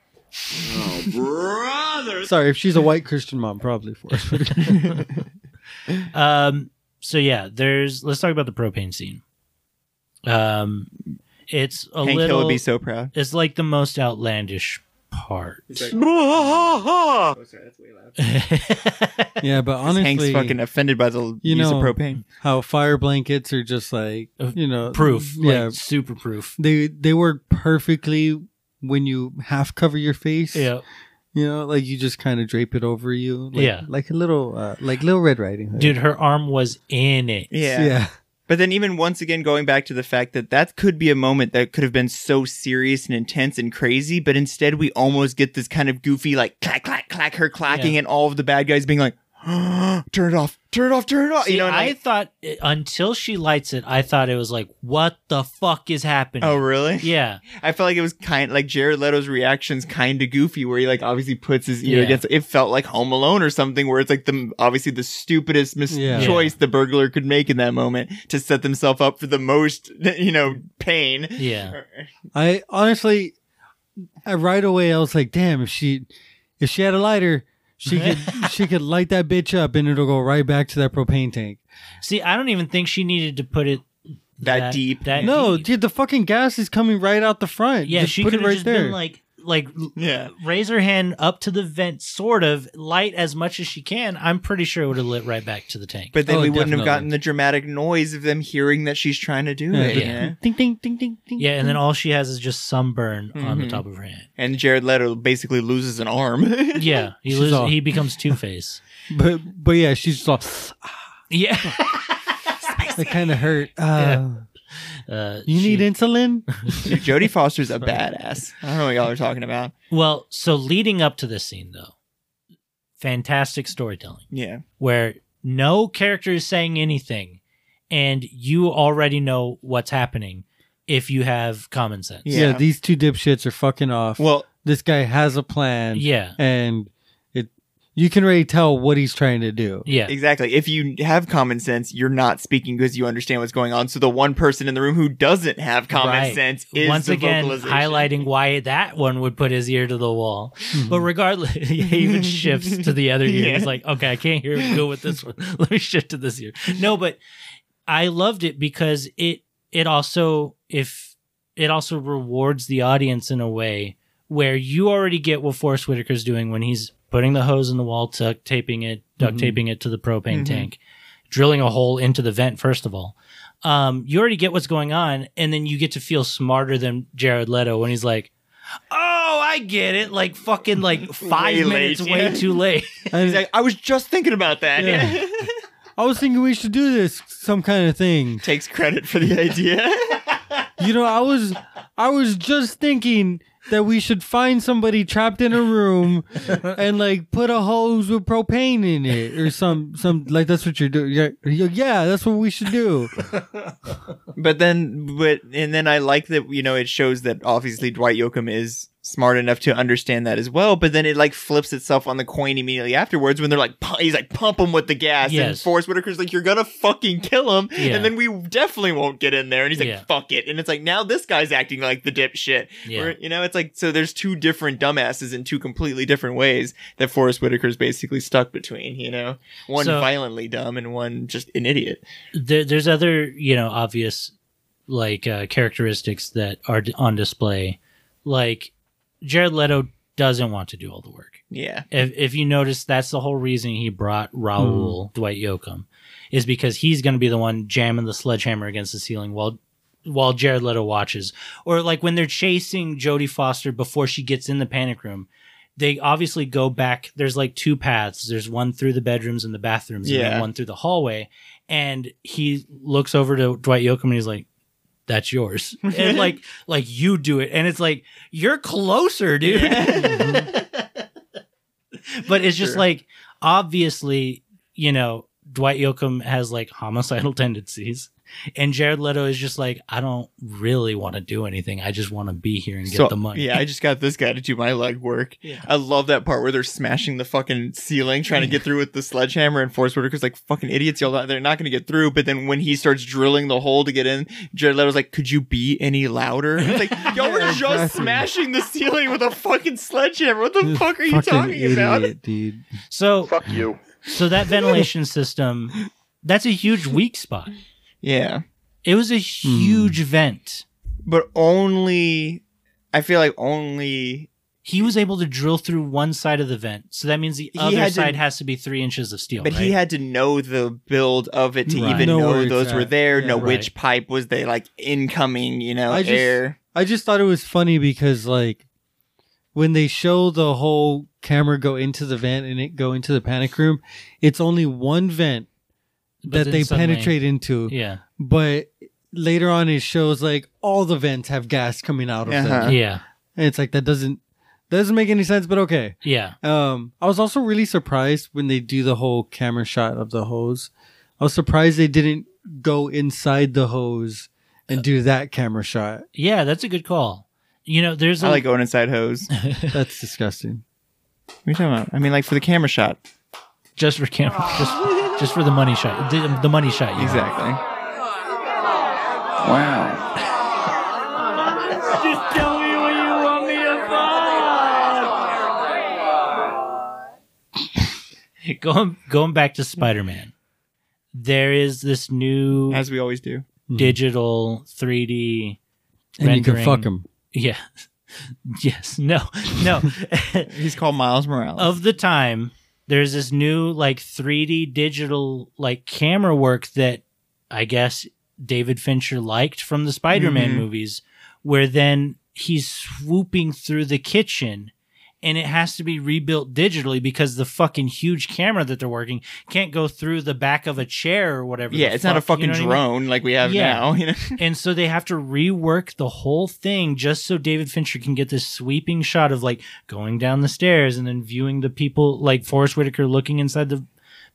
Speaker 3: Sorry, if she's a white Christian mom, probably Forrest Whitaker.
Speaker 4: um so yeah there's let's talk about the propane scene um it's a
Speaker 5: Hank Hill
Speaker 4: little
Speaker 5: would be so proud.
Speaker 4: it's like the most outlandish part
Speaker 3: yeah, but honestly,
Speaker 5: Hank's fucking offended by the
Speaker 3: you
Speaker 5: use
Speaker 3: know
Speaker 5: of propane.
Speaker 3: how fire blankets are just like you know
Speaker 4: Uh, proof yeah
Speaker 3: Yeah,
Speaker 4: super proof
Speaker 3: they they work perfectly when you half cover your face.
Speaker 4: yeah
Speaker 3: You know, like you just kind of drape it over you, like,
Speaker 4: Yeah.
Speaker 3: like a little, uh, like Little Red Riding Hood,
Speaker 4: dude her arm was in it
Speaker 5: Yeah.
Speaker 3: yeah.
Speaker 5: But then, even once again, going back to the fact that that could be a moment that could have been so serious and intense and crazy, but instead we almost get this kind of goofy, like clack, clack, clack, her clacking,
Speaker 4: Yeah.
Speaker 5: and all of the bad guys being like, "Turn it off, turn it off, turn it off."
Speaker 4: See,
Speaker 5: Oh, you know, and
Speaker 4: I
Speaker 5: like,
Speaker 4: thought until she lights it, I thought it was like, "What the fuck is happening?"
Speaker 5: oh really?
Speaker 4: yeah,
Speaker 5: I felt like it was kind like Jared Leto's reactions, kind of goofy, where he like obviously puts his ear
Speaker 4: Yeah.
Speaker 5: against. It felt like Home Alone or something, where it's like the obviously the stupidest mis-
Speaker 3: Yeah.
Speaker 5: choice the burglar could make in that moment to set themselves up for the most, you know, pain.
Speaker 4: yeah,
Speaker 3: I honestly, I, right away, I was like, "Damn, if she, if she had a lighter, she could, she could light that bitch up, and it'll go right back to that propane tank."
Speaker 4: See, I don't even think she needed to put it
Speaker 5: That deep.
Speaker 4: That
Speaker 3: No,
Speaker 4: deep.
Speaker 3: dude, the fucking gas is coming right out the front.
Speaker 4: Yeah,
Speaker 3: just
Speaker 4: she
Speaker 3: put
Speaker 4: could
Speaker 3: it
Speaker 4: have
Speaker 3: right
Speaker 4: just
Speaker 3: there.
Speaker 4: been like, like, l-
Speaker 5: Yeah.
Speaker 4: raise her hand up to the vent, sort of light as much as she can. I'm pretty sure it would have lit right back to the tank.
Speaker 5: But then
Speaker 3: Oh,
Speaker 5: we wouldn't have
Speaker 3: definitely.
Speaker 5: gotten the dramatic noise of them hearing that she's trying to do it.
Speaker 4: but-
Speaker 5: yeah.
Speaker 3: Ding, ding, ding, ding, ding.
Speaker 4: yeah, and then all she has is just sunburn on
Speaker 5: Mm-hmm.
Speaker 4: the top of her hand.
Speaker 5: And Jared Leto basically loses an arm.
Speaker 4: Yeah, he
Speaker 3: She's
Speaker 4: loses,
Speaker 3: all-
Speaker 4: he becomes Two Face.
Speaker 3: But but yeah, she's just all,
Speaker 4: yeah,
Speaker 3: that kind of hurt. Uh,
Speaker 4: uh,
Speaker 3: You
Speaker 4: she-
Speaker 3: need insulin?
Speaker 5: Dude, Jodie Foster's a badass. I don't know what y'all are talking about.
Speaker 4: Well, so leading up to this scene though, fantastic storytelling.
Speaker 5: Yeah.
Speaker 4: where no character is saying anything and you already know what's happening if you have common sense.
Speaker 5: Yeah.
Speaker 3: Yeah. these two dipshits are fucking off.
Speaker 5: Well,
Speaker 3: this guy has a plan.
Speaker 4: Yeah.
Speaker 3: and it you can already tell what he's trying to do.
Speaker 4: Yeah.
Speaker 5: exactly. If you have common sense, you're not speaking because you understand what's going on. So the one person in the room who doesn't have common
Speaker 4: Right.
Speaker 5: sense is
Speaker 4: once
Speaker 5: the
Speaker 4: again
Speaker 5: vocalization.
Speaker 4: highlighting why that one would put his ear to the wall. But regardless, he even shifts to the other ear. He's
Speaker 5: Hmm. Yeah.
Speaker 4: like, okay, I can't hear. Go with this one. Let me shift to this ear. No, but I loved it because it it also if it also rewards the audience in a way where you already get what Forrest Whitaker's doing when he's putting the hose in the wall, tuck taping it,
Speaker 5: Mm-hmm.
Speaker 4: duct taping it to the propane tank, drilling a hole into the vent. First of all, um, you already get what's going on, and then you get to feel smarter than Jared Leto when he's like. Oh, I get it. Like fucking like five
Speaker 5: Way
Speaker 4: minutes
Speaker 5: late,
Speaker 4: way
Speaker 5: yeah.
Speaker 4: too late.
Speaker 3: And
Speaker 5: He's like, I was just thinking about that.
Speaker 3: Yeah. I was thinking we should do this some kind of thing.
Speaker 5: Takes credit for the idea.
Speaker 3: You know, I was I was just thinking that we should find somebody trapped in a room and like put a hose with propane in it or some some like that's what you're doing. Yeah, yeah, that's what we should do.
Speaker 5: But then, but and then I like that you know it shows that obviously Dwight Yoakam is smart enough to understand that as well. But then it like flips itself on the coin immediately afterwards when they're like pu- he's like pump him with the gas and
Speaker 4: Yes.
Speaker 5: Forrest Whitaker's like you're gonna fucking kill him
Speaker 4: Yeah.
Speaker 5: and then we definitely won't get in there and he's like
Speaker 4: Yeah.
Speaker 5: fuck it and it's like now this guy's acting like the dipshit.
Speaker 4: Yeah.
Speaker 5: Or, you know it's like so there's two different dumbasses in two completely different ways that Forrest Whitaker's basically stuck between. You know one
Speaker 4: So-
Speaker 5: violently dumb and one just an idiot.
Speaker 4: there, there's other you know obvious like uh, characteristics that are d- on display like jared leto doesn't want to do all the work
Speaker 5: Yeah.
Speaker 4: if, if you notice that's the whole reason he brought raul dwight yoakam is because he's going to be the one jamming the sledgehammer against the ceiling while while Jared Leto watches, or like when they're chasing Jodie Foster before she gets in the panic room. They obviously go back. There's like two paths. There's one through the bedrooms and the bathrooms, and
Speaker 5: Yeah.
Speaker 4: then one through the hallway. And he looks over to Dwight Yoakam and he's like, "That's yours." And like, like you do it, and it's like you're closer, dude. Mm-hmm. but it's just
Speaker 5: Sure.
Speaker 4: like obviously, you know, Dwight Yoakam has like homicidal tendencies, and Jared Leto is just like, I don't really want to do anything. I just want to be here and get
Speaker 5: So,
Speaker 4: the money.
Speaker 5: Yeah, I just got this guy to do my leg work.
Speaker 4: Yeah.
Speaker 5: I love that part where they're smashing the fucking ceiling, trying to get through with the sledgehammer, and Forrest Whitaker's like, fucking idiots, y'all, they're not going to get through. But then when he starts drilling the hole to get in, Jared Leto's like, could you be any louder? It's like, y'all were just
Speaker 3: exactly.
Speaker 5: smashing the ceiling with a fucking sledgehammer. What the fuck are you
Speaker 3: Fucking
Speaker 5: talking about?
Speaker 3: idiot, dude.
Speaker 4: so
Speaker 5: Fuck you.
Speaker 4: so that ventilation system, that's a huge weak spot.
Speaker 5: Yeah.
Speaker 4: It was a
Speaker 5: Hmm.
Speaker 4: huge vent.
Speaker 5: But only, I feel like only.
Speaker 4: He was able to drill through one side of the vent, so that means the
Speaker 5: He
Speaker 4: other
Speaker 5: had to-
Speaker 4: side has to be three inches of steel.
Speaker 5: But he
Speaker 4: right?
Speaker 5: had to know the build of it to
Speaker 4: Right.
Speaker 5: even
Speaker 4: Know
Speaker 5: know,
Speaker 4: where it's
Speaker 5: those were
Speaker 4: at.
Speaker 5: there,
Speaker 4: Yeah.
Speaker 5: know
Speaker 4: Right.
Speaker 5: which pipe was they like incoming, you know,
Speaker 3: I just,
Speaker 5: air.
Speaker 3: I just thought it was funny because like when they show the whole camera go into the vent and it go into the panic room, it's only one vent
Speaker 4: But
Speaker 3: that
Speaker 4: then
Speaker 3: they
Speaker 4: suddenly-
Speaker 3: penetrate into.
Speaker 4: Yeah.
Speaker 3: But later on it shows like all the vents have gas coming out of
Speaker 4: Uh-huh.
Speaker 3: them.
Speaker 4: Yeah.
Speaker 3: And it's like that doesn't that doesn't make any sense, but okay.
Speaker 4: Yeah.
Speaker 3: Um I was also really surprised when they do the whole camera shot of the hose. I was surprised they didn't go inside the hose and do that camera shot.
Speaker 4: Yeah, that's a good call. You know, there's a
Speaker 5: I like going inside hose. what
Speaker 3: That's disgusting.
Speaker 5: are you talking about? I mean, like for the camera shot.
Speaker 4: just for camera, just just for the money shot, the, the money shot. You know.
Speaker 5: Exactly.
Speaker 8: Wow.
Speaker 2: Just tell me what you want me to
Speaker 4: going going back to Spider Man, there is this new
Speaker 5: As we always do.
Speaker 4: Mm-hmm. digital 3D
Speaker 3: And you can
Speaker 4: rendering-
Speaker 3: fuck 'em.
Speaker 4: Yeah. yes. No. No.
Speaker 5: He's called Miles Morales.
Speaker 4: of the time, there's this new like 3D digital like camera work that I guess David Fincher liked from the Spider-Man
Speaker 5: Mhm.
Speaker 4: movies, where then he's swooping through the kitchen and it has to be rebuilt digitally because the fucking huge camera that they're working can't go through the back of a chair or whatever.
Speaker 5: yeah,
Speaker 4: the
Speaker 5: it's not a
Speaker 4: fuck, you
Speaker 5: fucking
Speaker 4: know what I mean?
Speaker 5: drone like we have
Speaker 4: Yeah.
Speaker 5: now. You know?
Speaker 4: and so they have to rework the whole thing just so David Fincher can get this sweeping shot of like going down the stairs and then viewing the people like Forrest Whitaker looking inside the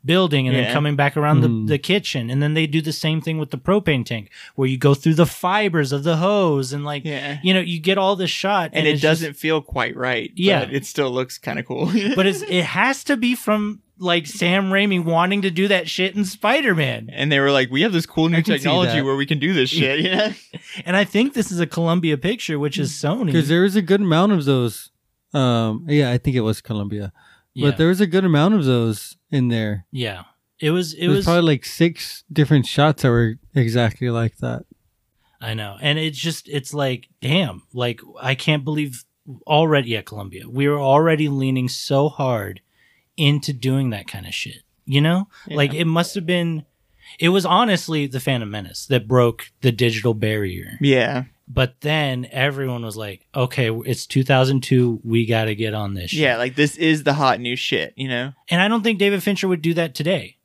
Speaker 4: building and
Speaker 5: Yeah.
Speaker 4: then coming back around
Speaker 3: Mm.
Speaker 4: the, the kitchen. And then they do the same thing with the propane tank where you go through the fibers of the hose and like,
Speaker 5: Yeah.
Speaker 4: you know, you get all this shot
Speaker 5: And, it
Speaker 4: it's just-
Speaker 5: doesn't feel quite right.
Speaker 4: Yeah.
Speaker 5: But it still looks kind of cool.
Speaker 4: but it's, it has to be from like Sam Raimi wanting to do that shit in Spider Man.
Speaker 5: and they were like, we have this cool new
Speaker 3: can see
Speaker 5: technology
Speaker 3: that.
Speaker 5: where we can do this shit. Yeah.
Speaker 4: And I think this is a Columbia picture, which is
Speaker 5: Hmm.
Speaker 4: Sony.
Speaker 3: because there was a good amount of those. Um, yeah, I think it was Columbia,
Speaker 4: Yeah.
Speaker 3: but there was a good amount of those in there.
Speaker 4: yeah. It was,
Speaker 3: It
Speaker 4: it
Speaker 3: was,
Speaker 4: was
Speaker 3: probably like six different shots that were exactly like that.
Speaker 4: I know. And it's just, it's like, damn, like, I can't believe already at Columbia, we were already leaning so hard into doing that kind of shit. You know? Like, it must have been, it was honestly the Phantom Menace that broke the digital barrier.
Speaker 5: Yeah.
Speaker 4: But then everyone was like, okay, it's 2002. We got to get on this shit.
Speaker 5: Yeah. Like this is the hot new shit, you know?
Speaker 4: And I don't think David Fincher would do that today.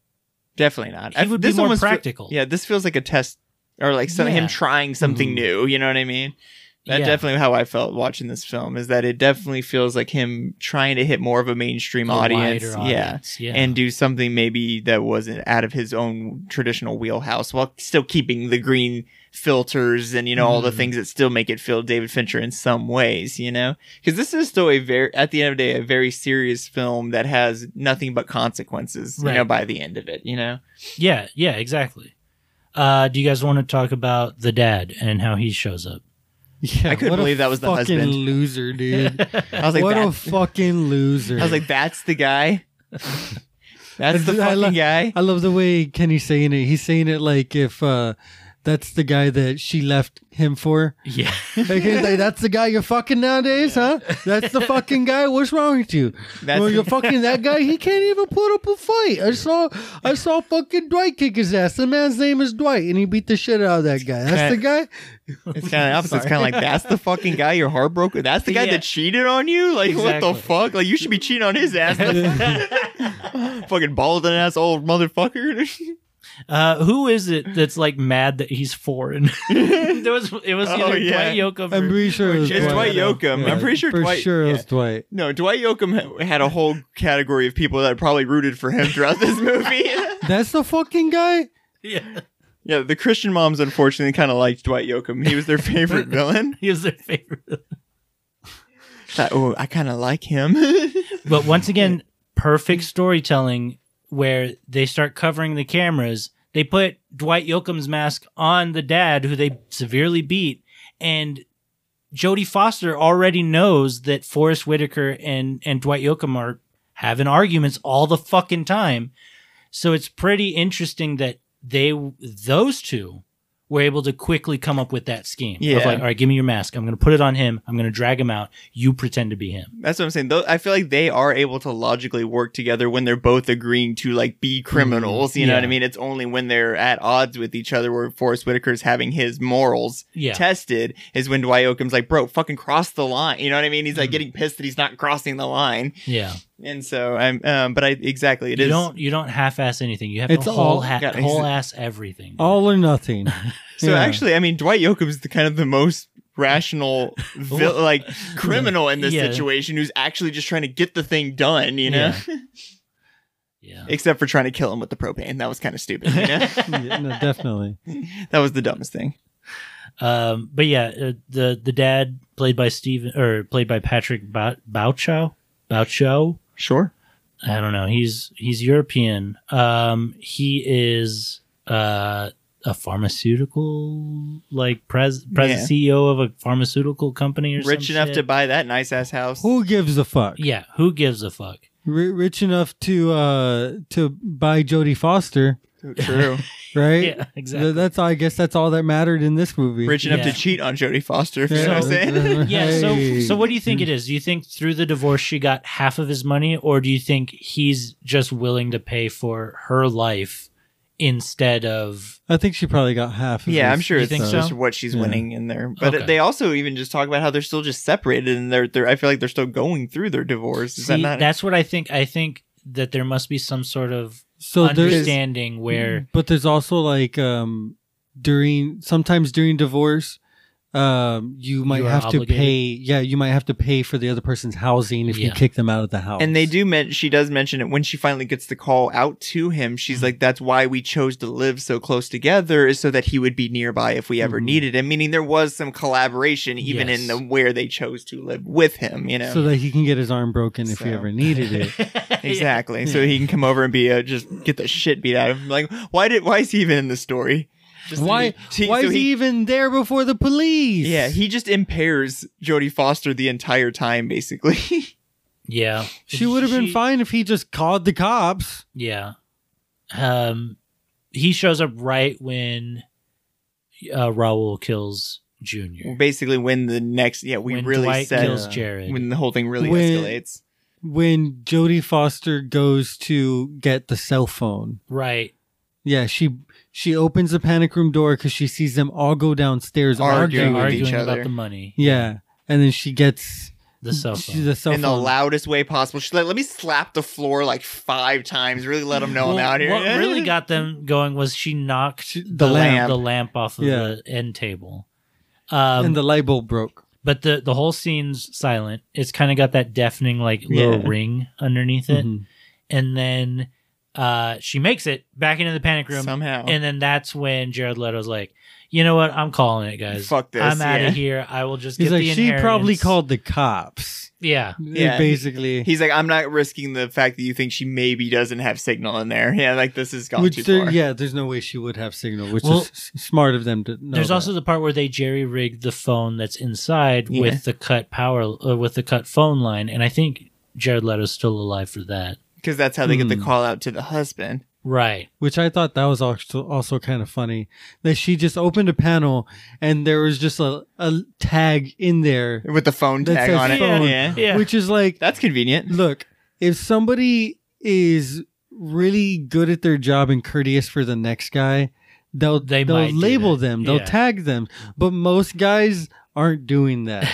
Speaker 5: Definitely not.
Speaker 4: He would be more
Speaker 5: almost fe-
Speaker 4: practical.
Speaker 5: yeah, this feels like a test or like some, him
Speaker 4: Yeah.
Speaker 5: trying something new. You know what I mean? That
Speaker 4: Yeah.
Speaker 5: definitely how I felt watching this film is that it definitely feels like him trying to hit more of a mainstream
Speaker 4: A
Speaker 5: audience,
Speaker 4: wider audience,
Speaker 5: yeah,
Speaker 4: yeah.
Speaker 5: and do something maybe that wasn't out of his own traditional wheelhouse while still keeping the green filters and you know all the
Speaker 4: Mm-hmm.
Speaker 5: things that still make it feel David Fincher in some ways, you know, because this is still a very at the end of the day a very serious film that has nothing but consequences, you know,
Speaker 4: Right.
Speaker 5: by the end of it, you know.
Speaker 4: Yeah. Yeah. Exactly. Uh, do you guys want to talk about the dad and how he shows up?
Speaker 3: Yeah,
Speaker 5: I couldn't
Speaker 3: what a
Speaker 5: believe that was the
Speaker 3: fucking
Speaker 5: husband.
Speaker 3: loser, dude.
Speaker 5: I was like,
Speaker 3: what
Speaker 5: that,
Speaker 3: a fucking loser.
Speaker 5: I was like, that's the guy. That's the
Speaker 3: I
Speaker 5: fucking
Speaker 3: lo-
Speaker 5: guy.
Speaker 3: I love the way Kenny's saying it. He's saying it like if uh, that's the guy that she left him for.
Speaker 4: Yeah.
Speaker 3: Like, he's like, that's the guy you're fucking nowadays, huh? That's the fucking guy. What's wrong with you?
Speaker 5: That's-
Speaker 3: well, you're fucking that guy. He can't even put up a fight. I saw, I saw fucking Dwight kick his ass. The man's name is Dwight, and he beat the shit out of that guy. That's the guy.
Speaker 5: It's kind of opposite. It's kind of like that's the fucking guy you're heartbroken. That's the guy that cheated on you. Like what the
Speaker 4: Exactly.
Speaker 5: fuck? Like you should be cheating on his ass. fucking bald ass old motherfucker.
Speaker 4: Uh, who is it that's like mad that he's foreign? there was it was either
Speaker 5: Oh, yeah.
Speaker 4: Dwight Yoakam.
Speaker 3: I'm
Speaker 4: or-
Speaker 3: pretty sure it was
Speaker 5: It's Dwight Yoakam. I'm pretty sure
Speaker 3: For
Speaker 5: Dwight-
Speaker 3: sure it was Dwight.
Speaker 5: no, Dwight Yoakam ha- had a whole category of people that probably rooted for him throughout this movie.
Speaker 3: That's the fucking guy.
Speaker 4: yeah,
Speaker 5: yeah, the Christian moms unfortunately kind of liked Dwight Yoakam. He was their favorite villain.
Speaker 4: he was their favorite.
Speaker 5: Thought, oh, I kind of like him.
Speaker 4: But once again, perfect storytelling where they start covering the cameras. They put Dwight Yoakam's mask on the dad who they severely beat, and Jodie Foster already knows that Forrest Whitaker and and Dwight Yoakam are having arguments all the fucking time. So it's pretty interesting that they those two were able to quickly come up with that scheme.
Speaker 5: Yeah.
Speaker 4: Of like, all right, give me your mask. I'm going to put it on him. I'm going to drag him out. You pretend to be him.
Speaker 5: That's what I'm saying. Though I feel like they are able to logically work together when they're both agreeing to like be criminals. You know what I
Speaker 4: Mm, Yeah.
Speaker 5: mean? It's only when they're at odds with each other where Forrest Whitaker's having his morals
Speaker 4: Yeah.
Speaker 5: tested is when Dwight Oakam's like, bro, fucking cross the line. You know what I mean? He's
Speaker 4: Mm.
Speaker 5: like getting pissed that he's not crossing the line.
Speaker 4: Yeah.
Speaker 5: And so I'm, um, but I exactly it
Speaker 4: you
Speaker 5: is-
Speaker 4: don't you don't half ass anything. You have
Speaker 3: It's
Speaker 4: to
Speaker 3: all-
Speaker 4: whole ha-
Speaker 5: Got-
Speaker 4: whole ass everything.
Speaker 3: All or nothing.
Speaker 5: So
Speaker 3: Yeah.
Speaker 5: actually, I mean, Dwight Yoakam's the kind of the most rational, vil- like criminal in this
Speaker 4: Yeah.
Speaker 5: situation who's actually just trying to get the thing done. You know.
Speaker 4: Yeah.
Speaker 5: except for trying to kill him with the propane. That was kind of stupid. You know?
Speaker 3: Yeah, no, definitely.
Speaker 5: that was the dumbest thing.
Speaker 4: Um, but yeah, uh, the the dad played by Steven or played by Patrick Bou- Bouchow. Bouchow.
Speaker 5: Sure.
Speaker 4: I don't know. He's he's European. Um, he is uh, a pharmaceutical like pres, pres
Speaker 5: Yeah.
Speaker 4: CEO of a pharmaceutical company or
Speaker 5: Rich
Speaker 4: some
Speaker 5: enough
Speaker 4: shit.
Speaker 5: to buy that nice ass house.
Speaker 3: Who gives a fuck?
Speaker 4: Yeah, who gives a fuck?
Speaker 3: Ri rich enough to uh to buy Jodie Foster,
Speaker 5: True.
Speaker 3: right?
Speaker 4: Yeah, exactly.
Speaker 3: Th- That's I guess that's all that mattered in this movie.
Speaker 5: Rich enough
Speaker 4: Yeah.
Speaker 5: to cheat on Jodie Foster. if You know what I'm saying?
Speaker 4: Yeah. So,
Speaker 3: Hey.
Speaker 4: so what do you think it is? Do you think through the divorce she got half of his money, or do you think he's just willing to pay for her life instead of?
Speaker 3: I think she probably got half. Of
Speaker 5: Yeah, I'm
Speaker 3: this.
Speaker 5: sure
Speaker 4: You
Speaker 5: it's
Speaker 4: think
Speaker 5: just
Speaker 4: so?
Speaker 5: what she's
Speaker 3: Yeah.
Speaker 5: winning in there. But
Speaker 4: Okay.
Speaker 5: they also even just talk about how they're still just separated and they're, they're I feel like they're still going through their divorce. Is that
Speaker 4: See,
Speaker 5: not
Speaker 4: that's what I think. I think that there must be some sort of
Speaker 3: So there's,
Speaker 5: Mm-hmm.
Speaker 4: understanding where.
Speaker 3: but there's also like um during sometimes during divorce, um you might
Speaker 4: You are
Speaker 3: have to
Speaker 4: obligated.
Speaker 3: pay. Yeah, you might have to pay for the other person's housing if you
Speaker 4: Yeah.
Speaker 3: kick them out of the house.
Speaker 5: and they do men- she does mention it when she finally gets the call out to him
Speaker 3: Mm-hmm.
Speaker 5: she's like that's why we chose to live so close together is so that he would be nearby if we
Speaker 3: Mm-hmm.
Speaker 5: ever needed him meaning there was some collaboration even in
Speaker 4: Yes.
Speaker 5: the where they chose to live with him you know
Speaker 3: so that he can get his arm broken if he
Speaker 5: So.
Speaker 3: ever needed it.
Speaker 5: exactly so he can come over and be a, just get the shit beat out of him like why did why is he even in the story Just to
Speaker 3: why?
Speaker 5: be- see,
Speaker 3: why
Speaker 5: so
Speaker 3: is he, even there before the police?
Speaker 5: yeah he just impairs jodie foster the entire time basically
Speaker 4: Yeah.
Speaker 3: She would have been
Speaker 4: She-
Speaker 3: fine if he just called the cops.
Speaker 4: Yeah. Um, he shows up right when uh, Raul kills Junior.
Speaker 5: basically when the next yeah we
Speaker 4: when
Speaker 5: really
Speaker 4: Dwight
Speaker 5: said uh,
Speaker 4: kills Jared.
Speaker 5: when the whole thing really
Speaker 3: When-
Speaker 5: escalates
Speaker 3: when Jodie Foster goes to get the cell phone.
Speaker 4: right.
Speaker 3: Yeah, she she opens the panic room door because she sees them all go downstairs
Speaker 5: Arguing
Speaker 3: arguing.
Speaker 5: with
Speaker 4: arguing
Speaker 5: each other.
Speaker 4: about the money.
Speaker 3: Yeah, and then she gets
Speaker 4: The cell
Speaker 3: she-
Speaker 4: phone.
Speaker 3: the cell
Speaker 5: in the
Speaker 3: phone.
Speaker 5: loudest way possible. She's like, let me slap the floor like five times, really let them know
Speaker 4: Well,
Speaker 5: I'm out here.
Speaker 4: What really got them going was she knocked
Speaker 3: the lamp.
Speaker 4: the lamp off of
Speaker 3: Yeah.
Speaker 4: the end table. Um,
Speaker 3: and the light bulb broke.
Speaker 4: but the the whole scene's silent. It's kind of got that deafening like little
Speaker 5: Yeah.
Speaker 4: ring underneath it,
Speaker 3: Mhm.
Speaker 4: and then uh, she makes it back into the panic room.
Speaker 5: somehow?
Speaker 4: And then that's when Jared Leto's like, you know what? I'm calling it, guys.
Speaker 5: Fuck this,
Speaker 4: I'm out
Speaker 5: yeah."
Speaker 4: of here. I will just
Speaker 3: He's
Speaker 4: get
Speaker 3: like,
Speaker 4: the
Speaker 3: she probably
Speaker 4: inheritance."
Speaker 3: called the cops.
Speaker 4: Yeah.
Speaker 5: Yeah.
Speaker 3: basically.
Speaker 5: He's like, I'm not risking the fact that you think she maybe doesn't have signal in there. Yeah, like this has gone
Speaker 3: which
Speaker 5: too
Speaker 3: there-
Speaker 5: far.
Speaker 3: yeah, there's no way she would have signal, which
Speaker 4: Well,
Speaker 3: is s- smart of them to. Know
Speaker 4: There's
Speaker 3: that.
Speaker 4: also the part where they jerry rigged the phone that's inside
Speaker 5: Yeah.
Speaker 4: with the cut power uh, with the cut phone line, and I think Jared Leto's still alive for that.
Speaker 5: Because that's how they get the
Speaker 3: Hmm.
Speaker 5: call out to the husband.
Speaker 4: Right.
Speaker 3: Which I thought that was also, also kind of funny that she just opened a panel and there was just a, a tag in there
Speaker 5: with the phone
Speaker 3: that
Speaker 5: tag
Speaker 3: says
Speaker 5: on it.
Speaker 3: phone,
Speaker 5: Yeah. Yeah.
Speaker 3: Which is like
Speaker 5: that's convenient.
Speaker 3: Look, if somebody is really good at their job and courteous for the next guy, they'll they will they
Speaker 4: might
Speaker 3: will
Speaker 4: do
Speaker 3: label
Speaker 4: that.
Speaker 3: them, they'll
Speaker 4: Yeah.
Speaker 3: tag them. But most guys aren't doing that.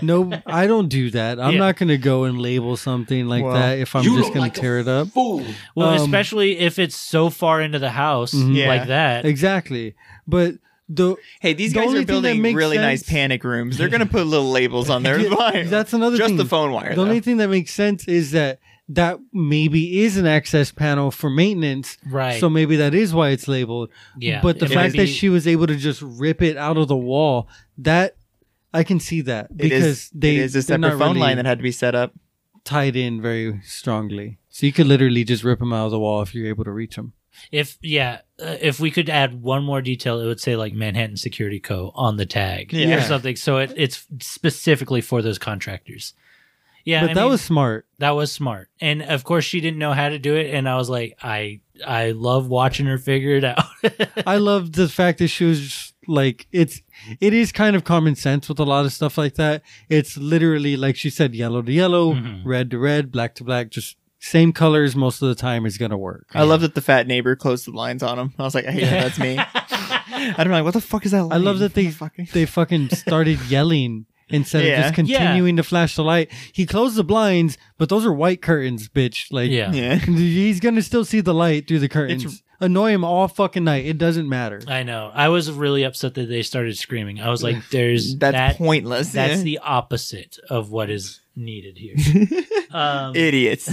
Speaker 3: no, I don't do that. I'm
Speaker 4: Yeah.
Speaker 3: not going to go and label something like
Speaker 4: Well,
Speaker 3: that if I'm
Speaker 4: you
Speaker 3: just
Speaker 4: look
Speaker 3: going
Speaker 4: like
Speaker 3: to tear it up.
Speaker 4: Well,
Speaker 3: Um,
Speaker 4: especially if it's so far into the house
Speaker 3: Mhm.
Speaker 4: like that.
Speaker 3: Exactly. But the
Speaker 5: Hey, these
Speaker 3: the
Speaker 5: guys
Speaker 3: only
Speaker 5: are
Speaker 3: thing that
Speaker 5: building
Speaker 3: makes
Speaker 5: really nice
Speaker 3: sense-
Speaker 5: panic rooms. They're gonna put little labels on there.
Speaker 3: Yeah, That's another
Speaker 5: Just
Speaker 3: thing.
Speaker 5: the phone wire.
Speaker 3: The
Speaker 5: though.
Speaker 3: only thing that makes sense is that that maybe is an access panel for maintenance.
Speaker 4: Right.
Speaker 3: So maybe that is why it's labeled.
Speaker 4: Yeah,
Speaker 3: But the
Speaker 4: it
Speaker 3: fact
Speaker 4: might
Speaker 3: that
Speaker 4: be-
Speaker 3: she was able to just rip it out of the wall, that I can see that
Speaker 5: It is-
Speaker 3: because they
Speaker 5: it is a
Speaker 3: they're
Speaker 5: separate
Speaker 3: not
Speaker 5: phone
Speaker 3: really
Speaker 5: line that had to be set up.
Speaker 3: tied in very strongly. So you could literally just rip them out of the wall if you're able to reach them.
Speaker 4: If yeah, uh, if we could add one more detail, it would say like Manhattan Security Co. on the tag
Speaker 3: Yeah.
Speaker 4: or something. So it, it's specifically for those contractors. Yeah,
Speaker 3: but
Speaker 4: I
Speaker 3: that
Speaker 4: mean,
Speaker 3: was smart.
Speaker 4: that was smart, and of course she didn't know how to do it. And I was like, I I love watching her figure it out.
Speaker 3: I love the fact that she was just, like it's it is kind of common sense with a lot of stuff like that. It's literally like she said, yellow to yellow,
Speaker 5: Mm-hmm.
Speaker 3: red to red, black to black, just same colors most of the time is gonna work.
Speaker 5: I love that the fat neighbor closed the lines on him. I was like, I hate that that's me. I don't know. What the fuck is that?
Speaker 3: I love that they they fucking started yelling instead
Speaker 5: Yeah.
Speaker 3: of just continuing to flash the light. He closed the blinds, but those are white curtains, bitch. Like
Speaker 4: Yeah.
Speaker 5: Yeah.
Speaker 3: he's gonna still see the light through the curtains. Annoy him all fucking night. It doesn't matter.
Speaker 4: I know. I was really upset that they started screaming. I was like, "There's
Speaker 5: That's
Speaker 4: that,
Speaker 5: pointless,
Speaker 4: That's
Speaker 5: yeah.
Speaker 4: the opposite of what is needed here." um,
Speaker 5: Idiots.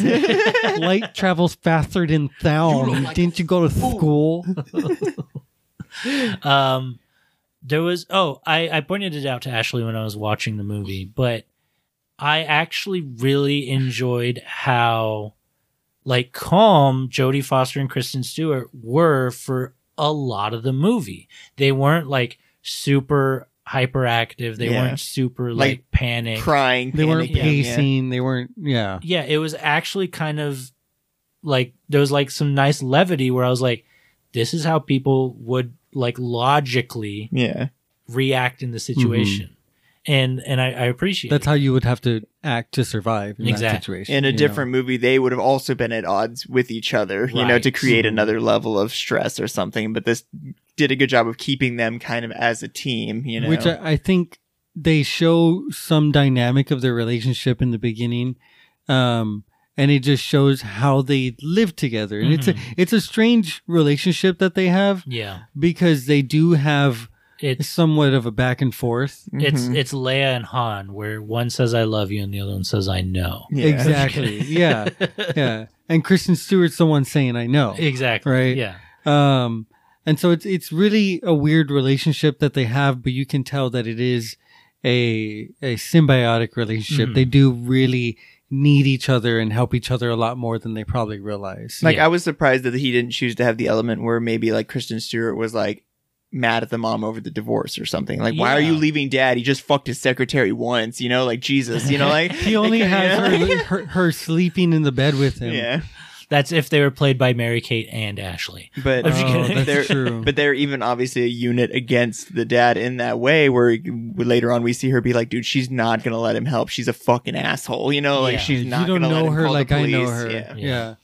Speaker 3: Light travels faster than sound. Didn't you go to school?
Speaker 4: um, there was oh, I I pointed it out to Ashley when I was watching the movie, but I actually really enjoyed how like calm Jodie Foster and Kristen Stewart were for a lot of the movie. They weren't like super hyperactive. They
Speaker 3: Yeah.
Speaker 4: weren't super
Speaker 3: Like,
Speaker 4: like, panic
Speaker 5: crying.
Speaker 3: they weren't
Speaker 4: panicking.
Speaker 3: pacing. They weren't. Yeah.
Speaker 4: yeah, it was actually kind of like there was like some nice levity where I was like, this is how people would like logically
Speaker 5: Yeah.
Speaker 4: react in the situation. And and I, I appreciate
Speaker 3: Mm-hmm. That's how you would have to act to survive in that
Speaker 4: Exactly.
Speaker 3: situation.
Speaker 5: In a
Speaker 3: you know?
Speaker 5: different movie, they would have also been at odds with each other, you know,
Speaker 4: Right.
Speaker 5: to create
Speaker 3: Mm-hmm.
Speaker 5: another level of stress or something. But this did a good job of keeping them kind of as a team, you know.
Speaker 3: Which I, I think they show some dynamic of their relationship in the beginning, um, and it just shows how they live together. And it's
Speaker 5: Mm-hmm.
Speaker 4: Mhm.
Speaker 3: a it's a strange relationship that they have.
Speaker 4: Yeah.
Speaker 3: because they do have
Speaker 4: It's-
Speaker 3: somewhat of a back and forth.
Speaker 4: it. It's it's Leia and Han where one says I love you and the other one says I know.
Speaker 3: Exactly. yeah. Yeah. And Kristen Stewart's the one saying I know.
Speaker 4: Exactly.
Speaker 3: Right?
Speaker 4: Yeah.
Speaker 3: Um and so it's it's really a weird relationship that they have, but you can tell that it is a a symbiotic relationship.
Speaker 5: Mhm.
Speaker 3: They do really need each other and help each other a lot more than they probably realize.
Speaker 5: Like I was surprised that he didn't choose to have the element where maybe like Kristen Stewart was like mad at the mom over the divorce or something. Like, why are you
Speaker 4: Yeah.
Speaker 5: leaving dad? He just fucked his secretary once, you know, like Jesus, you know, like
Speaker 3: he only
Speaker 5: like,
Speaker 3: has
Speaker 5: you know?
Speaker 3: her, her her sleeping in the bed with him.
Speaker 5: Yeah.
Speaker 4: That's if they were played by Mary Kate and Ashley.
Speaker 5: But um,
Speaker 4: I'm just
Speaker 3: Oh,
Speaker 4: kidding.
Speaker 3: that's
Speaker 5: they're
Speaker 3: true.
Speaker 5: but they're even obviously a unit against the dad in that way where later on we see her be like, dude, she's not gonna let him help. She's a fucking asshole, you know, like
Speaker 4: Yeah.
Speaker 5: she's
Speaker 4: You
Speaker 5: not
Speaker 3: you don't
Speaker 5: gonna let
Speaker 3: know
Speaker 5: him
Speaker 3: her
Speaker 5: call the
Speaker 3: like I know
Speaker 5: police.
Speaker 3: her.
Speaker 5: Yeah.
Speaker 3: yeah.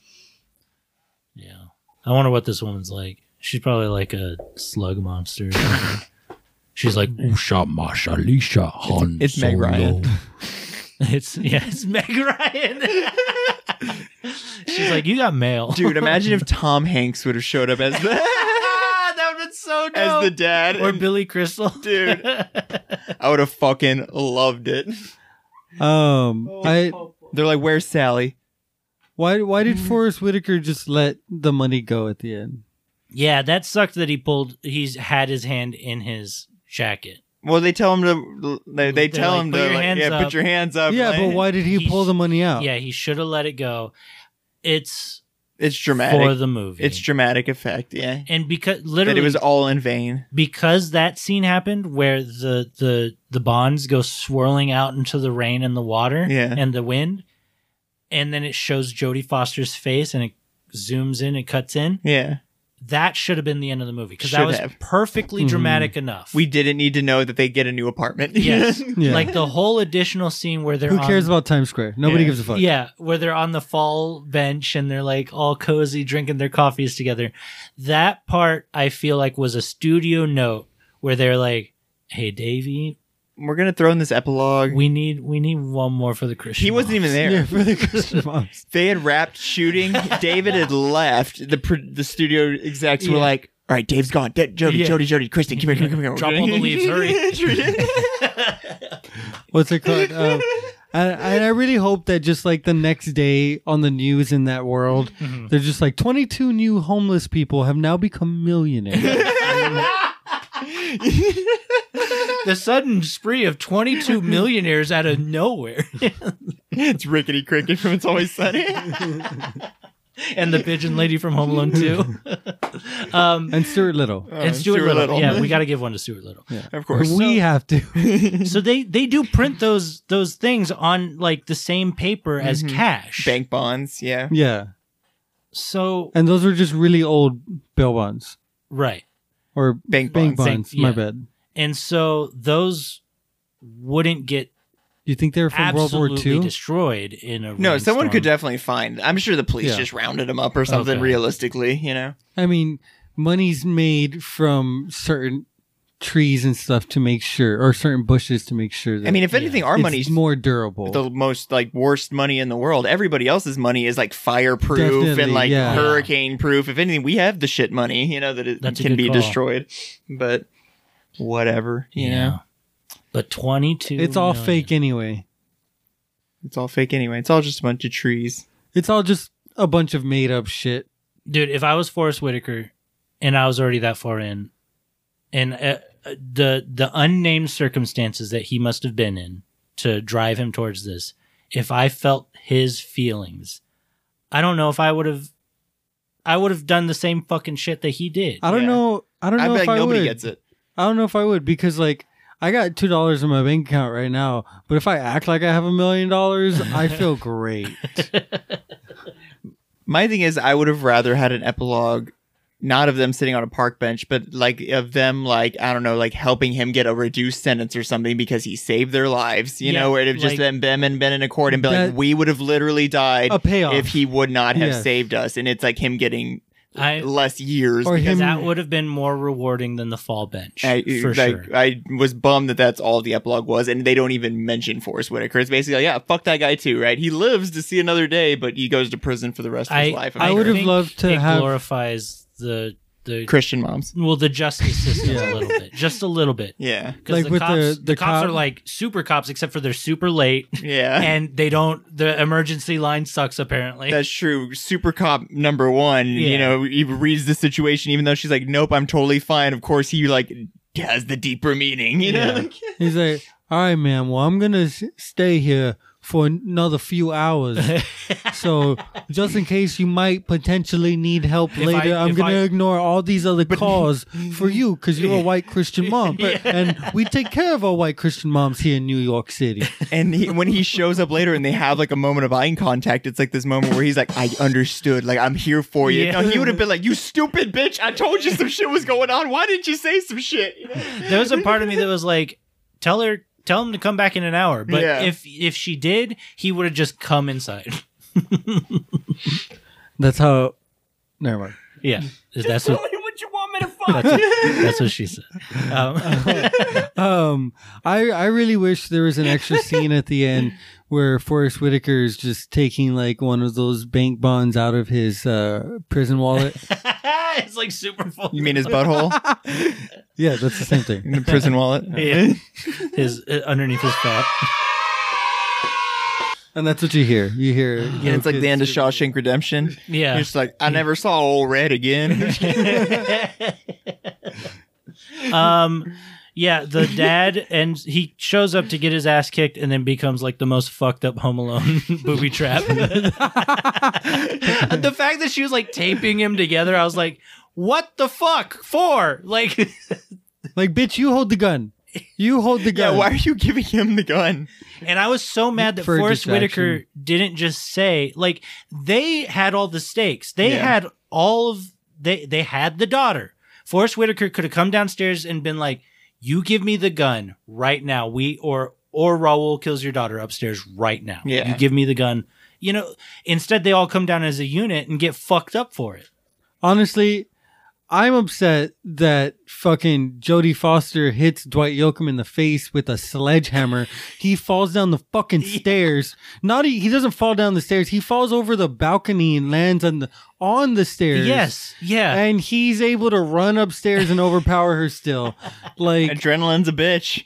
Speaker 4: I wonder what this woman's like. She's probably like a slug monster. or something. She's like Usha Mashalisha Han.
Speaker 5: It's Meg Solo." Ryan.
Speaker 4: It's yeah, it's Meg Ryan. She's like, you got mail,
Speaker 5: Dude, imagine if Tom Hanks would have showed up as the
Speaker 4: that would have been so dope.
Speaker 5: as the dad.
Speaker 4: or
Speaker 5: and-
Speaker 4: Billy Crystal,
Speaker 5: dude. I would have fucking loved it.
Speaker 3: Um,
Speaker 5: Oh.
Speaker 3: I
Speaker 5: they're like, "Where's Sally?"
Speaker 3: Why? Why
Speaker 5: Mm-hmm.
Speaker 3: did Forrest Whitaker just let the money go at the end?
Speaker 4: yeah, that sucked that he pulled. He's had his hand in his jacket.
Speaker 5: Well, they tell him to. They, they
Speaker 4: They're
Speaker 5: tell
Speaker 4: like,
Speaker 5: him
Speaker 4: "Put
Speaker 5: to.
Speaker 4: your
Speaker 5: like,
Speaker 4: hands
Speaker 5: yeah,
Speaker 4: up."
Speaker 5: put your hands up.
Speaker 3: yeah,
Speaker 5: like-
Speaker 3: but why did he
Speaker 4: He's-
Speaker 3: pull the money
Speaker 5: Oh.
Speaker 3: out?
Speaker 4: Yeah, he should have let it go. It's
Speaker 5: It's dramatic
Speaker 4: for the movie.
Speaker 5: It's dramatic effect. Yeah,
Speaker 4: and because
Speaker 5: that
Speaker 4: literally
Speaker 5: it was all in vain.
Speaker 4: because that scene happened where the the the bonds go swirling out into the rain and the water
Speaker 5: Yeah.
Speaker 4: and the wind and then it shows Jodie Foster's face and it zooms in and cuts in.
Speaker 5: Yeah.
Speaker 4: That should have been the end of the movie because that
Speaker 5: Should
Speaker 4: was
Speaker 5: have.
Speaker 4: perfectly
Speaker 3: Mm-hmm.
Speaker 4: dramatic enough.
Speaker 5: We didn't need to know that they get a new apartment.
Speaker 4: Yes. Like the whole additional scene where they're
Speaker 3: Who
Speaker 4: on-
Speaker 3: cares about Times Square? Nobody
Speaker 5: Yeah.
Speaker 3: gives a fuck.
Speaker 4: Yeah, where they're on the fall bench and they're like all cozy drinking their coffees together. That part I feel like was a studio note where they're like, "Hey, Davey,
Speaker 5: we're gonna throw in this epilogue.
Speaker 4: We need we need one more for the Christian."
Speaker 5: He wasn't even there.
Speaker 3: Yeah, for the Christian moms.
Speaker 5: They had wrapped shooting. David had left. The pro- the studio execs were
Speaker 4: Yeah.
Speaker 5: like, "All right, Dave's gone. Da- Jody,
Speaker 4: Yeah.
Speaker 5: Jody, Jody, Kristen, come here, come here, come here.
Speaker 4: Drop all the leaves, hurry.
Speaker 3: What's it called? Um, and, and I really hope that just like the next day on the news in that world,
Speaker 5: Mm-hmm.
Speaker 3: they're just like 22 new homeless people have now become millionaires.
Speaker 4: the sudden spree of 22 millionaires out of nowhere.
Speaker 5: it's rickety cricket from It's Always Sunny.
Speaker 4: and the pigeon lady from Home Alone 2. um,
Speaker 3: and Stuart Little.
Speaker 4: and Stuart,
Speaker 5: Stuart
Speaker 4: Little.
Speaker 5: Little.
Speaker 4: Yeah, we got to give one to Stuart Little.
Speaker 5: of course.
Speaker 3: we have to.
Speaker 4: so they they do print those those things on like the same paper as
Speaker 5: Mhm.
Speaker 4: cash.
Speaker 5: Bank bonds. Yeah.
Speaker 3: yeah.
Speaker 4: So
Speaker 3: And those were just really old bail bonds
Speaker 4: right.
Speaker 3: or
Speaker 5: Bank
Speaker 3: bank
Speaker 5: bonds.
Speaker 3: bonds.
Speaker 4: Bank-
Speaker 3: my
Speaker 4: yeah.
Speaker 3: bad.
Speaker 4: And so those wouldn't get
Speaker 3: You think they were from World War
Speaker 4: absolutely
Speaker 3: II?
Speaker 4: destroyed in a
Speaker 5: No, someone
Speaker 4: rainstorm.
Speaker 5: could definitely find. I'm sure the police
Speaker 3: Yeah.
Speaker 5: just rounded them up or something.
Speaker 4: Okay.
Speaker 5: Realistically, you know.
Speaker 3: I mean, money's made from certain trees and stuff to make sure, or certain bushes to make sure that
Speaker 5: I mean, if anything, our
Speaker 3: it's
Speaker 5: money's
Speaker 3: more durable.
Speaker 5: the most like worst money in the world. Everybody else's money is like fireproof and
Speaker 3: Definitely,
Speaker 5: like
Speaker 3: yeah.
Speaker 5: hurricane proof. If anything, we have the shit money, you know, that it
Speaker 4: That's a
Speaker 5: can
Speaker 4: good
Speaker 5: be
Speaker 4: call.
Speaker 5: destroyed. But whatever, you
Speaker 4: Yeah.
Speaker 5: know,
Speaker 4: But 22
Speaker 3: it's all
Speaker 4: million.
Speaker 3: fake anyway.
Speaker 5: it's all fake anyway. It's all just a bunch of trees.
Speaker 3: It's all just a bunch of made up shit.
Speaker 4: dude if i was forrest whitaker and i was already that far in and uh, uh, the the unnamed circumstances that he must have been in to drive him towards this if i felt his feelings i don't know if i would have i would have done the same fucking shit that he did
Speaker 3: I don't
Speaker 5: Yeah.
Speaker 3: know. I don't
Speaker 5: I
Speaker 3: know
Speaker 5: bet
Speaker 3: if I
Speaker 5: nobody
Speaker 3: would.
Speaker 5: gets it.
Speaker 3: I don't know if I would because like I got two dollars in my bank account right now, but if I act like I have a million dollars, I feel great.
Speaker 5: My thing is, I would have rather had an epilogue. Not of them sitting on a park bench, but like of them, like I don't know, like helping him get a reduced sentence or something because he saved their lives. You
Speaker 4: Yeah,
Speaker 5: know, where it'd have just
Speaker 4: like-
Speaker 5: been them and been in a court and been like,
Speaker 3: That-
Speaker 5: we would have literally died
Speaker 3: A payoff.
Speaker 5: if he would not have
Speaker 3: Yes.
Speaker 5: saved us. And it's like him getting
Speaker 4: i
Speaker 5: less years.
Speaker 3: Or
Speaker 5: because-
Speaker 3: him-
Speaker 4: that would have been more rewarding than the fall bench
Speaker 5: I,
Speaker 4: for
Speaker 5: like,
Speaker 4: sure
Speaker 5: I was bummed that that's all the epilogue was, and they don't even mention Forrest Whitaker. It's basically, like, yeah, fuck that guy too, right? He lives to see another day, but he goes to prison for the rest of his life. I'm
Speaker 3: I
Speaker 5: sure.
Speaker 3: would have
Speaker 4: think
Speaker 3: loved to
Speaker 4: it
Speaker 3: have-
Speaker 4: glorifies the the
Speaker 5: Christian moms.
Speaker 4: well the justice system
Speaker 3: Yeah.
Speaker 4: a little bit just a little bit
Speaker 5: Yeah,
Speaker 4: Because
Speaker 3: Like
Speaker 4: the
Speaker 3: with
Speaker 4: cops,
Speaker 3: the-
Speaker 4: the,
Speaker 3: the
Speaker 4: cops
Speaker 3: cop-
Speaker 4: are like super cops, except for they're super late,
Speaker 5: yeah.
Speaker 4: and they don't. The emergency line sucks apparently.
Speaker 5: That's true. Super cop number one,
Speaker 4: Yeah.
Speaker 5: you know, he reads the situation, even though she's like, "Nope, I'm totally fine." Of course, he like has the deeper meaning, you know.
Speaker 3: He's like, "All right, ma'am. Well, I'm gonna s- stay here for another few hours, so just in case you might potentially need help
Speaker 4: I-
Speaker 3: later, I, am
Speaker 4: if
Speaker 3: gonna
Speaker 4: I-
Speaker 3: ignore all these other calls for you because you're a white Christian mom, and we take care of our white Christian moms here in New York City.
Speaker 5: And he, when he shows up later and they have like a moment of eye contact, it's like this moment where he's like, I understood. Like, I'm here for you.
Speaker 4: Yeah.
Speaker 5: No, he would have been like, You stupid bitch. I told you some shit was going on. Why didn't you say some shit?
Speaker 4: there was a part of me that was like, tell her, tell him to come back in an hour. But
Speaker 5: Yeah.
Speaker 4: if if she did, he would have just come inside.
Speaker 3: That's how. Never mind.
Speaker 4: yeah, that's what. That's what, that's what she said. Um,
Speaker 3: Um, I I really wish there was an extra scene at the end where Forrest Whitaker is just taking like one of those bank bonds out of his uh, prison wallet.
Speaker 4: it's like super full.
Speaker 5: You mean his butthole
Speaker 3: Yeah, that's the same thing.
Speaker 5: in the prison wallet?
Speaker 4: Yeah. his uh, underneath his fat.
Speaker 3: And that's what you hear. You hear. oh,
Speaker 5: And it's like the end of Shawshank Redemption.
Speaker 4: Yeah.
Speaker 5: You're just like, I never saw old red again.
Speaker 4: um yeah the dad and he shows up to get his ass kicked and then becomes like the most fucked up home alone booby trap the fact that she was like taping him together i was like what the fuck for like
Speaker 3: Like, bitch, you hold the gun. You hold the
Speaker 5: yeah,
Speaker 3: gun.
Speaker 5: why are you giving him the gun?
Speaker 4: And I was so mad that
Speaker 3: For a
Speaker 4: Forrest
Speaker 3: distraction.
Speaker 4: Whitaker didn't just say like they had all the stakes. They
Speaker 3: Yeah.
Speaker 4: had all of they they had the daughter. Forrest Whitaker could have come downstairs and been like, "You give me the gun right now. We or or Raul kills your daughter upstairs right now.
Speaker 5: Yeah.
Speaker 4: You give me the gun." You know, instead they all come down as a unit and get fucked up for it.
Speaker 3: Honestly, I'm upset that fucking Jodie Foster hits Dwight Yoakam in the face with a sledgehammer. He falls down the fucking stairs. Not e, he, he doesn't fall down the stairs. He falls over the balcony and lands on the on the stairs.
Speaker 4: Yes, yeah.
Speaker 3: And he's able to run upstairs and overpower her still. Like
Speaker 5: adrenaline's a bitch.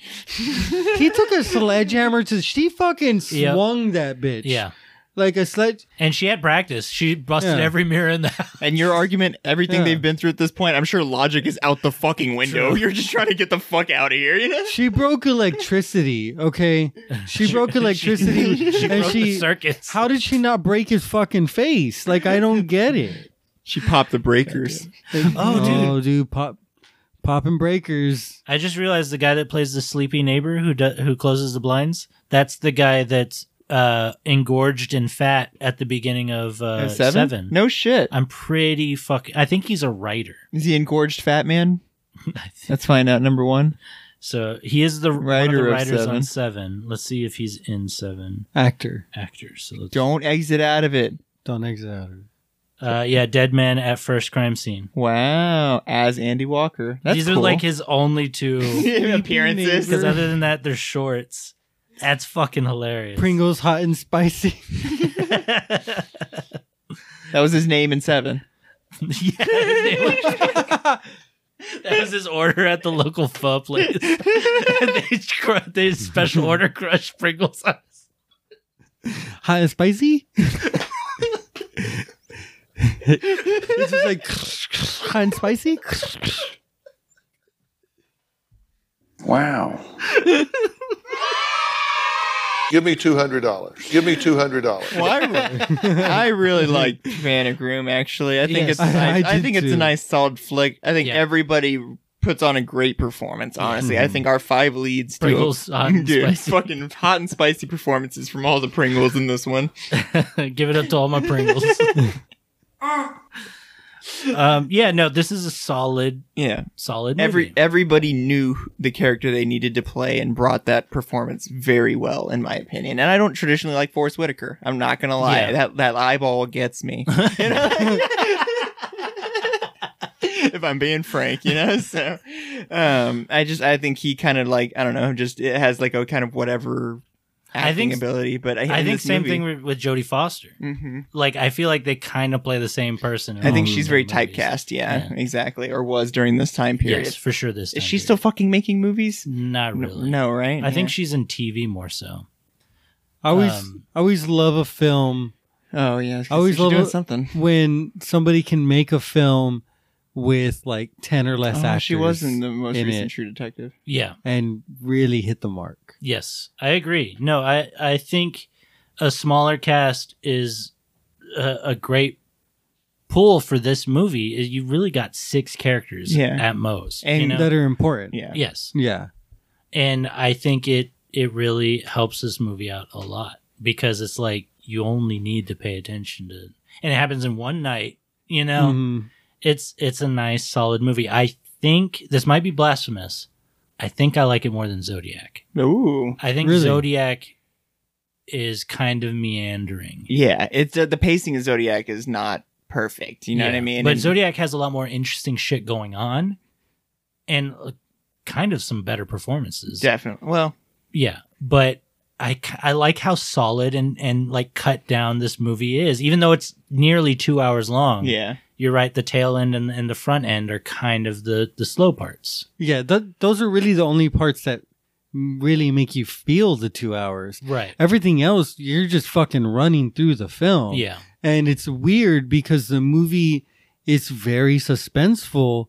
Speaker 3: he took a sledgehammer to she fucking
Speaker 4: Yep.
Speaker 3: swung that bitch.
Speaker 4: Yeah.
Speaker 3: Like a sledge
Speaker 4: And she had practice. She busted
Speaker 3: Yeah.
Speaker 4: every mirror in the house.
Speaker 5: And your argument, everything
Speaker 4: Yeah.
Speaker 5: they've been through at this point, I'm sure logic is out the fucking window.
Speaker 4: True.
Speaker 5: You're just trying to get the fuck out of here, you know?
Speaker 3: She broke electricity. Okay, she broke electricity,
Speaker 4: she
Speaker 3: and
Speaker 4: broke the
Speaker 3: she
Speaker 4: circuits.
Speaker 3: How did she not break his fucking face? Like I don't get it.
Speaker 5: She popped the breakers.
Speaker 4: Oh, dude.
Speaker 3: oh, dude, pop, popping breakers.
Speaker 4: I just realized the guy that plays the sleepy neighbor who do- who closes the blinds. That's the guy that's uh, engorged and fat at the beginning of uh,
Speaker 5: Uh,
Speaker 4: seven?
Speaker 5: No shit.
Speaker 4: I'm pretty fucking. I think he's a writer,
Speaker 5: Is he engorged fat man? Let's find out, number one.
Speaker 4: so he is the
Speaker 5: Writer
Speaker 4: one of the
Speaker 5: of
Speaker 4: writers
Speaker 5: Seven.
Speaker 4: on Seven. Let's see if he's in Seven.
Speaker 3: Actor,
Speaker 4: Actor. So let's,
Speaker 5: Don't exit out of it.
Speaker 3: don't exit out. of it.
Speaker 4: uh, yeah, dead man at first crime scene.
Speaker 5: Wow. As Andy Walker. That's
Speaker 4: These
Speaker 5: cool.
Speaker 4: are like his only two
Speaker 5: appearances.
Speaker 4: because other than that, they're shorts. That's fucking hilarious.
Speaker 3: Pringles hot and spicy.
Speaker 5: That was his name in seven.
Speaker 4: yeah, his name was- that was his order at the local pho place. they, cr- they special order crushed Pringles.
Speaker 3: Hot and spicy. it's just like hot and spicy.
Speaker 14: Wow. Give me $200. Give me $200.
Speaker 5: Well, I, re- I really like Panic Room. Actually, I think
Speaker 14: Yes.
Speaker 5: it's nice.
Speaker 14: I-
Speaker 5: I,
Speaker 14: I did
Speaker 5: think it's
Speaker 14: too.
Speaker 5: a nice solid flick. I think everybody puts on a great performance. Honestly, I
Speaker 14: Mhm.
Speaker 5: think our five leads do-
Speaker 4: Pringles, hot and
Speaker 5: dude,
Speaker 4: spicy.
Speaker 5: fucking hot and spicy performances from all the Pringles in this one.
Speaker 4: Give it up to all my Pringles. um, yeah, no, this is a solid,
Speaker 5: Yeah,
Speaker 4: solid. Movie.
Speaker 5: every everybody knew the character they needed to play and brought that performance very well, in my opinion. And I don't traditionally like Forrest Whitaker. I'm not gonna lie,
Speaker 4: Yeah.
Speaker 5: that that eyeball gets me. You know? if I'm being frank, you know. So, um, I just I think he kind of like I don't know, just it has like a kind of whatever acting
Speaker 4: I think-
Speaker 5: ability. But I,
Speaker 4: I
Speaker 5: in
Speaker 4: think
Speaker 5: this
Speaker 4: same
Speaker 5: movie-
Speaker 4: thing with, with Jodie Foster.
Speaker 5: Mhm.
Speaker 4: Like I feel like they kind of play the same person. in
Speaker 5: I think
Speaker 4: all
Speaker 5: she's
Speaker 4: of
Speaker 5: very
Speaker 4: their movies.
Speaker 5: typecast. Yeah, exactly, or was during this time period.
Speaker 4: Yes, for sure. This
Speaker 5: Is
Speaker 4: time
Speaker 5: she still fucking making movies?
Speaker 4: Not really.
Speaker 5: No, right?
Speaker 4: I think
Speaker 5: Yeah.
Speaker 4: she's in TV more so.
Speaker 3: I always,
Speaker 4: Um,
Speaker 3: I always love a film.
Speaker 5: Oh yeah,
Speaker 3: I always love
Speaker 5: doing
Speaker 3: it
Speaker 5: something.
Speaker 3: when somebody can make a film with like ten or less
Speaker 5: Oh,
Speaker 3: actors.
Speaker 5: she was in the most
Speaker 3: in
Speaker 5: recent
Speaker 3: it
Speaker 5: True Detective.
Speaker 4: Yeah.
Speaker 3: and really hit the mark.
Speaker 4: Yes, I agree. No, I I think a smaller cast is a, a great pull for this movie. Is You really got six characters
Speaker 3: Yeah.
Speaker 4: at most,
Speaker 3: And
Speaker 4: you know?
Speaker 3: that are important.
Speaker 5: Yeah.
Speaker 4: Yes,
Speaker 3: Yeah.
Speaker 4: and I think it it really helps this movie out a lot because it's like you only need to pay attention to, and it happens in one night. You know,
Speaker 3: Mhm.
Speaker 4: it's it's a nice solid movie. I think this might be blasphemous. I think I like it more than Zodiac.
Speaker 5: Ooh,
Speaker 4: I think
Speaker 5: Really?
Speaker 4: Zodiac is kind of meandering.
Speaker 5: Yeah, it's uh, the pacing of Zodiac is not perfect. You know what I
Speaker 4: Yeah.
Speaker 5: mean?
Speaker 4: But
Speaker 5: And-
Speaker 4: Zodiac has a lot more interesting shit going on, and uh, kind of some better performances.
Speaker 5: Definitely. Well,
Speaker 4: yeah, but I ki- I like how solid and and like cut down this movie is, even though it's nearly two hours long.
Speaker 5: Yeah.
Speaker 4: You're right. The tail end and, and the front end are kind of the, the slow parts.
Speaker 3: Yeah, th- those are really the only parts that really make you feel the two hours.
Speaker 4: Right.
Speaker 3: Everything else, you're just fucking running through the
Speaker 5: Um,
Speaker 3: film.
Speaker 4: Yeah.
Speaker 3: And it's weird because the movie is very suspenseful,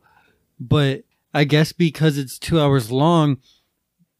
Speaker 3: but I guess because it's two hours long,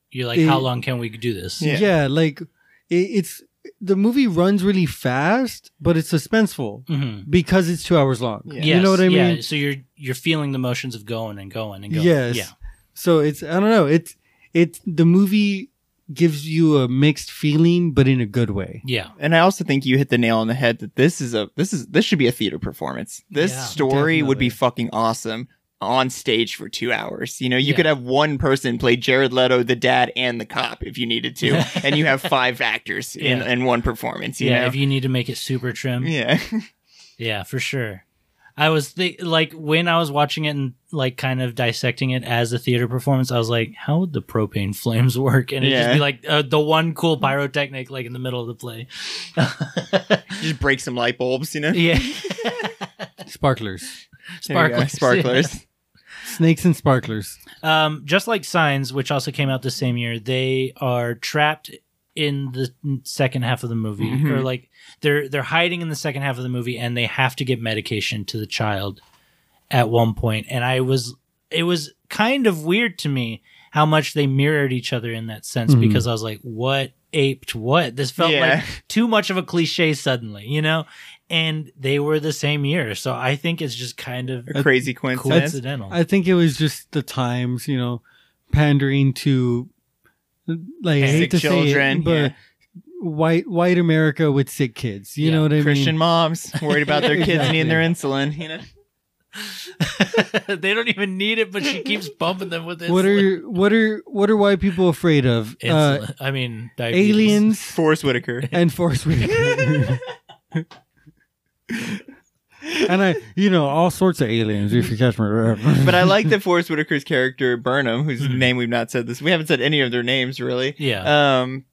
Speaker 4: You're like,
Speaker 3: It-
Speaker 4: how long can we do this?
Speaker 3: Yeah, like it, it's the movie runs really fast, but it's suspenseful
Speaker 4: Mhm.
Speaker 3: because it's two hours long.
Speaker 4: Yes,
Speaker 3: You know what I
Speaker 4: yeah.
Speaker 3: mean?
Speaker 4: So you're you're feeling the motions of going and going and going.
Speaker 3: Yes.
Speaker 4: Yeah.
Speaker 3: So it's I don't know. It's it's the movie gives you a mixed feeling, but in a good way.
Speaker 4: Yeah.
Speaker 5: And I also think you hit the nail on the head that this is a this is this should be a theater performance. This
Speaker 3: Yeah,
Speaker 5: story would be fucking awesome on stage for two hours. You know, you
Speaker 4: Yeah.
Speaker 5: could have one person play Jared Leto, the dad, and the cop if you needed to, and you have five actors in,
Speaker 4: Yeah.
Speaker 5: in one performance. You
Speaker 4: yeah,
Speaker 5: know,
Speaker 4: if you need to make it super trim.
Speaker 5: Yeah.
Speaker 4: yeah, for sure. I was think like when I was watching it and like kind of dissecting it as a theater performance, I was like, how would the propane flames work? And it'd
Speaker 5: Yeah.
Speaker 4: just be like uh, the one cool pyrotechnic like in the middle of the play.
Speaker 5: just break some light bulbs. You know,
Speaker 4: Yeah.
Speaker 3: Sparklers,
Speaker 5: There you go,
Speaker 4: Sparklers.
Speaker 5: sparklers.
Speaker 3: snakes, and sparklers.
Speaker 4: Um, just like Signs, which also came out the same year, they are trapped in the second half of the movie,
Speaker 5: Mhm.
Speaker 4: or like they're they're hiding in the second half of the movie, and they have to give medication to the child at one point. And I was, it was kind of weird to me how much they mirrored each other in that sense,
Speaker 3: Mhm.
Speaker 4: because I was like, what aped what? This felt
Speaker 5: Mm-hmm. Yeah.
Speaker 4: like too much of a cliche suddenly, you know. And they were the same year, so I think it's just kind of
Speaker 5: A crazy coincidence.
Speaker 4: coincidental.
Speaker 3: I think it was just the times, you know, pandering to like I
Speaker 5: Sick
Speaker 3: hate to say
Speaker 5: children,
Speaker 3: it, but
Speaker 5: yeah.
Speaker 3: white white America with sick kids. You
Speaker 4: Yeah,
Speaker 3: know what I
Speaker 5: Christian
Speaker 3: mean?
Speaker 5: moms worried about their kids needing their insulin. You know,
Speaker 4: they don't even need it, but she keeps bumping them with it.
Speaker 3: What are what are what are white people afraid of? Uh,
Speaker 4: Insulin. I mean, diabetes.
Speaker 3: aliens
Speaker 5: Forrest Whitaker.
Speaker 3: and Forrest Whitaker. and I, you know, all sorts of aliens. If you catch my drift.
Speaker 5: but I like that Forrest Whitaker's character Burnham, whose
Speaker 4: Hmm.
Speaker 5: name we've not said this, we haven't said any of their names really.
Speaker 3: Uh,
Speaker 4: Yeah.
Speaker 5: Um,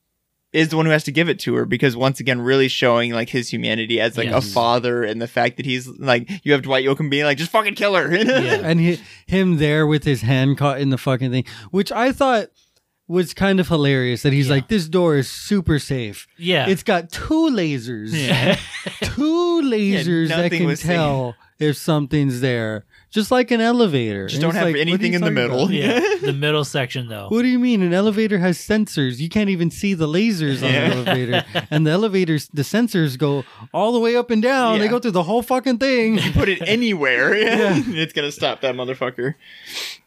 Speaker 5: is the one who has to give it to her because once again, really showing like his humanity as like a
Speaker 4: Yes.
Speaker 5: father and the fact that he's like you have Dwight Yoakam being like just fucking kill her.
Speaker 4: Yeah.
Speaker 3: and hi him there with his hand caught in the fucking thing, which I thought was kind of hilarious. That he's like, "This door is super safe.
Speaker 4: Yeah.
Speaker 3: It's got two lasers,
Speaker 4: yeah.
Speaker 3: two lasers that
Speaker 5: nothing
Speaker 3: can
Speaker 5: was safe.
Speaker 3: tell if something's there, just like an elevator.
Speaker 5: Just
Speaker 3: And
Speaker 5: don't
Speaker 3: it's
Speaker 5: have
Speaker 3: like, what are you
Speaker 5: anything in the
Speaker 3: talking
Speaker 5: middle.
Speaker 3: about?
Speaker 4: yeah. The middle section, though.
Speaker 3: What do you mean? An elevator has sensors. You can't even see the lasers on
Speaker 5: Yeah.
Speaker 3: the elevator, and the elevators, the sensors go all the way up and down. They
Speaker 5: Yeah.
Speaker 3: go through the whole fucking thing.
Speaker 5: Put it anywhere. it's gonna stop that motherfucker.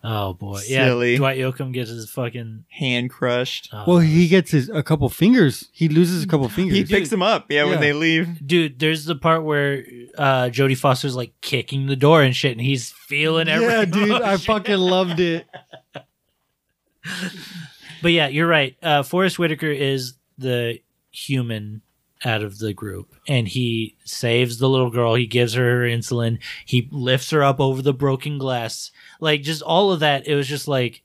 Speaker 4: Oh boy.
Speaker 5: Silly.
Speaker 4: Yeah. Dwight Yoakam gets his fucking.
Speaker 5: Hand crushed.
Speaker 4: Uh,
Speaker 3: Well, he gets his a couple fingers. He loses a couple fingers.
Speaker 5: He picks them up. Yeah,
Speaker 3: Yeah.
Speaker 5: when they leave.
Speaker 4: dude, there's the part where uh, Jodie Foster's like kicking the door and shit, and he's feeling everything.
Speaker 3: yeah, dude,
Speaker 5: Oh,
Speaker 3: I fucking loved it.
Speaker 4: But yeah, you're right. Uh, Forrest Whitaker is the human out of the group, and he saves the little girl. He gives her her insulin. He lifts her up over the broken glass. Like just all of that. It was just like,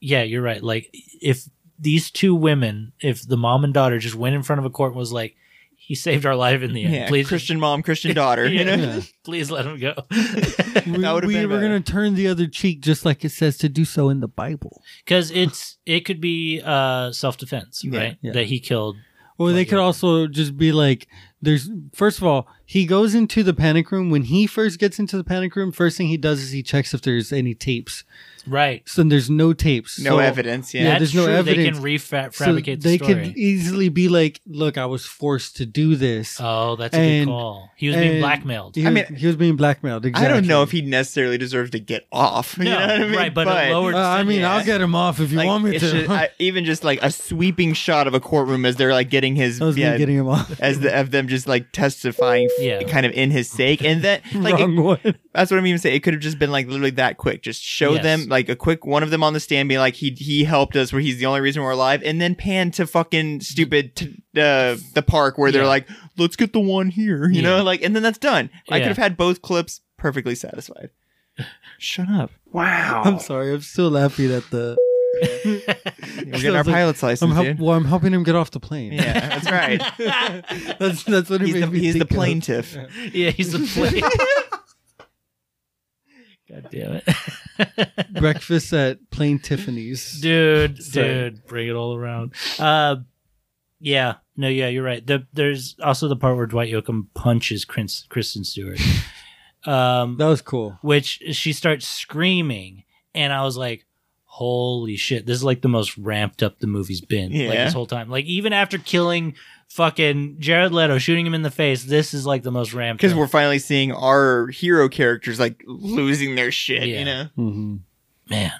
Speaker 4: yeah, you're right. Like if these two women, if the mom and daughter just went in front of a court and was like, he saved our life in the end.
Speaker 5: Yeah,
Speaker 4: please,
Speaker 5: Christian mom, Christian daughter. You know?
Speaker 3: Yeah.
Speaker 4: please let him go.
Speaker 3: We,
Speaker 5: That
Speaker 3: we,
Speaker 5: would've been
Speaker 3: were
Speaker 5: better.
Speaker 3: gonna turn the other cheek, just like it says to do so in the Bible.
Speaker 4: Because it's it could be uh, self defense,
Speaker 5: Yeah,
Speaker 4: right?
Speaker 3: yeah.
Speaker 4: That he killed.
Speaker 3: Well, they
Speaker 4: Like,
Speaker 3: could
Speaker 4: yeah.
Speaker 3: also just be like, "There's first of all, he goes into the panic room. When he first gets into the panic room, first thing he does is he checks if there's any tapes.
Speaker 4: Right.
Speaker 3: So there's no tapes.
Speaker 5: No
Speaker 3: So-
Speaker 5: evidence. Yeah.
Speaker 3: Yeah,
Speaker 4: That's
Speaker 3: there's no
Speaker 4: true. They
Speaker 3: evidence.
Speaker 4: can refabricate
Speaker 3: so
Speaker 4: the
Speaker 3: they
Speaker 4: story.
Speaker 3: could easily be like, "Look, I was forced to do this."
Speaker 4: oh, that's a
Speaker 3: and-
Speaker 4: good call. He was being
Speaker 3: and
Speaker 4: blackmailed.
Speaker 3: He
Speaker 5: I
Speaker 3: was-
Speaker 5: mean,
Speaker 3: he was being blackmailed. Exactly.
Speaker 5: I don't know if he necessarily deserves to get off. you
Speaker 4: No,
Speaker 5: know what I mean?
Speaker 4: right, but, it lowered.
Speaker 3: Uh, I mean,
Speaker 5: Yeah.
Speaker 3: I'll get him off if you
Speaker 5: Like,
Speaker 3: want me
Speaker 5: it
Speaker 3: to.
Speaker 5: should- I- even just like a sweeping shot of a courtroom as they're like getting his
Speaker 3: that was
Speaker 5: yeah,
Speaker 3: me getting him off.
Speaker 5: as the, of them just like testifying f-
Speaker 4: Yeah.
Speaker 5: kind of in his sake and that like
Speaker 3: Wrong
Speaker 5: it-
Speaker 3: one.
Speaker 5: that's what I'm even saying it could have just been like literally that quick just show
Speaker 4: Yes.
Speaker 5: them like a quick one of them on the stand being like he he helped us where he's the only reason we're alive and then pan to fucking stupid t- uh, the park where they're
Speaker 4: Yeah.
Speaker 5: like let's get the one here you know like and then that's done I
Speaker 4: Yeah.
Speaker 5: could have had both clips perfectly satisfied shut up
Speaker 3: I'm sorry. I'm still laughing at the.
Speaker 5: we're getting our
Speaker 3: Sounds like-
Speaker 5: pilot's
Speaker 3: I'm
Speaker 5: license
Speaker 3: help-
Speaker 5: dude
Speaker 3: well, I'm helping him get off the plane.
Speaker 5: yeah that's right
Speaker 3: that's that's what it
Speaker 5: he's
Speaker 3: made
Speaker 5: the,
Speaker 3: me
Speaker 5: he's the
Speaker 3: think of.
Speaker 5: plaintiff
Speaker 4: yeah, he's the play. God damn it,
Speaker 3: Breakfast at Plain Tiffany's.
Speaker 4: dude,
Speaker 3: Sorry.
Speaker 4: dude, bring it all around. Uh, yeah, no, yeah, you're right. The, there's also the part where Dwight Yoakam punches Chris, Kristen Stewart. Um,
Speaker 3: That was cool.
Speaker 4: which she starts screaming and i was like holy shit this is like the most ramped up the movie's been like
Speaker 5: Yeah.
Speaker 4: this whole time like even after killing fucking jared leto shooting him in the face this is like the most ramped
Speaker 5: because
Speaker 4: up
Speaker 5: we're finally seeing our hero characters like losing their shit,
Speaker 4: Yeah.
Speaker 5: you know.
Speaker 3: Mm-hmm.
Speaker 4: man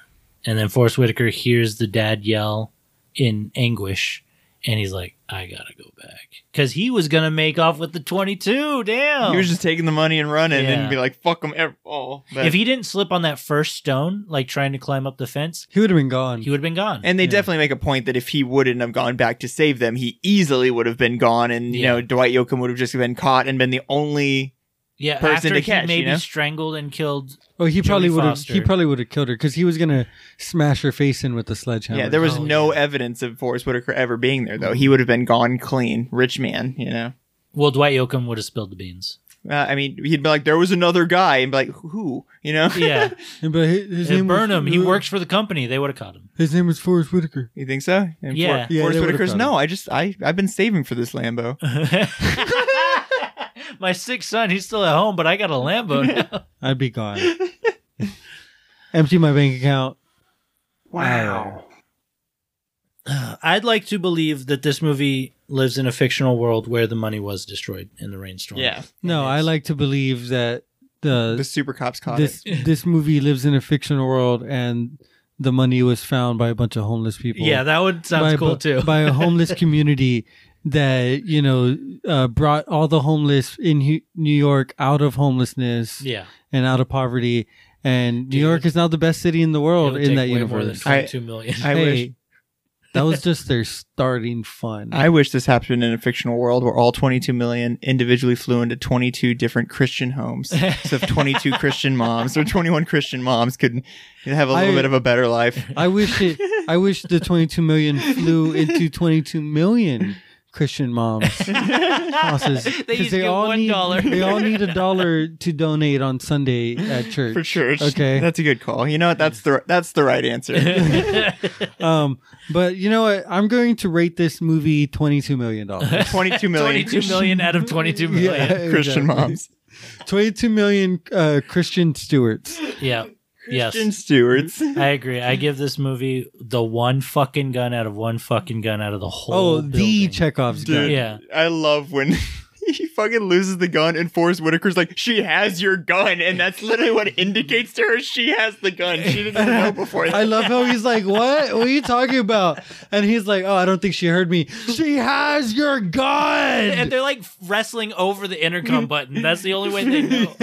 Speaker 4: and then forrest whitaker hears the dad yell in anguish, and he's like, "I gotta go back," because he was gonna make off with the twenty-two. Damn,
Speaker 5: He was just taking the money and running
Speaker 4: Oh. Yeah.
Speaker 5: and be like, fuck them. Oh, but-
Speaker 4: if he didn't slip on that first stone, like trying to climb up the fence,
Speaker 3: he would have been gone.
Speaker 4: He would have been gone.
Speaker 5: And they definitely make a point that if he wouldn't have gone back to save them, he easily would have been gone, and you know Dwight Yoakam would have just been caught and been the only
Speaker 4: yeah,
Speaker 5: person
Speaker 4: after
Speaker 5: to catch.
Speaker 4: he maybe
Speaker 5: you know?
Speaker 4: strangled and killed.
Speaker 3: Oh, he
Speaker 4: Jodie
Speaker 3: probably would have. He
Speaker 4: Foster.
Speaker 3: probably would have killed her because he was gonna smash her face in with the sledgehammer.
Speaker 5: yeah, there was no evidence of Forrest Whitaker ever being there
Speaker 4: Mm-hmm.
Speaker 5: though. He would have been gone clean, rich man. You know,
Speaker 4: Well, Dwight Yoakam would have spilled the beans.
Speaker 5: uh, I mean, he'd be like, there was another guy, and be like, who? You know?
Speaker 4: Yeah,
Speaker 3: but his
Speaker 4: Yeah,
Speaker 3: name was-
Speaker 4: Burnham, he works for the company. They would have caught him.
Speaker 3: His name was Forrest Whitaker.
Speaker 5: You think so? And
Speaker 4: Yeah.
Speaker 5: For-
Speaker 4: Yeah,
Speaker 5: Forrest
Speaker 4: they would've
Speaker 5: Whitaker's
Speaker 4: caught
Speaker 5: no. I just I I've been saving for this Lambo.
Speaker 4: Uh, My sick son, he's still at home, but I got a Lambo now.
Speaker 3: I'd be gone. Empty my bank account.
Speaker 4: Wow. I'd like to believe that this movie lives in a fictional world where the money was destroyed in the rainstorm.
Speaker 5: Yeah.
Speaker 3: No, I like to believe that the
Speaker 5: The super cops caught
Speaker 3: this
Speaker 5: it.
Speaker 3: this movie lives in a fictional world and the money was found by a bunch of homeless people.
Speaker 4: Yeah, that would sounds
Speaker 3: By a
Speaker 4: cool
Speaker 3: bu-
Speaker 4: too.
Speaker 3: by a homeless community that you know uh, brought all the homeless in Hu- New York out of homelessness.
Speaker 4: Yeah.
Speaker 3: and out of poverty. And New York is now the best city in the world
Speaker 4: would
Speaker 3: in
Speaker 4: take
Speaker 3: that
Speaker 4: way more than
Speaker 3: universe.
Speaker 4: 22 million.
Speaker 5: I
Speaker 3: Hey,
Speaker 5: wish-
Speaker 3: that was just their starting fun.
Speaker 5: I wish this happened in a fictional world where all 22 million individually flew into 22 different Christian homes. so if 22 Christian moms or 21 Christian moms could have a little
Speaker 3: I-
Speaker 5: bit of a better life.
Speaker 3: I wish it. I wish the 22 million flew into 22 million Christian moms houses
Speaker 4: They each
Speaker 3: because
Speaker 4: get
Speaker 3: all
Speaker 4: one
Speaker 3: need
Speaker 4: dollar.
Speaker 3: they all need a dollar to donate on Sunday at church
Speaker 5: For church.
Speaker 3: Okay,
Speaker 5: That's a good call. You know what? That's the that's the right answer.
Speaker 3: um, but you know what? I'm going to rate this movie 22 million dollars.
Speaker 5: 22 million.
Speaker 4: 22 million out of 22 million.
Speaker 5: Christian moms.
Speaker 3: 22 million uh, Christian stewards.
Speaker 4: Yeah. Yes.
Speaker 5: Christian stewards.
Speaker 4: I agree. I give this movie the one fucking gun out of one fucking gun out of the whole.
Speaker 3: Oh,
Speaker 4: building.
Speaker 3: the Chekhov's gun.
Speaker 5: Dude,
Speaker 4: Yeah.
Speaker 5: I love when he fucking loses the gun and Forrest Whitaker's like, she has your gun. And that's literally what indicates to her she has the gun. She didn't know before
Speaker 3: I love how he's like, "What? What are you talking about?" And he's like, "Oh, I don't think she heard me. She has your
Speaker 4: And
Speaker 3: gun."
Speaker 4: they're like wrestling over the intercom button. That's the only way they know.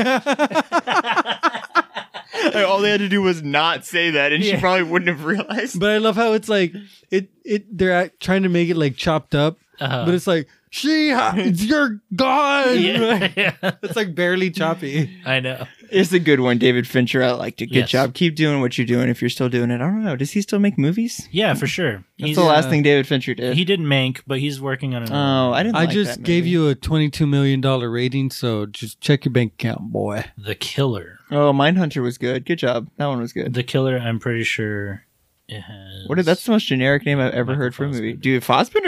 Speaker 5: Like, all they had to do was not say that, and
Speaker 4: Yeah.
Speaker 5: she probably wouldn't have realized.
Speaker 3: But I love how it's like it it they're act, trying to make it like chopped up,
Speaker 4: Uh-huh.
Speaker 3: but it's like she has your gun.
Speaker 4: Yeah. yeah.
Speaker 3: It's like barely choppy.
Speaker 4: I know.
Speaker 5: It's a good one, David Fincher. I liked it. Good
Speaker 4: Yes.
Speaker 5: job. Keep doing what you're doing if you're still doing it. I don't know. Does he still make movies?
Speaker 4: Yeah, for sure.
Speaker 5: That's
Speaker 4: He's,
Speaker 5: the last
Speaker 4: uh,
Speaker 5: thing David Fincher did.
Speaker 4: He did Mank, but he's working on another.
Speaker 5: oh, I didn't.
Speaker 3: I
Speaker 5: like
Speaker 3: just
Speaker 5: that
Speaker 3: gave
Speaker 5: movie.
Speaker 3: you a twenty-two million dollar rating, so just check your bank account, boy.
Speaker 4: The Killer.
Speaker 5: Oh, Mindhunter was good. Good job. That one was good.
Speaker 4: The Killer. I'm pretty sure. It has.
Speaker 5: What? Did, that's the most generic name I've ever
Speaker 4: Michael
Speaker 5: heard for a movie.
Speaker 4: Fassbender.
Speaker 5: Dude,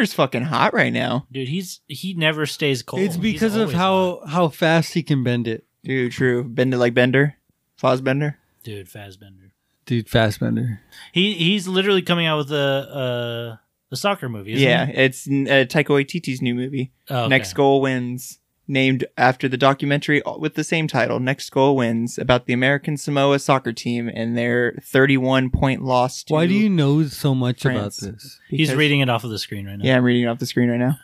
Speaker 5: Fossbender's fucking hot right now.
Speaker 4: Dude, he's he never stays cold.
Speaker 3: It's
Speaker 4: Oh, He's
Speaker 3: because of
Speaker 4: always hot.
Speaker 3: how how fast he can bend it,
Speaker 5: Dude, true. Bender like Bender. Fossbender.
Speaker 4: dude Fassbender.
Speaker 3: dude. Fast bender.
Speaker 4: He he's literally coming out with a uh a soccer movie. Isn't
Speaker 5: Yeah,
Speaker 4: he?
Speaker 5: it's uh, Taika Waititi's new movie.
Speaker 4: Oh, okay.
Speaker 5: Next Goal Wins, named after the documentary with the same title, Next Goal Wins, about the American Samoa soccer team and their 31 point loss to
Speaker 3: Why do you know so much
Speaker 5: France.
Speaker 3: about this?
Speaker 4: He's
Speaker 5: because-
Speaker 4: reading it off of the screen right now.
Speaker 5: Yeah, I'm reading it off the screen right now.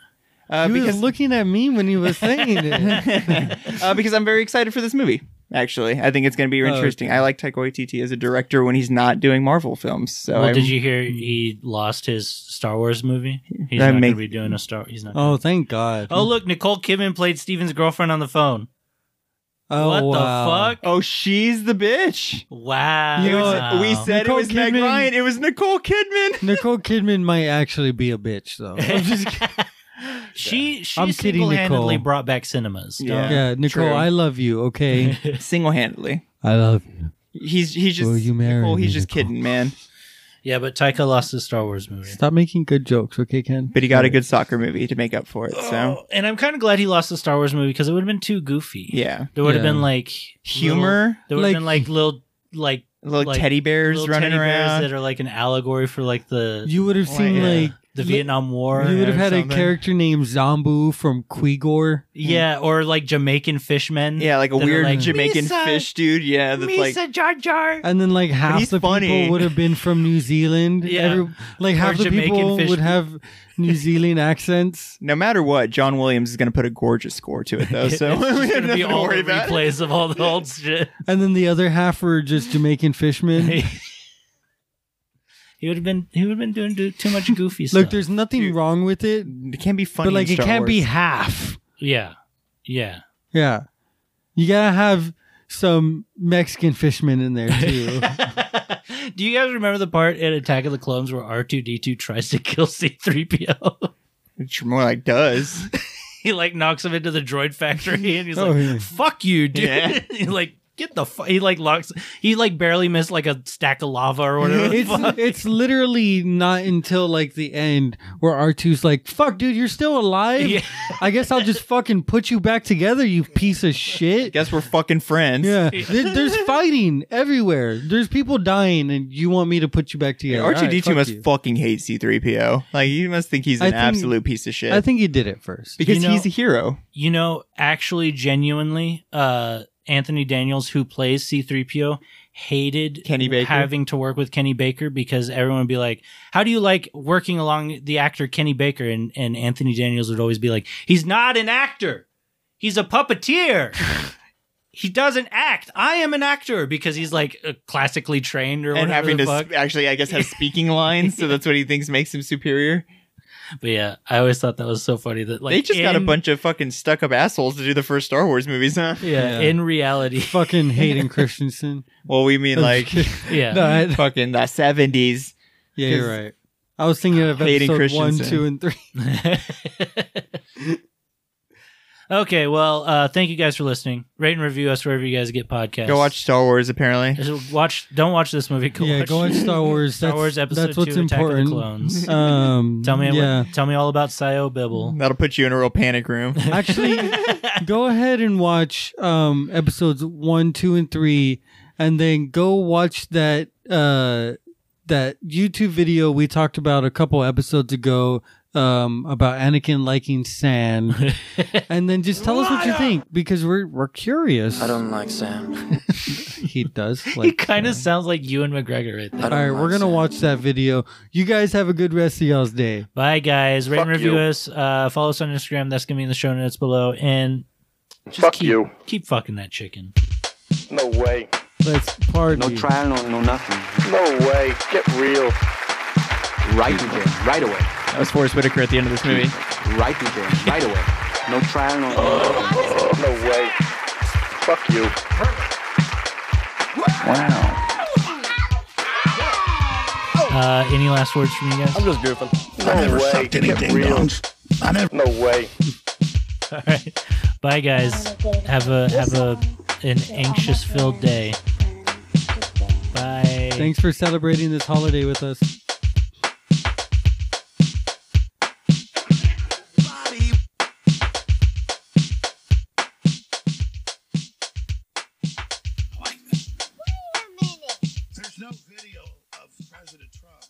Speaker 5: Uh,
Speaker 3: he
Speaker 5: because,
Speaker 3: was looking at me when he was saying it.
Speaker 5: uh, because I'm very excited for this movie. Actually, I think it's going to be
Speaker 3: Oh,
Speaker 5: interesting. I like Taika Waititi as a director when he's not doing Marvel films. So
Speaker 4: Well,
Speaker 5: I'm-
Speaker 4: did you hear he lost his Star Wars movie? He's not
Speaker 5: That
Speaker 4: going
Speaker 5: make-
Speaker 4: to be doing a Star. He's not.
Speaker 3: Oh, thank God.
Speaker 4: Oh, look, Nicole Kidman played Steven's girlfriend on the phone.
Speaker 3: Oh,
Speaker 4: what
Speaker 3: wow.
Speaker 4: the fuck?
Speaker 5: Oh, she's the bitch.
Speaker 4: Wow.
Speaker 3: You know what?
Speaker 4: Wow.
Speaker 5: We said
Speaker 3: Nicole
Speaker 5: it was Meg
Speaker 3: Kidman-
Speaker 5: Ryan. It was Nicole Kidman.
Speaker 3: Nicole Kidman might actually be a bitch, though.
Speaker 4: she she
Speaker 3: I'm kidding,
Speaker 4: single-handedly
Speaker 3: Nicole.
Speaker 4: brought back cinemas.
Speaker 5: Yeah.
Speaker 3: yeah, Nicole,
Speaker 5: true.
Speaker 3: I love you, okay?
Speaker 5: Single handedly.
Speaker 3: I love you.
Speaker 5: He's he's just
Speaker 3: Will you marry
Speaker 5: Nicole, he's
Speaker 3: me,
Speaker 5: just
Speaker 3: Nicole?
Speaker 5: kidding, man.
Speaker 4: Yeah, but Taika lost his Star Wars movie.
Speaker 3: Stop making good jokes, okay, Ken?
Speaker 5: But he got a good soccer movie to make up for it. So
Speaker 4: Oh, and I'm kind of glad he lost the Star Wars movie because it would have been too goofy.
Speaker 5: yeah,
Speaker 4: There would have
Speaker 3: Yeah.
Speaker 4: been like
Speaker 5: Humor?
Speaker 4: little- there would have
Speaker 3: Like-
Speaker 4: been like little like
Speaker 5: little
Speaker 4: Like,
Speaker 5: teddy bears
Speaker 4: little
Speaker 5: running
Speaker 4: teddy bears
Speaker 5: around.
Speaker 4: that are like an allegory for like the
Speaker 3: You would have seen,
Speaker 5: Oh, yeah.
Speaker 3: like,
Speaker 4: the Vietnam War.
Speaker 3: You would have
Speaker 4: or
Speaker 3: had a
Speaker 4: something.
Speaker 3: character named Zombu from Quigor.
Speaker 4: Yeah, or like Jamaican fishmen.
Speaker 5: Yeah, like a
Speaker 4: that are,
Speaker 5: weird Jamaican
Speaker 4: "Misa,
Speaker 5: fish dude. Yeah, that's like
Speaker 4: Misa Jar Jar.
Speaker 3: And then like half
Speaker 5: he's
Speaker 3: the
Speaker 5: funny.
Speaker 3: people would have been from New Zealand.
Speaker 5: Yeah.
Speaker 3: like
Speaker 5: Or
Speaker 3: half the
Speaker 5: Jamaican
Speaker 3: people
Speaker 5: fish-
Speaker 3: would have New Zealand accents.
Speaker 5: No matter what, John Williams is going to put a gorgeous score to it, though.
Speaker 4: It's
Speaker 5: So
Speaker 4: just
Speaker 5: we have
Speaker 4: gonna
Speaker 5: nothing
Speaker 4: be
Speaker 5: to
Speaker 4: all
Speaker 5: worry
Speaker 4: the
Speaker 5: about.
Speaker 4: replays of all the old shit.
Speaker 3: And then the other half were just Jamaican fishmen.
Speaker 4: He would have been he would have been doing too, too much goofy stuff.
Speaker 3: Look, there's nothing wrong with it.
Speaker 5: It can't be funny.
Speaker 3: but like
Speaker 5: in
Speaker 3: it
Speaker 5: Star
Speaker 3: can't be
Speaker 5: Wars.
Speaker 3: half.
Speaker 4: yeah, yeah.
Speaker 3: Yeah. You gotta have some Mexican fishmen in there too.
Speaker 4: Do you guys remember the part in Attack of the Clones where R two D two tries to kill C three PO?
Speaker 5: It's more like does.
Speaker 4: He like knocks him into the droid factory and he's
Speaker 5: Oh,
Speaker 4: like,
Speaker 5: yeah.
Speaker 4: "Fuck you, dude!"
Speaker 5: Yeah.
Speaker 4: He, like. Get the fu-. he like locks he like barely missed like a stack of lava or whatever. the
Speaker 3: it's
Speaker 4: fuck.
Speaker 3: it's literally not until like the end where R2's like, "Fuck, dude, you're still alive.
Speaker 4: Yeah.
Speaker 3: I guess I'll just fucking put you back together, you piece of shit."
Speaker 5: Guess we're fucking friends.
Speaker 3: Yeah, There- there's fighting everywhere. There's people dying, and you want me to put you back together.
Speaker 5: R two D
Speaker 3: Alright,
Speaker 5: two
Speaker 3: fuck
Speaker 5: must
Speaker 3: you.
Speaker 5: fucking hate C three PO. Like you must think he's an
Speaker 3: I think-
Speaker 5: absolute piece of shit.
Speaker 3: I think he did it first.
Speaker 5: because
Speaker 4: You know-
Speaker 5: he's a hero.
Speaker 4: you know, actually, genuinely, uh, Anthony Daniels, who plays C3PO, hated
Speaker 5: Kenny Baker.
Speaker 4: having to work with Kenny Baker because everyone would be like, How do you like working along the actor Kenny Baker? And, and Anthony Daniels would always be like, He's not an actor, he's a puppeteer. He doesn't act. I am an actor because he's like uh, classically trained or
Speaker 5: and
Speaker 4: whatever.
Speaker 5: having
Speaker 4: the
Speaker 5: to
Speaker 4: fuck.
Speaker 5: sp- actually, I guess, have speaking lines, so that's what he thinks makes him superior.
Speaker 4: but yeah, I always thought that was so funny that like
Speaker 5: they just got a
Speaker 4: in-
Speaker 5: bunch of fucking stuck up assholes to do the first Star Wars movies, huh?
Speaker 4: Yeah,
Speaker 3: Yeah.
Speaker 4: in reality,
Speaker 3: Fucking Hayden Christensen.
Speaker 5: Well, we mean like
Speaker 4: yeah,
Speaker 3: No, I-
Speaker 5: fucking the seventies.
Speaker 3: yeah, you're right. I was thinking of
Speaker 5: Hayden
Speaker 3: episode one,
Speaker 5: Christensen.
Speaker 3: two, and three.
Speaker 4: okay, well, uh, thank you guys for listening. Rate and review us wherever you guys get podcasts.
Speaker 5: Go watch Star Wars. Apparently,
Speaker 4: Just Watch. Don't watch this movie. Go
Speaker 3: yeah,
Speaker 4: watch
Speaker 3: go on Star Wars.
Speaker 4: Star
Speaker 3: That's,
Speaker 4: Wars episode
Speaker 3: That's what's
Speaker 4: two, Attack of the
Speaker 3: important.
Speaker 4: Clones.
Speaker 3: Um,
Speaker 4: Tell me.
Speaker 3: yeah.
Speaker 4: What, tell me all about Sayo Bibble.
Speaker 5: that'll put you in a real panic room.
Speaker 3: Actually, go ahead and watch um, episodes one, two, and three, and then go watch that uh, that YouTube video we talked about a couple episodes ago um, about Anakin liking sand, and then just tell us what you think because we're we're curious.
Speaker 9: I don't like Sam.
Speaker 3: He does.
Speaker 4: he
Speaker 3: Like,
Speaker 4: kind of sounds like Ewan McGregor right there.
Speaker 9: I
Speaker 3: all
Speaker 9: don't
Speaker 3: right,
Speaker 9: like
Speaker 3: we're gonna
Speaker 9: Sam.
Speaker 3: watch that video. You guys have a good rest of y'all's day.
Speaker 4: Bye guys. Rate and
Speaker 14: Fuck
Speaker 4: review
Speaker 14: you.
Speaker 4: us. Uh, follow us on Instagram. That's gonna be in the show notes below. And just
Speaker 14: Fuck
Speaker 4: keep,
Speaker 14: you.
Speaker 4: Keep fucking that chicken.
Speaker 14: No way.
Speaker 3: Let's party.
Speaker 9: No trial, no, no nothing.
Speaker 14: No way. Get real.
Speaker 9: Right again, right away.
Speaker 5: That was Forrest Whitaker at the end of this movie.
Speaker 9: Right again, right away. No trial, no.
Speaker 14: No way. Fuck you.
Speaker 8: Wow.
Speaker 4: Uh, any last words from you guys?
Speaker 14: I'm just goofing. No I never way. Sucked any Get real. I never. No way.
Speaker 4: All right. Bye guys. Have a have a an anxious filled day. Bye.
Speaker 3: Thanks for celebrating this holiday with us.
Speaker 7: There's no video of President Trump.